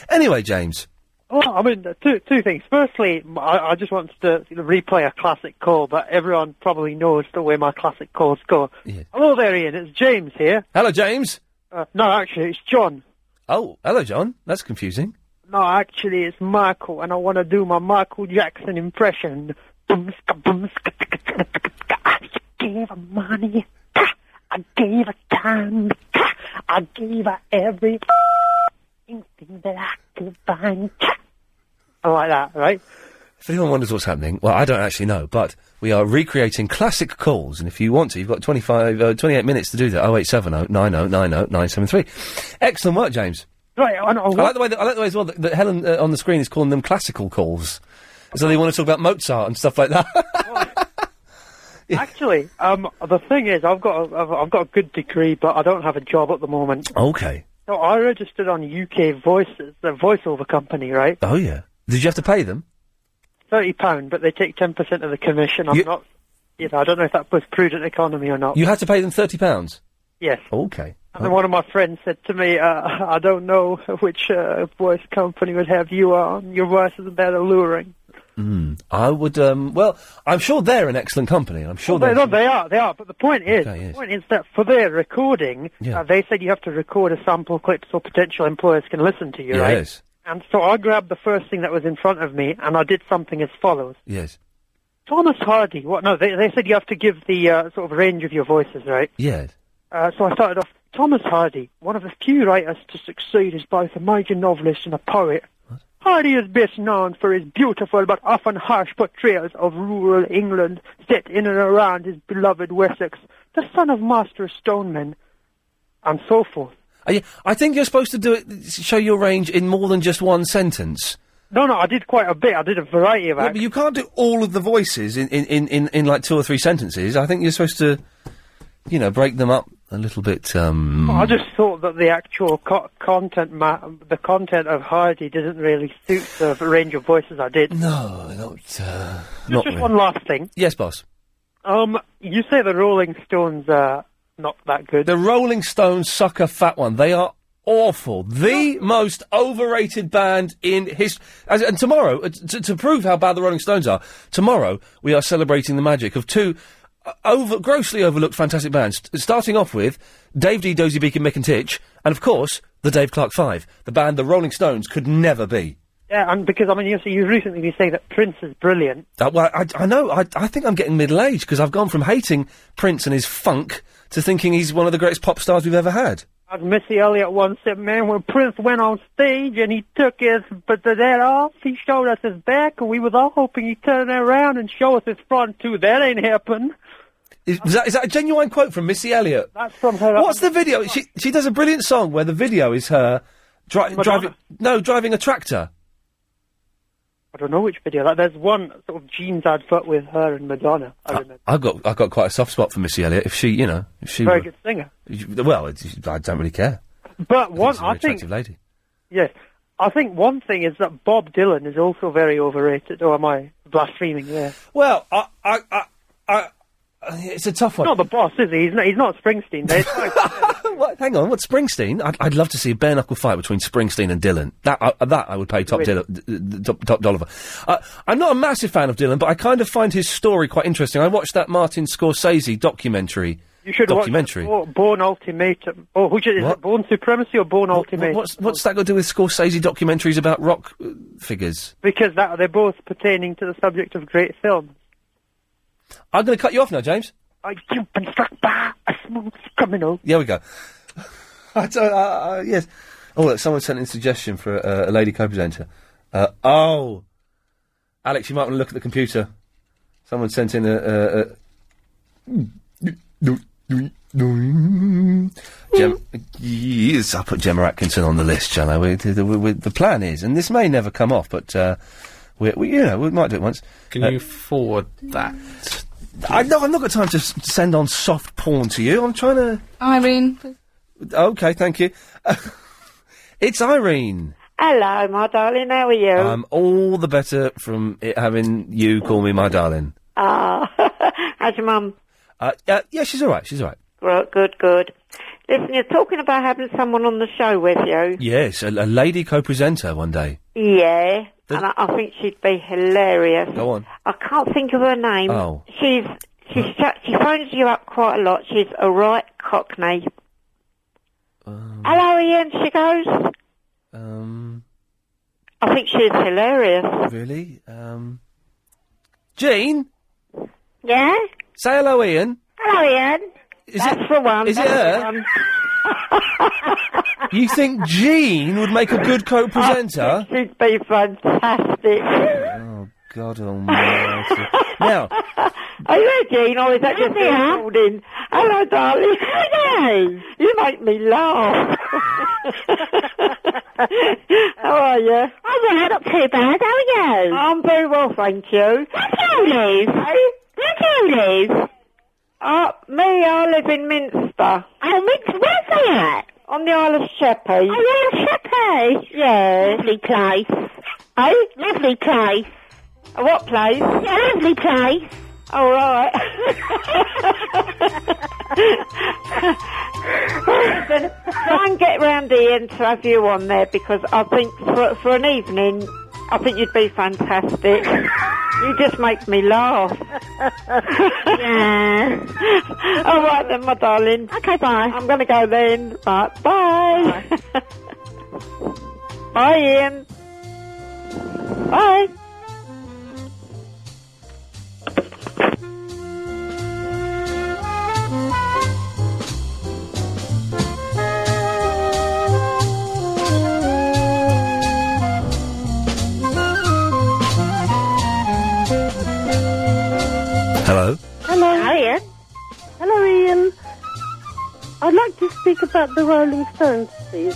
S1: Anyway, James.
S13: Well, Oh, I mean, two two things. Firstly, m- I, I just want to you know, replay a classic call, but everyone probably knows the way my classic calls go. Hello there, Ian. It's James here.
S1: Hello, James.
S13: Uh, no, actually, it's John.
S1: Oh, hello, John. That's confusing.
S13: No, actually, it's Michael, and I want to do my Michael Jackson impression. Boomska, boomska, ticka, ticka, ticka, ticka. I gave her money. I gave her time. I gave her every thing that I could find. I like that, right?
S1: If anyone wonders what's happening, well, I don't actually know, but we are recreating classic calls, and if you want to, you've got 25, uh, 28 minutes to do that. 0870 9090 973. Excellent work, James.
S13: Right, I,
S1: I like the way that, I like the way as well that, that Helen uh, on the screen is calling them classical calls. So they want to talk about Mozart and stuff like that.
S13: Actually, um, the thing is, I've got a, I've, I've got a good degree, but I don't have a job at the moment.
S1: okay.
S13: So I registered on UK Voices, the voiceover company, right?
S1: Oh, yeah. Did you have to pay them?
S13: Thirty pound, but they take ten percent of the commission. I'm
S1: You-
S13: not, you know, I don't know if that was prudent economy or not.
S1: You had to pay them £30?
S13: Yes.
S1: Okay.
S13: And then Oh. one of my friends said to me, uh, I don't know which uh, voice company would have you on. Your voice is about alluring.
S1: Mm. I would. Um, well, I'm sure they're an excellent company. I'm sure
S13: they,
S1: they're.
S13: no, they are, they are. But the point is,
S1: Okay, yes.
S13: the point is that for their recording,
S1: Yeah.
S13: uh, they said you have to record a sample clip so potential employers can listen to you, right?
S1: Yes.
S13: And so I grabbed the first thing that was in front of me, and I did something as follows.
S1: Yes.
S13: Thomas Hardy. What? No, they, they said you have to give the uh, sort of range of your voices, right?
S1: Yes.
S13: Uh, so I started off. Thomas Hardy, one of the few writers to succeed as both a major novelist and a poet. Hardy is best known for his beautiful but often harsh portrayals of rural England set in and around his beloved Wessex, the son of Master Stoneman, and so forth.
S1: Are you- I think you're supposed to do it. Show your range in more than just one sentence.
S13: No, no, I did quite a bit. I did a variety of
S1: Yeah, but you can't do all of the voices in, in, in, in, in like two or three sentences. I think you're supposed to, you know, break them up a little bit. Um,
S13: I just thought that the actual co- content, ma- the content of Hardy, didn't really suit the range of voices I did.
S1: No, not. Uh,
S13: just
S1: not really.
S13: one last thing.
S1: Yes, boss.
S13: Um, you say the Rolling Stones are not that good.
S1: The Rolling Stones suck a fat one. They are awful. The most overrated band in history. And tomorrow, uh, t- to prove how bad the Rolling Stones are, tomorrow we are celebrating the magic of two uh, over grossly overlooked fantastic bands. St- starting off with Dave D, Dozy Beak, and Mick and Titch, and of course the Dave Clark Five, the band the Rolling Stones could never be.
S13: Yeah, and because I mean, you you've recently been saying that Prince is brilliant.
S1: Uh, well, I, I know. I, I think I'm getting middle aged because I've gone from hating Prince and his funk to thinking he's one of the greatest pop stars we've ever had.
S13: And Missy Elliott once said, "Man, when Prince went on stage and he took his but the that off, he showed us his back, and we was all hoping he'd turn around and show us his front too. That ain't happened."
S1: Is, was that, is that a genuine quote from Missy Elliott?
S13: That's from her.
S1: What's the video? She she does a brilliant song where the video is her dri- driving no driving a tractor.
S13: I don't know which video. Like, there's one sort of jeans advert with her and Madonna. I don't know.
S1: I've got I've got quite a soft spot for Missy Elliott. If she, you know, if she
S13: Very
S1: were-
S13: good singer.
S1: well, it's, I don't really care.
S13: But one,
S1: She's a
S13: I
S1: very
S13: think,
S1: attractive lady.
S13: yes, I think one thing is that Bob Dylan is also very overrated. Or am I blaspheming there?
S1: Well, I, I, I, I it's a tough one.
S13: Not the boss, is he? He's not. He's not Springsteen. They-
S1: what, hang on, what Springsteen? I'd, I'd love to see a bare knuckle fight between Springsteen and Dylan. That I that I would pay top
S13: Really?
S1: Dylan, d- d- top, top dollar. for. Uh, I'm not a massive fan of Dylan, but I kind of find his story quite interesting. I watched that Martin Scorsese documentary.
S13: You should
S1: documentary.
S13: watch Bo- Born Ultimatum. Oh, which is, is it Born Supremacy or Born Ultimatum?
S1: What's what's that got to do with Scorsese documentaries about rock uh, figures?
S13: Because that they're both pertaining to the subject of great films.
S1: I'm going to cut you off now, James.
S13: I, you've been struck by a smooth criminal.
S1: Yeah, we go. I don't, uh, uh, yes. Oh, look, someone sent in a suggestion for uh, a lady co-presenter. Uh, oh, Alex, you might want to look at the computer. Someone sent in a. a, a... Gem- yes, I'll put Gemma Atkinson on the list, shall I? We, the, we, we, the plan is, and this may never come off, but uh, we, we, you know, we might do it once.
S38: Can
S1: Uh,
S38: you forward that?
S1: I, no, I've not got time to s- send on soft porn to you. I'm trying to.
S33: Irene.
S1: Okay, thank you. it's Irene.
S37: Hello, my darling. How are you?
S1: I'm all the better from it having you call me my darling.
S37: Ah, how's your mum?
S1: Uh, uh, yeah, she's all right. She's all right.
S37: Gro- Good, good. Listen, you're talking about having someone on the show with you.
S1: Yes, a, a lady co-presenter one day.
S37: Yeah, and I, I think she'd be hilarious.
S1: Go on.
S37: I can't think of her name.
S1: Oh.
S37: She's she's ch- she phones you up quite a lot. She's a right cockney. Hello, Ian. She goes.
S1: Um,
S37: I think she's hilarious.
S1: really? Um, Jean,
S6: Yeah?
S1: say hello, Ian.
S6: Hello, Ian.
S1: Is
S6: That's
S1: it,
S6: the one,
S1: Is it
S6: that's the
S37: Um,
S1: her? you think Jean would make a good co-presenter?
S37: She'd be fantastic.
S1: oh God Almighty! now,
S37: Are you there, Jean, or is that just you
S6: there.
S37: called in? Hello, darling. Hello. You make me laugh. How are you? Oh, well, not too bad. How are you? I'm very well, thank you. Where do you live? Hey? Where do you live? Uh, me, I live in Minster. Oh, Minster, where's that? On the Isle of Sheppey. Oh, Isle of Sheppey? Yeah. Lovely place. Oh? Lovely place. What place? Yeah, lovely place. All right.
S2: Listen, try and get round here and to have you on there because I think for, for an evening, I think you'd be fantastic. You just make me laugh. yeah. All right then, my darling. Okay, bye. I'm going to go then. Right, bye. Bye, bye Ian. Bye.
S1: Hello.
S4: Hello. Hi, Ian. Hello, Ian. I'd like to speak about the Rolling Stones, please.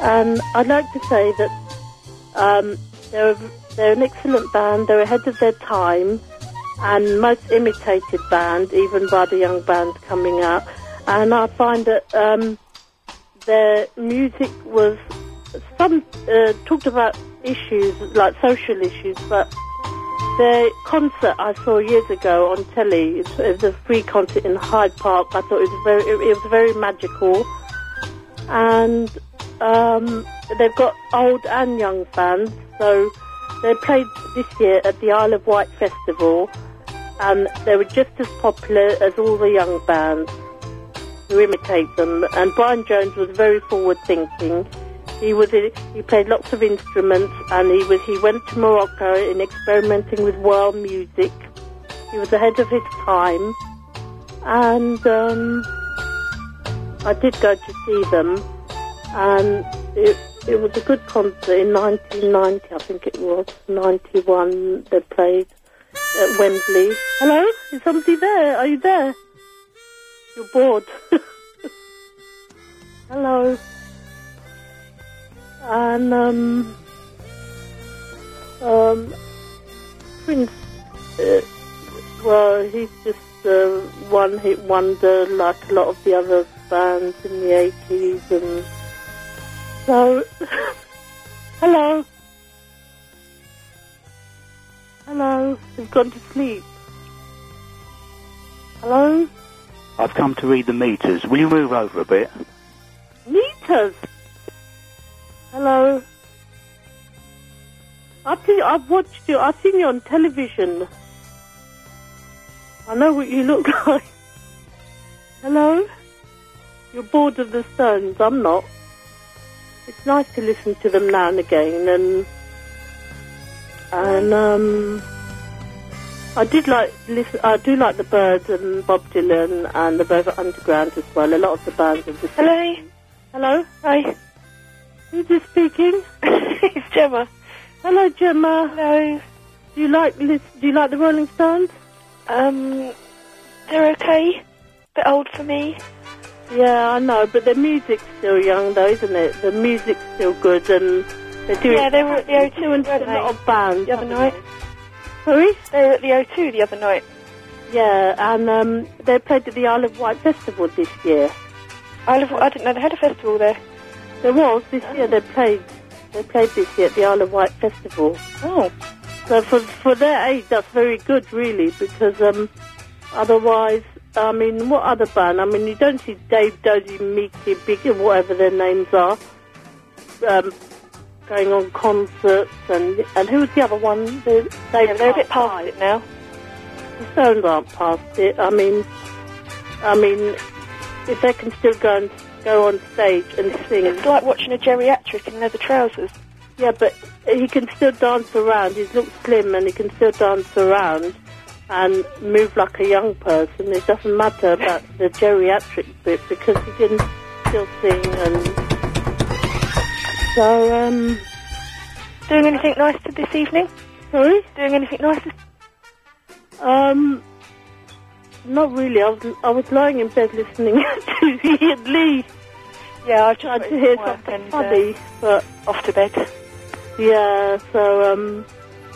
S4: Um, I'd like to say that um, they're, a, they're an excellent band, they're ahead of their time, and most imitated band, even by the young band coming up. And I find that um, their music was some uh, talked about issues like social issues, but the concert I saw years ago on telly, it was a free concert in Hyde Park. I thought it was very, it, was very magical, and um, they've got old and young fans. So they played this year at the Isle of Wight Festival, and they were just as popular as all the young bands who imitate them. And Brian Jones was very forward thinking. He was he played lots of instruments, and he was he went to Morocco in experimenting with world music. He was ahead of his time, and um, I did go to see them, and it it was a good concert in 1990, I think it was 91. They played at Wembley. Hello, is somebody there? Are you there? You're bored. Hello. And um, um, Prince, uh, well, he's just a one-hit wonder, like a lot of the other bands in the eighties, and so. Hello. Hello. He's gone to sleep. Hello.
S7: I've come to read the meters. Will you move over a bit?
S4: Meters. Hello. I think I've watched you. I've seen you on television. I know what you look like. Hello. You're bored of the Stones. I'm not. It's nice to listen to them now and again, and and um, I did like listen. I do like the Birds and Bob Dylan and the Velvet Underground as well. A lot of the bands of the Hello. Hello. Hi. Who's this speaking? it's Gemma. Hello, Gemma. Hello. Do you like lis- Do you like the Rolling Stones? Um, they're okay. Bit old for me. Yeah, I know, but their music's still young, though, isn't it? The music's still good, and they do. Yeah, they were at the O2, influence weren't a they? lot of bands The other haven't night. they? Sorry, they were at the O2 the other night. Yeah, and um, they played at the Isle of Wight Festival this year. Isle of I didn't know they had a festival there. There was this year. They played. They played this year at the Isle of Wight Festival. Oh. So for for their age, that's very good, really, because um, otherwise, I mean, what other band? I mean, you don't see Dave Dodgy, Mickey, Biggie, whatever their names are, um, going on concerts and and who was the other one? The, they they're a bit past it now. The Stones aren't past it. I mean, I mean, if they can still go and go on stage and sing, it's like watching a geriatric in leather trousers. Yeah, but he can still dance around. He looks slim and he can still dance around and move like a young person. It doesn't matter about the geriatric bit because he can still sing and. So, um. Doing anything nice for this evening? Sorry? Doing anything nice? Um. Not really. I was, I was lying in bed listening to Ian Lee. Yeah, I tried to hear something uh, funny, but off to bed. Yeah, so um,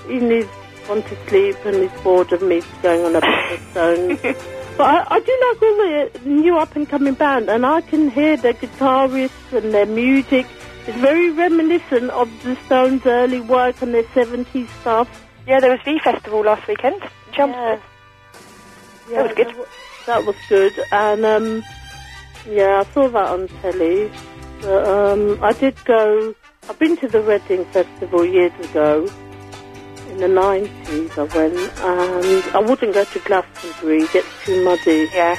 S4: he needs want to sleep and he's bored of me going on about the stones. but I, I do like all the new up and coming band, and I can hear their guitarists and their music. It's very reminiscent of the Stones' early work and their seventies stuff. Yeah, there was V Festival last weekend. Chelmsford. Yeah. That was good. there wa- That was good. And um, yeah, I saw that on telly. But, um, I did go. I've been to the Reading Festival years ago. In the nineties, I went, and I wouldn't go to Glastonbury. It gets too muddy. Yeah.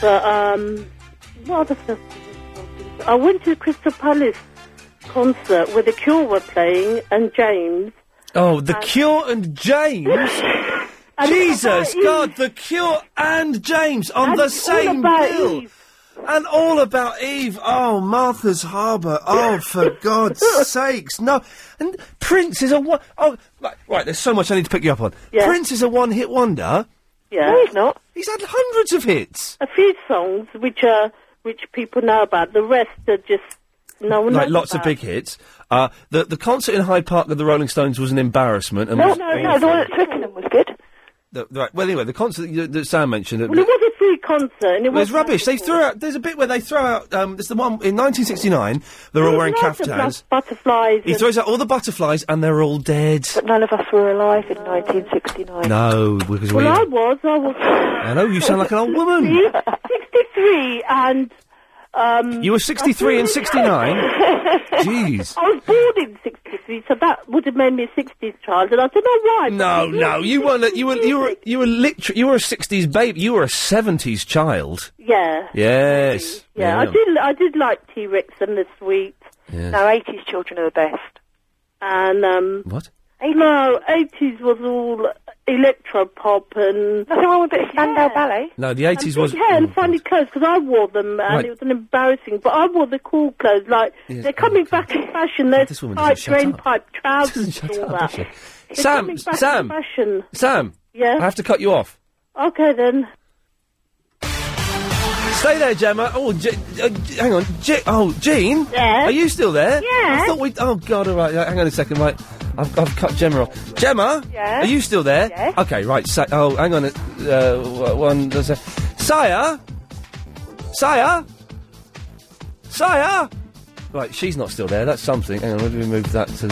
S4: But um, what other festivals? have I been to? I went to the Crystal Palace concert where The Cure were playing and James.
S1: Oh, The Cure and James.
S6: And
S1: Jesus,
S6: what about
S1: God, The Cure and James on
S6: And
S1: the
S6: All
S1: same
S6: About
S1: bill. And all about Eve. Oh, Martha's Harbour. Oh, for God's sakes, no. And Prince is a one. Oh, right, right. There's so much I need to pick you up on.
S6: Yeah.
S1: Prince is a one-hit wonder.
S4: Yeah,
S1: No,
S4: he's not.
S1: He's had hundreds of hits.
S4: A few songs which are which people know about. The rest are just no one.
S1: like
S4: knows
S1: lots
S4: about.
S1: of big hits. Uh, the the concert in Hyde Park of the Rolling Stones was an embarrassment. And
S4: No,
S1: was
S4: no,
S1: awful.
S4: no, the one at
S14: Twickenham was good.
S1: The- right. Well, anyway, the concert that, that Sam mentioned. That,
S4: Well, it was a free concert, and it
S1: Well, it's
S4: was
S1: rubbish. They threw out. There's a bit where they throw out. Um, there's the one in 1969. They're all wearing caftans.
S4: butterflies.
S1: He throws out all the butterflies, and they're all dead.
S14: But none of us were alive in 1969.
S1: No, because we.
S4: Well, I was. I was
S1: Hello, you sound like an old woman.
S4: sixty-three, and um,
S1: You were 63 and 69? Jeez.
S4: I was born in sixty-three, so that would have made me a sixties child, and I don't know why. but
S1: No,
S4: it
S1: no, you weren't. A, you were. You were. You were literally. You were a 60s babe. You were a 70s child.
S4: Yeah,
S1: Yes.
S4: yeah. I did. I did like T Rex and the Sweet.
S1: Yeah.
S4: No, eighties children are the best. And um,
S1: What?
S4: No, eighties was all electro pop and nothing wrong with it. Spandau Ballet.
S1: No, the 80s was. Mm,
S4: Yeah, and funny clothes because I wore them and
S1: Right.
S4: it was an embarrassing. But I wore the cool clothes, like
S1: Yes, oh,
S4: they're coming back in fashion. They're
S1: This woman
S4: pipe,
S1: doesn't shut
S4: drain
S1: up.
S4: pipe trousers and all
S1: does
S4: that.
S1: she?
S4: They're
S1: Sam,
S4: coming back in
S1: Sam,
S4: fashion.
S1: Sam.
S4: Yeah?
S1: I have to cut you off.
S4: Okay then.
S1: Stay there, Gemma. Oh, Je- uh, Je- hang on. Je- oh, Jean?
S6: Yeah?
S1: Are you still there?
S6: Yeah.
S1: I thought we. Oh, God, all right. uh, Hang on a second, right. I've, I've cut Gemma off. Gemma?
S6: Yeah?
S1: Are you still there?
S6: Yeah.
S1: Okay, right. Sa- oh, hang on. a- Uh, w- one. Does a- Sire? Sire? Sire? Right, she's not still there. That's something. Hang on, where do we move that to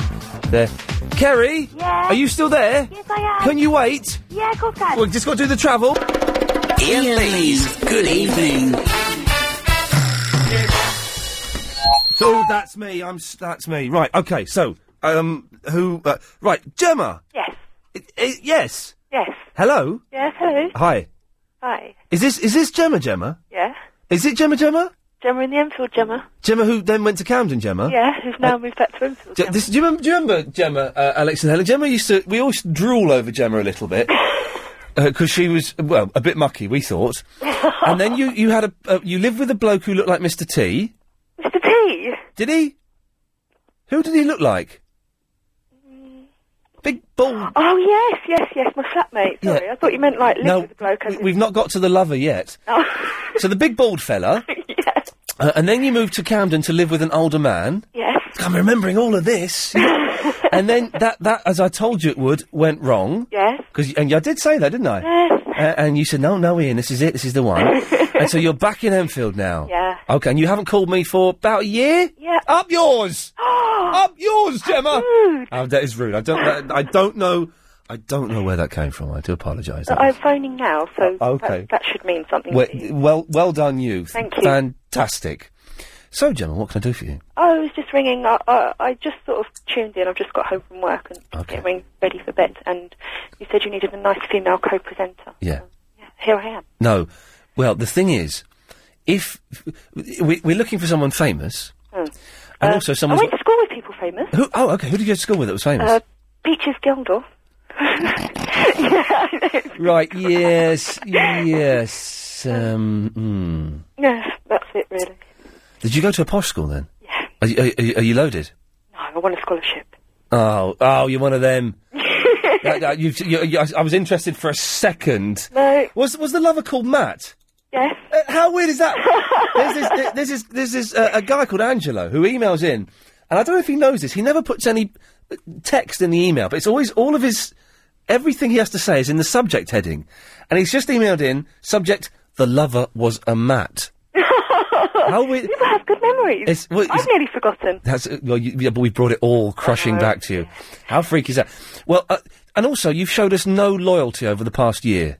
S1: there? Kerry?
S6: Yeah?
S1: Are you still there?
S6: Yes, I am.
S1: Can you wait?
S6: Yeah, of course I
S1: We've just got to do the travel.
S6: Ian Lee's Good Evening.
S1: Oh, that's me. I'm. s- That's me. Right. Okay. So, um, who? Uh, right, Gemma.
S14: Yes.
S1: I- I- yes.
S14: Yes.
S1: Hello.
S14: Yes, hello.
S1: Hi.
S14: Hi.
S1: Is this is this Gemma? Gemma?
S14: Yeah.
S1: Is it Gemma? Gemma?
S14: Gemma in the Enfield, Gemma.
S1: Gemma, who then went to Camden? Gemma.
S14: Yeah, who's now moved back to Enfield.
S1: Ge- this, do, you remember, do you remember Gemma, uh, Alex and Helen? Gemma used to. We always drool over Gemma a little bit because she was well a bit mucky. We thought, and then you you had a uh, you lived with a bloke who looked like Mr T.
S14: Mr. P.
S1: Did he? Who did he look like? Big bald.
S14: Oh, yes, yes, yes, my flatmate. Sorry,
S1: Yeah.
S14: I thought you meant like live
S1: No,
S14: with the bloke. Oh.
S1: we, we've not got to the lover yet. so the big bald fella. Uh, and then you moved to Camden to live with an older man.
S14: Yes.
S1: I'm remembering all of this. and then that, that, as I told you it would, went wrong.
S14: Yes.
S1: Because and I did say that, didn't I?
S14: Yes.
S1: A- and you said, no, no, Ian, this is it, this is the one. and so you're back in Enfield now.
S14: Yeah.
S1: Okay, and you haven't called me for about a year?
S14: Yeah.
S1: Oh. Up yours! Up yours, Gemma! Oh, that is rude. I don't, that- I don't know, I don't know where that came from. I do apologise.
S14: But I'm phoning now, so
S1: Uh, okay.
S14: that, that should mean something
S1: Well,
S14: to you.
S1: well, well done, you.
S14: Thank you.
S1: Fantastic. So, Gemma, what can I do for you?
S14: Oh, I was just ringing. I, I, I just sort of tuned in. I've just got home from work and getting ready for bed. And you said you needed a nice female co-presenter.
S1: Yeah.
S14: Here I am.
S1: No. Well, the thing is, if we, we're looking for someone famous,
S14: Mm.
S1: and
S14: Uh,
S1: also
S14: I
S1: someone
S14: went to school with people famous.
S1: Oh, who, oh, okay, who did you go to school with that was famous?
S14: Uh, Peaches Geldor.
S1: right. Yes. yes. Um, mm.
S14: yeah, that's it really.
S1: Did you go to a posh school then? Yeah. Are you, are, you- are you loaded?
S14: No, I want a scholarship.
S1: Oh, oh, you're one of them. Yeah, yeah, you- you- you- I was interested for a second.
S14: No.
S1: Was was the lover called Matt?
S14: Yes.
S1: Uh, how weird is that? there's this, th- there's this, there's this uh, a guy called Angelo who emails in, and I don't know if he knows this. He never puts any uh, text in the email, but it's always all of his everything he has to say is in the subject heading, and he's just emailed in subject: the lover was a Matt. how weird.
S14: People have good memories.
S1: It's- well, it's-
S14: I've nearly forgotten.
S1: That's uh, well, you, yeah, but we've brought it all crushing back to you. How freaky is that? Well, uh, and also you've showed us no loyalty over the past year.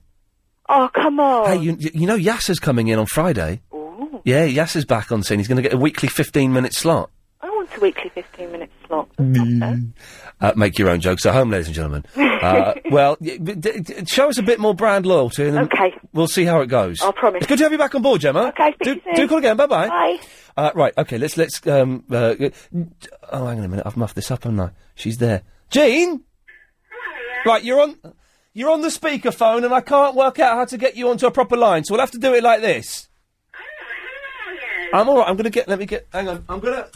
S1: Oh, come on. Hey, you, you know Yasser's coming in on Friday.
S14: Ooh.
S1: Yeah, Yasser's back on scene. He's going to get a weekly 15 minute slot.
S14: I want a weekly 15 minute slot.
S1: Uh, make your own jokes at home, ladies and gentlemen. uh, well, y- d- d- d- show us a bit more brand loyalty and then
S14: Okay.
S1: we'll see how it goes.
S14: I promise.
S1: It's good to have you back on board, Gemma.
S14: Okay, speak
S1: do,
S14: to you
S1: do
S14: soon.
S1: call again. Bye-bye.
S14: Bye.
S1: Uh, right, okay, let's, let's, um, uh, g- oh, hang on a minute. I've muffed this up, haven't I? She's there. Jean? Right, you're on, you're on the speakerphone and I can't work out how to get you onto a proper line, so we'll have to do it like this. I'm alright, I'm gonna get, let me get, hang on, I'm gonna,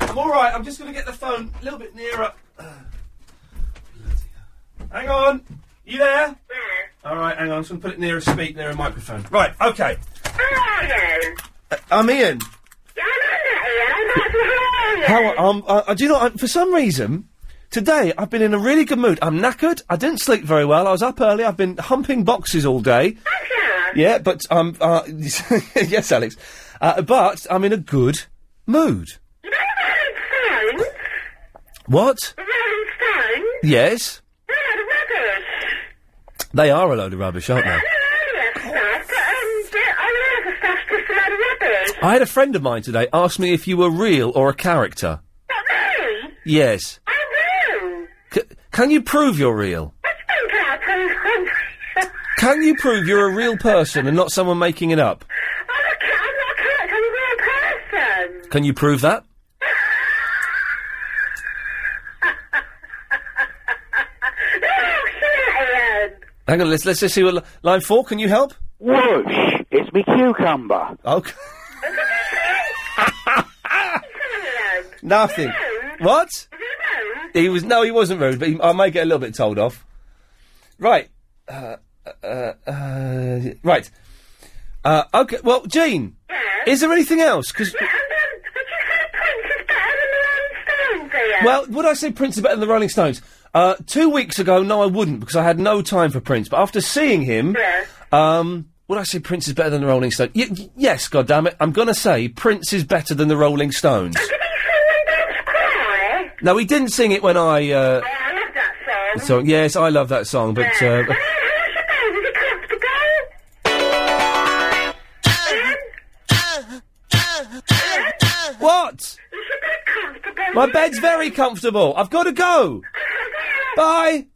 S1: I'm alright, I'm just gonna get the phone a little bit nearer. Hang on. You there? All right, hang on. I'm just going to put it near a speak, near a microphone. Right, okay. Uh, I'm Ian. How um, uh, uh, do you know? i for some reason, today I've been in a really good mood. I'm knackered. I didn't sleep very well. I was up early. I've been humping boxes all day. Yeah, but um, uh, yes, Alex. Uh, but I'm in a good mood. What? Yes. They are a load of rubbish, aren't they? I had a friend of mine today ask me if you were real or a character. Yes. C- can you prove you're real? Can you prove you're a real person and not someone making it up? Can you prove that? Hang on, let's let's just see what li- line four. Can you help?
S7: Whoosh! It's me cucumber.
S1: Okay. Nothing. What? He was no, he wasn't rude, but he, I may get a little bit told off. Right. Uh, uh, uh, right. Uh, okay. Well, Jean, is there anything else? 'Cause- well, would I say Prince is better than the Rolling Stones? Uh, two weeks ago, no, I wouldn't because I had no time for Prince. But after seeing him, um, would I say Prince is better than the Rolling Stones? Y- y- yes, God damn it, I'm going to say Prince is better than the Rolling Stones. No, he didn't sing it when I. Uh, So yes, I love that song, but uh,
S2: Oh,
S1: what? My bed's very comfortable. I've got to go. Bye.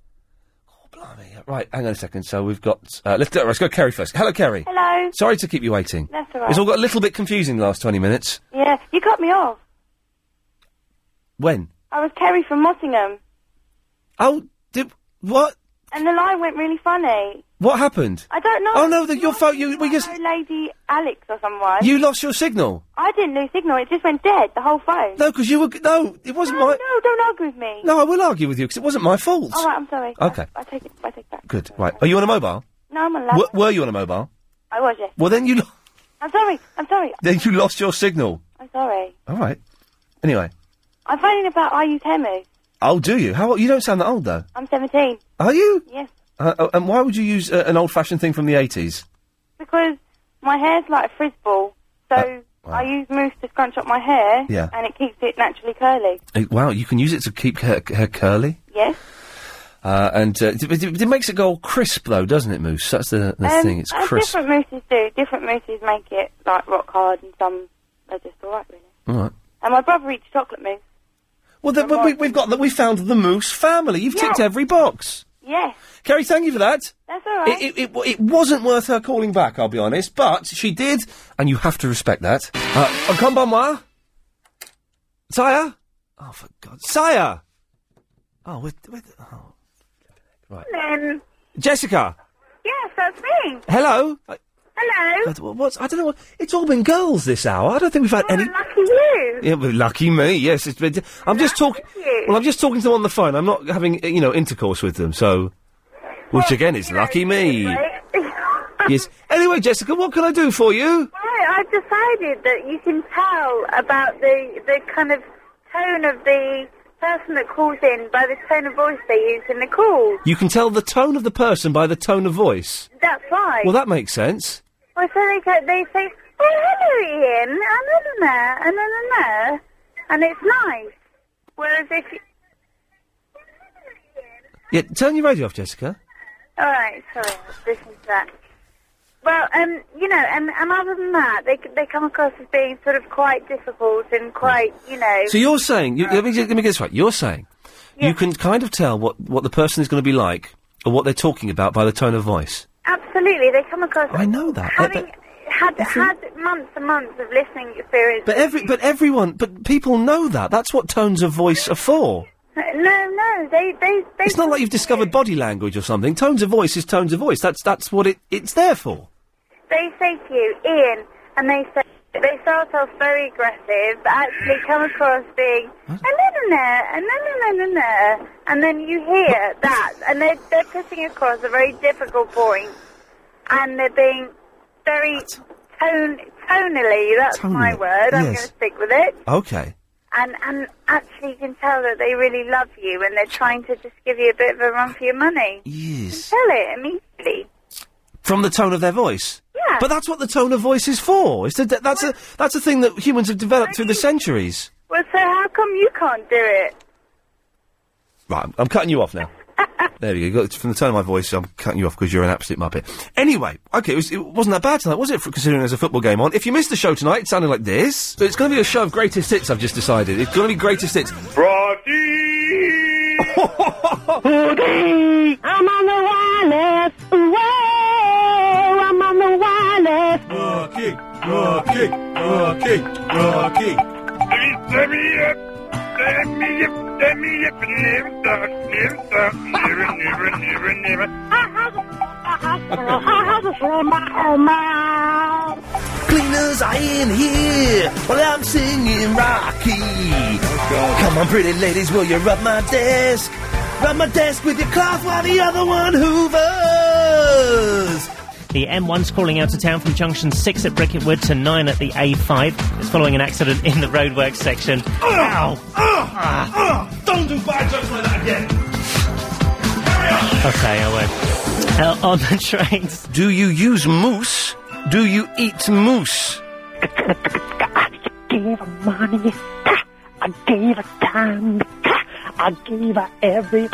S1: Oh, blimey! Right, hang on a second. So we've got uh, let's, go- let's go, Kerry first. Hello, Kerry.
S8: Hello.
S1: Sorry to keep you waiting.
S8: That's all right.
S1: It's all got a little bit confusing the last twenty minutes.
S8: Yeah, you cut me off.
S1: When?
S8: I was Kerry from Mottingham,
S1: Oh, did what?
S8: and the line went really funny.
S1: What happened?
S8: I don't know.
S1: Oh no, the, your phone. You, we just
S8: No lady Alex or someone.
S1: you lost your signal.
S8: I didn't lose signal. It just went dead. The whole phone.
S1: No, because you were g- no. It wasn't my.
S8: No, don't argue with me.
S1: No, I will argue with you because it wasn't my fault.
S8: All right, I'm sorry.
S1: Okay.
S8: I, I take it. I take it back.
S1: Good. Right. Are you on a mobile?
S8: No, I'm allowed.
S1: W- were you on a mobile?
S8: I was yes.
S1: Well, then you lo-
S8: I'm sorry. I'm sorry.
S1: then you lost your signal.
S8: I'm sorry.
S1: All right. Anyway,
S8: I'm phoning about I use Hemu.
S1: I'll do you. How old? You don't sound that old though.
S8: I'm 17.
S1: Are you?
S8: Yes,
S1: Uh, oh, and why would you use uh, an old-fashioned thing from the eighties?
S8: because my hair's like a frisbee, so
S2: Uh,
S8: I use mousse to scrunch up my hair,
S1: Yeah.
S8: and it keeps it naturally curly.
S1: Wow, you can use it to keep her, her curly,
S8: Yes.
S1: uh, and uh, it, it, it makes it go all crisp though, doesn't it, Moose? That's the, the
S8: Um,
S1: thing. It's
S8: uh,
S1: crisp.
S8: Different mousses do. Different mousses make it like rock hard, and some are just all right really.
S1: All right.
S8: And my brother eats chocolate mousse.
S1: Well, then, we, we've got that. We found the Moose family. You've ticked every box.
S8: Yes,
S1: Kerry, thank you for that.
S8: that's all right.
S1: It, it, it, it wasn't worth her calling back, I'll be honest, but she did, and you have to respect that. Uh, come by moi? Sire? Oh, for God. Sire! Oh, with, with, oh. Right.
S34: Lynn.
S1: Jessica!
S34: Yes, that's me.
S1: Hello? I,
S34: Hello.
S1: God, what- what's, I don't know what, it's all been girls this hour. I don't think we've
S8: Oh,
S1: had any.
S34: Lucky you.
S1: Yeah, well, lucky me, yes. It's been, I'm just talking,
S34: you.
S1: well, I'm just talking to them on the phone. I'm not having, you know, intercourse with them, so. Which again is lucky me. yes. Anyway, Jessica, what can I do for you?
S34: Right, I've decided that you can tell about the the kind of tone of the person that calls in by the tone of voice they use in the call.
S1: You can tell the tone of the person by the tone of voice.
S34: That's right.
S1: Well, that makes sense.
S34: Well, so they go, they say, "Oh, hello, Ian," and then there, and then there, and it's nice. Whereas if, you...
S1: Yeah, turn your radio off, Jessica.
S34: all right, sorry, listen to that. Well, um, you know, and, and other than that, they c- they come across as being sort of quite difficult and quite, you know.
S1: So you're saying, you, let, me, let me get this right, you're saying you can kind of tell what, what the person is going to be like or what they're talking about by the tone of voice.
S34: Absolutely, they come across.
S1: I know that. but- but-
S34: Had had months and months of listening experience.
S1: But every, but everyone, but people know that. That's what tones of voice are for.
S34: No, no, they they they.
S1: It's not like you've discovered body language or something. Tones of voice is tones of voice. That's that's what it, it's there for.
S34: They say to you, Ian, and they say they start off very aggressive, but actually come across being and then and then and then and then you hear that, and they're they're putting across a very difficult point, and they're being very tone tonally. That's my
S1: Tonally,
S34: word. I'm going
S1: yes.
S34: to stick with it.
S1: Okay.
S34: And and actually, you can tell that they really love you, and they're trying to just give you a bit of a run for your money.
S1: Yes.
S34: Tell it immediately.
S1: From the tone of their voice.
S34: Yeah.
S1: But that's what the tone of voice is for. It's the, that's a that's a thing that humans have developed through the centuries.
S34: Well, so how come you can't do it?
S1: Right, I'm, I'm cutting you off now. there you go. From the tone of my voice, I'm cutting you off because you're an absolute muppet. Anyway, okay, it, was, it wasn't that bad tonight, was it? For, considering there's a football game on. If you missed the show tonight, it sounded like this. So it's going to be a show of greatest hits. I've just decided. It's going to be greatest hits.
S6: Woody!
S2: I'm on the wireless. Whoa, I'm on the wireless.
S6: Rocky, Rocky, Rocky, Rocky. Let me up, let me up, let me up, never stop, never stop, never, never, never, never.
S2: Cleaners are in here. Well, I'm singing Rocky.
S6: Come on, pretty ladies, will you rub my desk? Rub my desk with your cloth while the other one hoovers.
S3: The M1's calling out of town from junction 6 at Bricketwood to 9 at the A5. It's following an accident in the roadworks section.
S6: Uh, Ow! uh, don't do bad jokes like that again.
S3: Okay, I won't. Uh, on the trains.
S1: Do you use moose? Do you eat moose?
S17: gave her money. Ha! I gave her time. Ha! I gave her every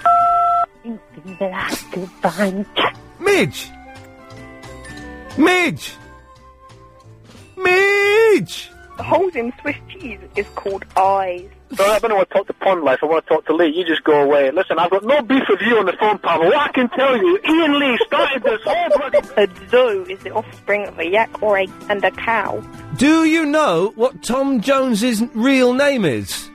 S17: thing that I could find. Ha!
S1: Midge! Midge! Midge!
S16: holes in Swiss cheese is called eyes.
S7: So I don't want to talk to Pond Life. I want to talk to Lee. You just go away. Listen, I've got no beef with you on the phone, Pavel. What I can tell you, Ian Lee started this whole bloody...
S16: A zoo is the offspring of a yak or a and a cow.
S1: Do you know what Tom Jones's real name is?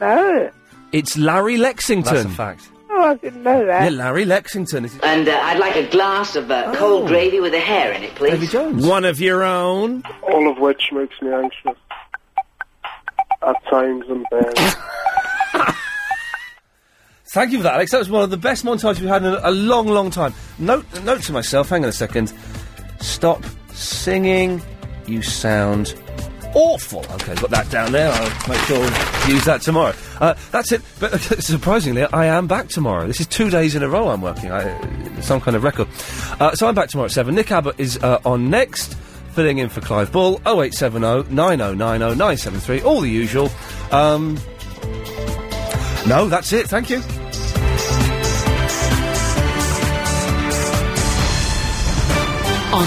S16: No.
S1: It's Larry Lexington.
S6: That's a
S1: fact.
S16: Oh, I didn't know
S1: Yeah, Larry Lexington. Is
S35: And uh, I'd like a glass of uh,
S16: Oh.
S35: cold gravy with a hair in it, please.
S1: One of your own.
S29: All of which makes me anxious. At times and then.
S1: Thank you for that, Alex. That was one of the best montages we've had in a, a long, long time. Note, note to myself. Hang on a second. Stop singing. You sound awful. Okay, got that down there. I'll make sure we use that tomorrow. Uh, that's it. But surprisingly, I am back tomorrow. This is two days in a row I'm working. I, some kind of record. Uh, so I'm back tomorrow at seven. Nick Abbott is uh, on next. Filling in for Clive oh Ball, 0870 9090 973, all the usual. Um, no, that's it. Thank you.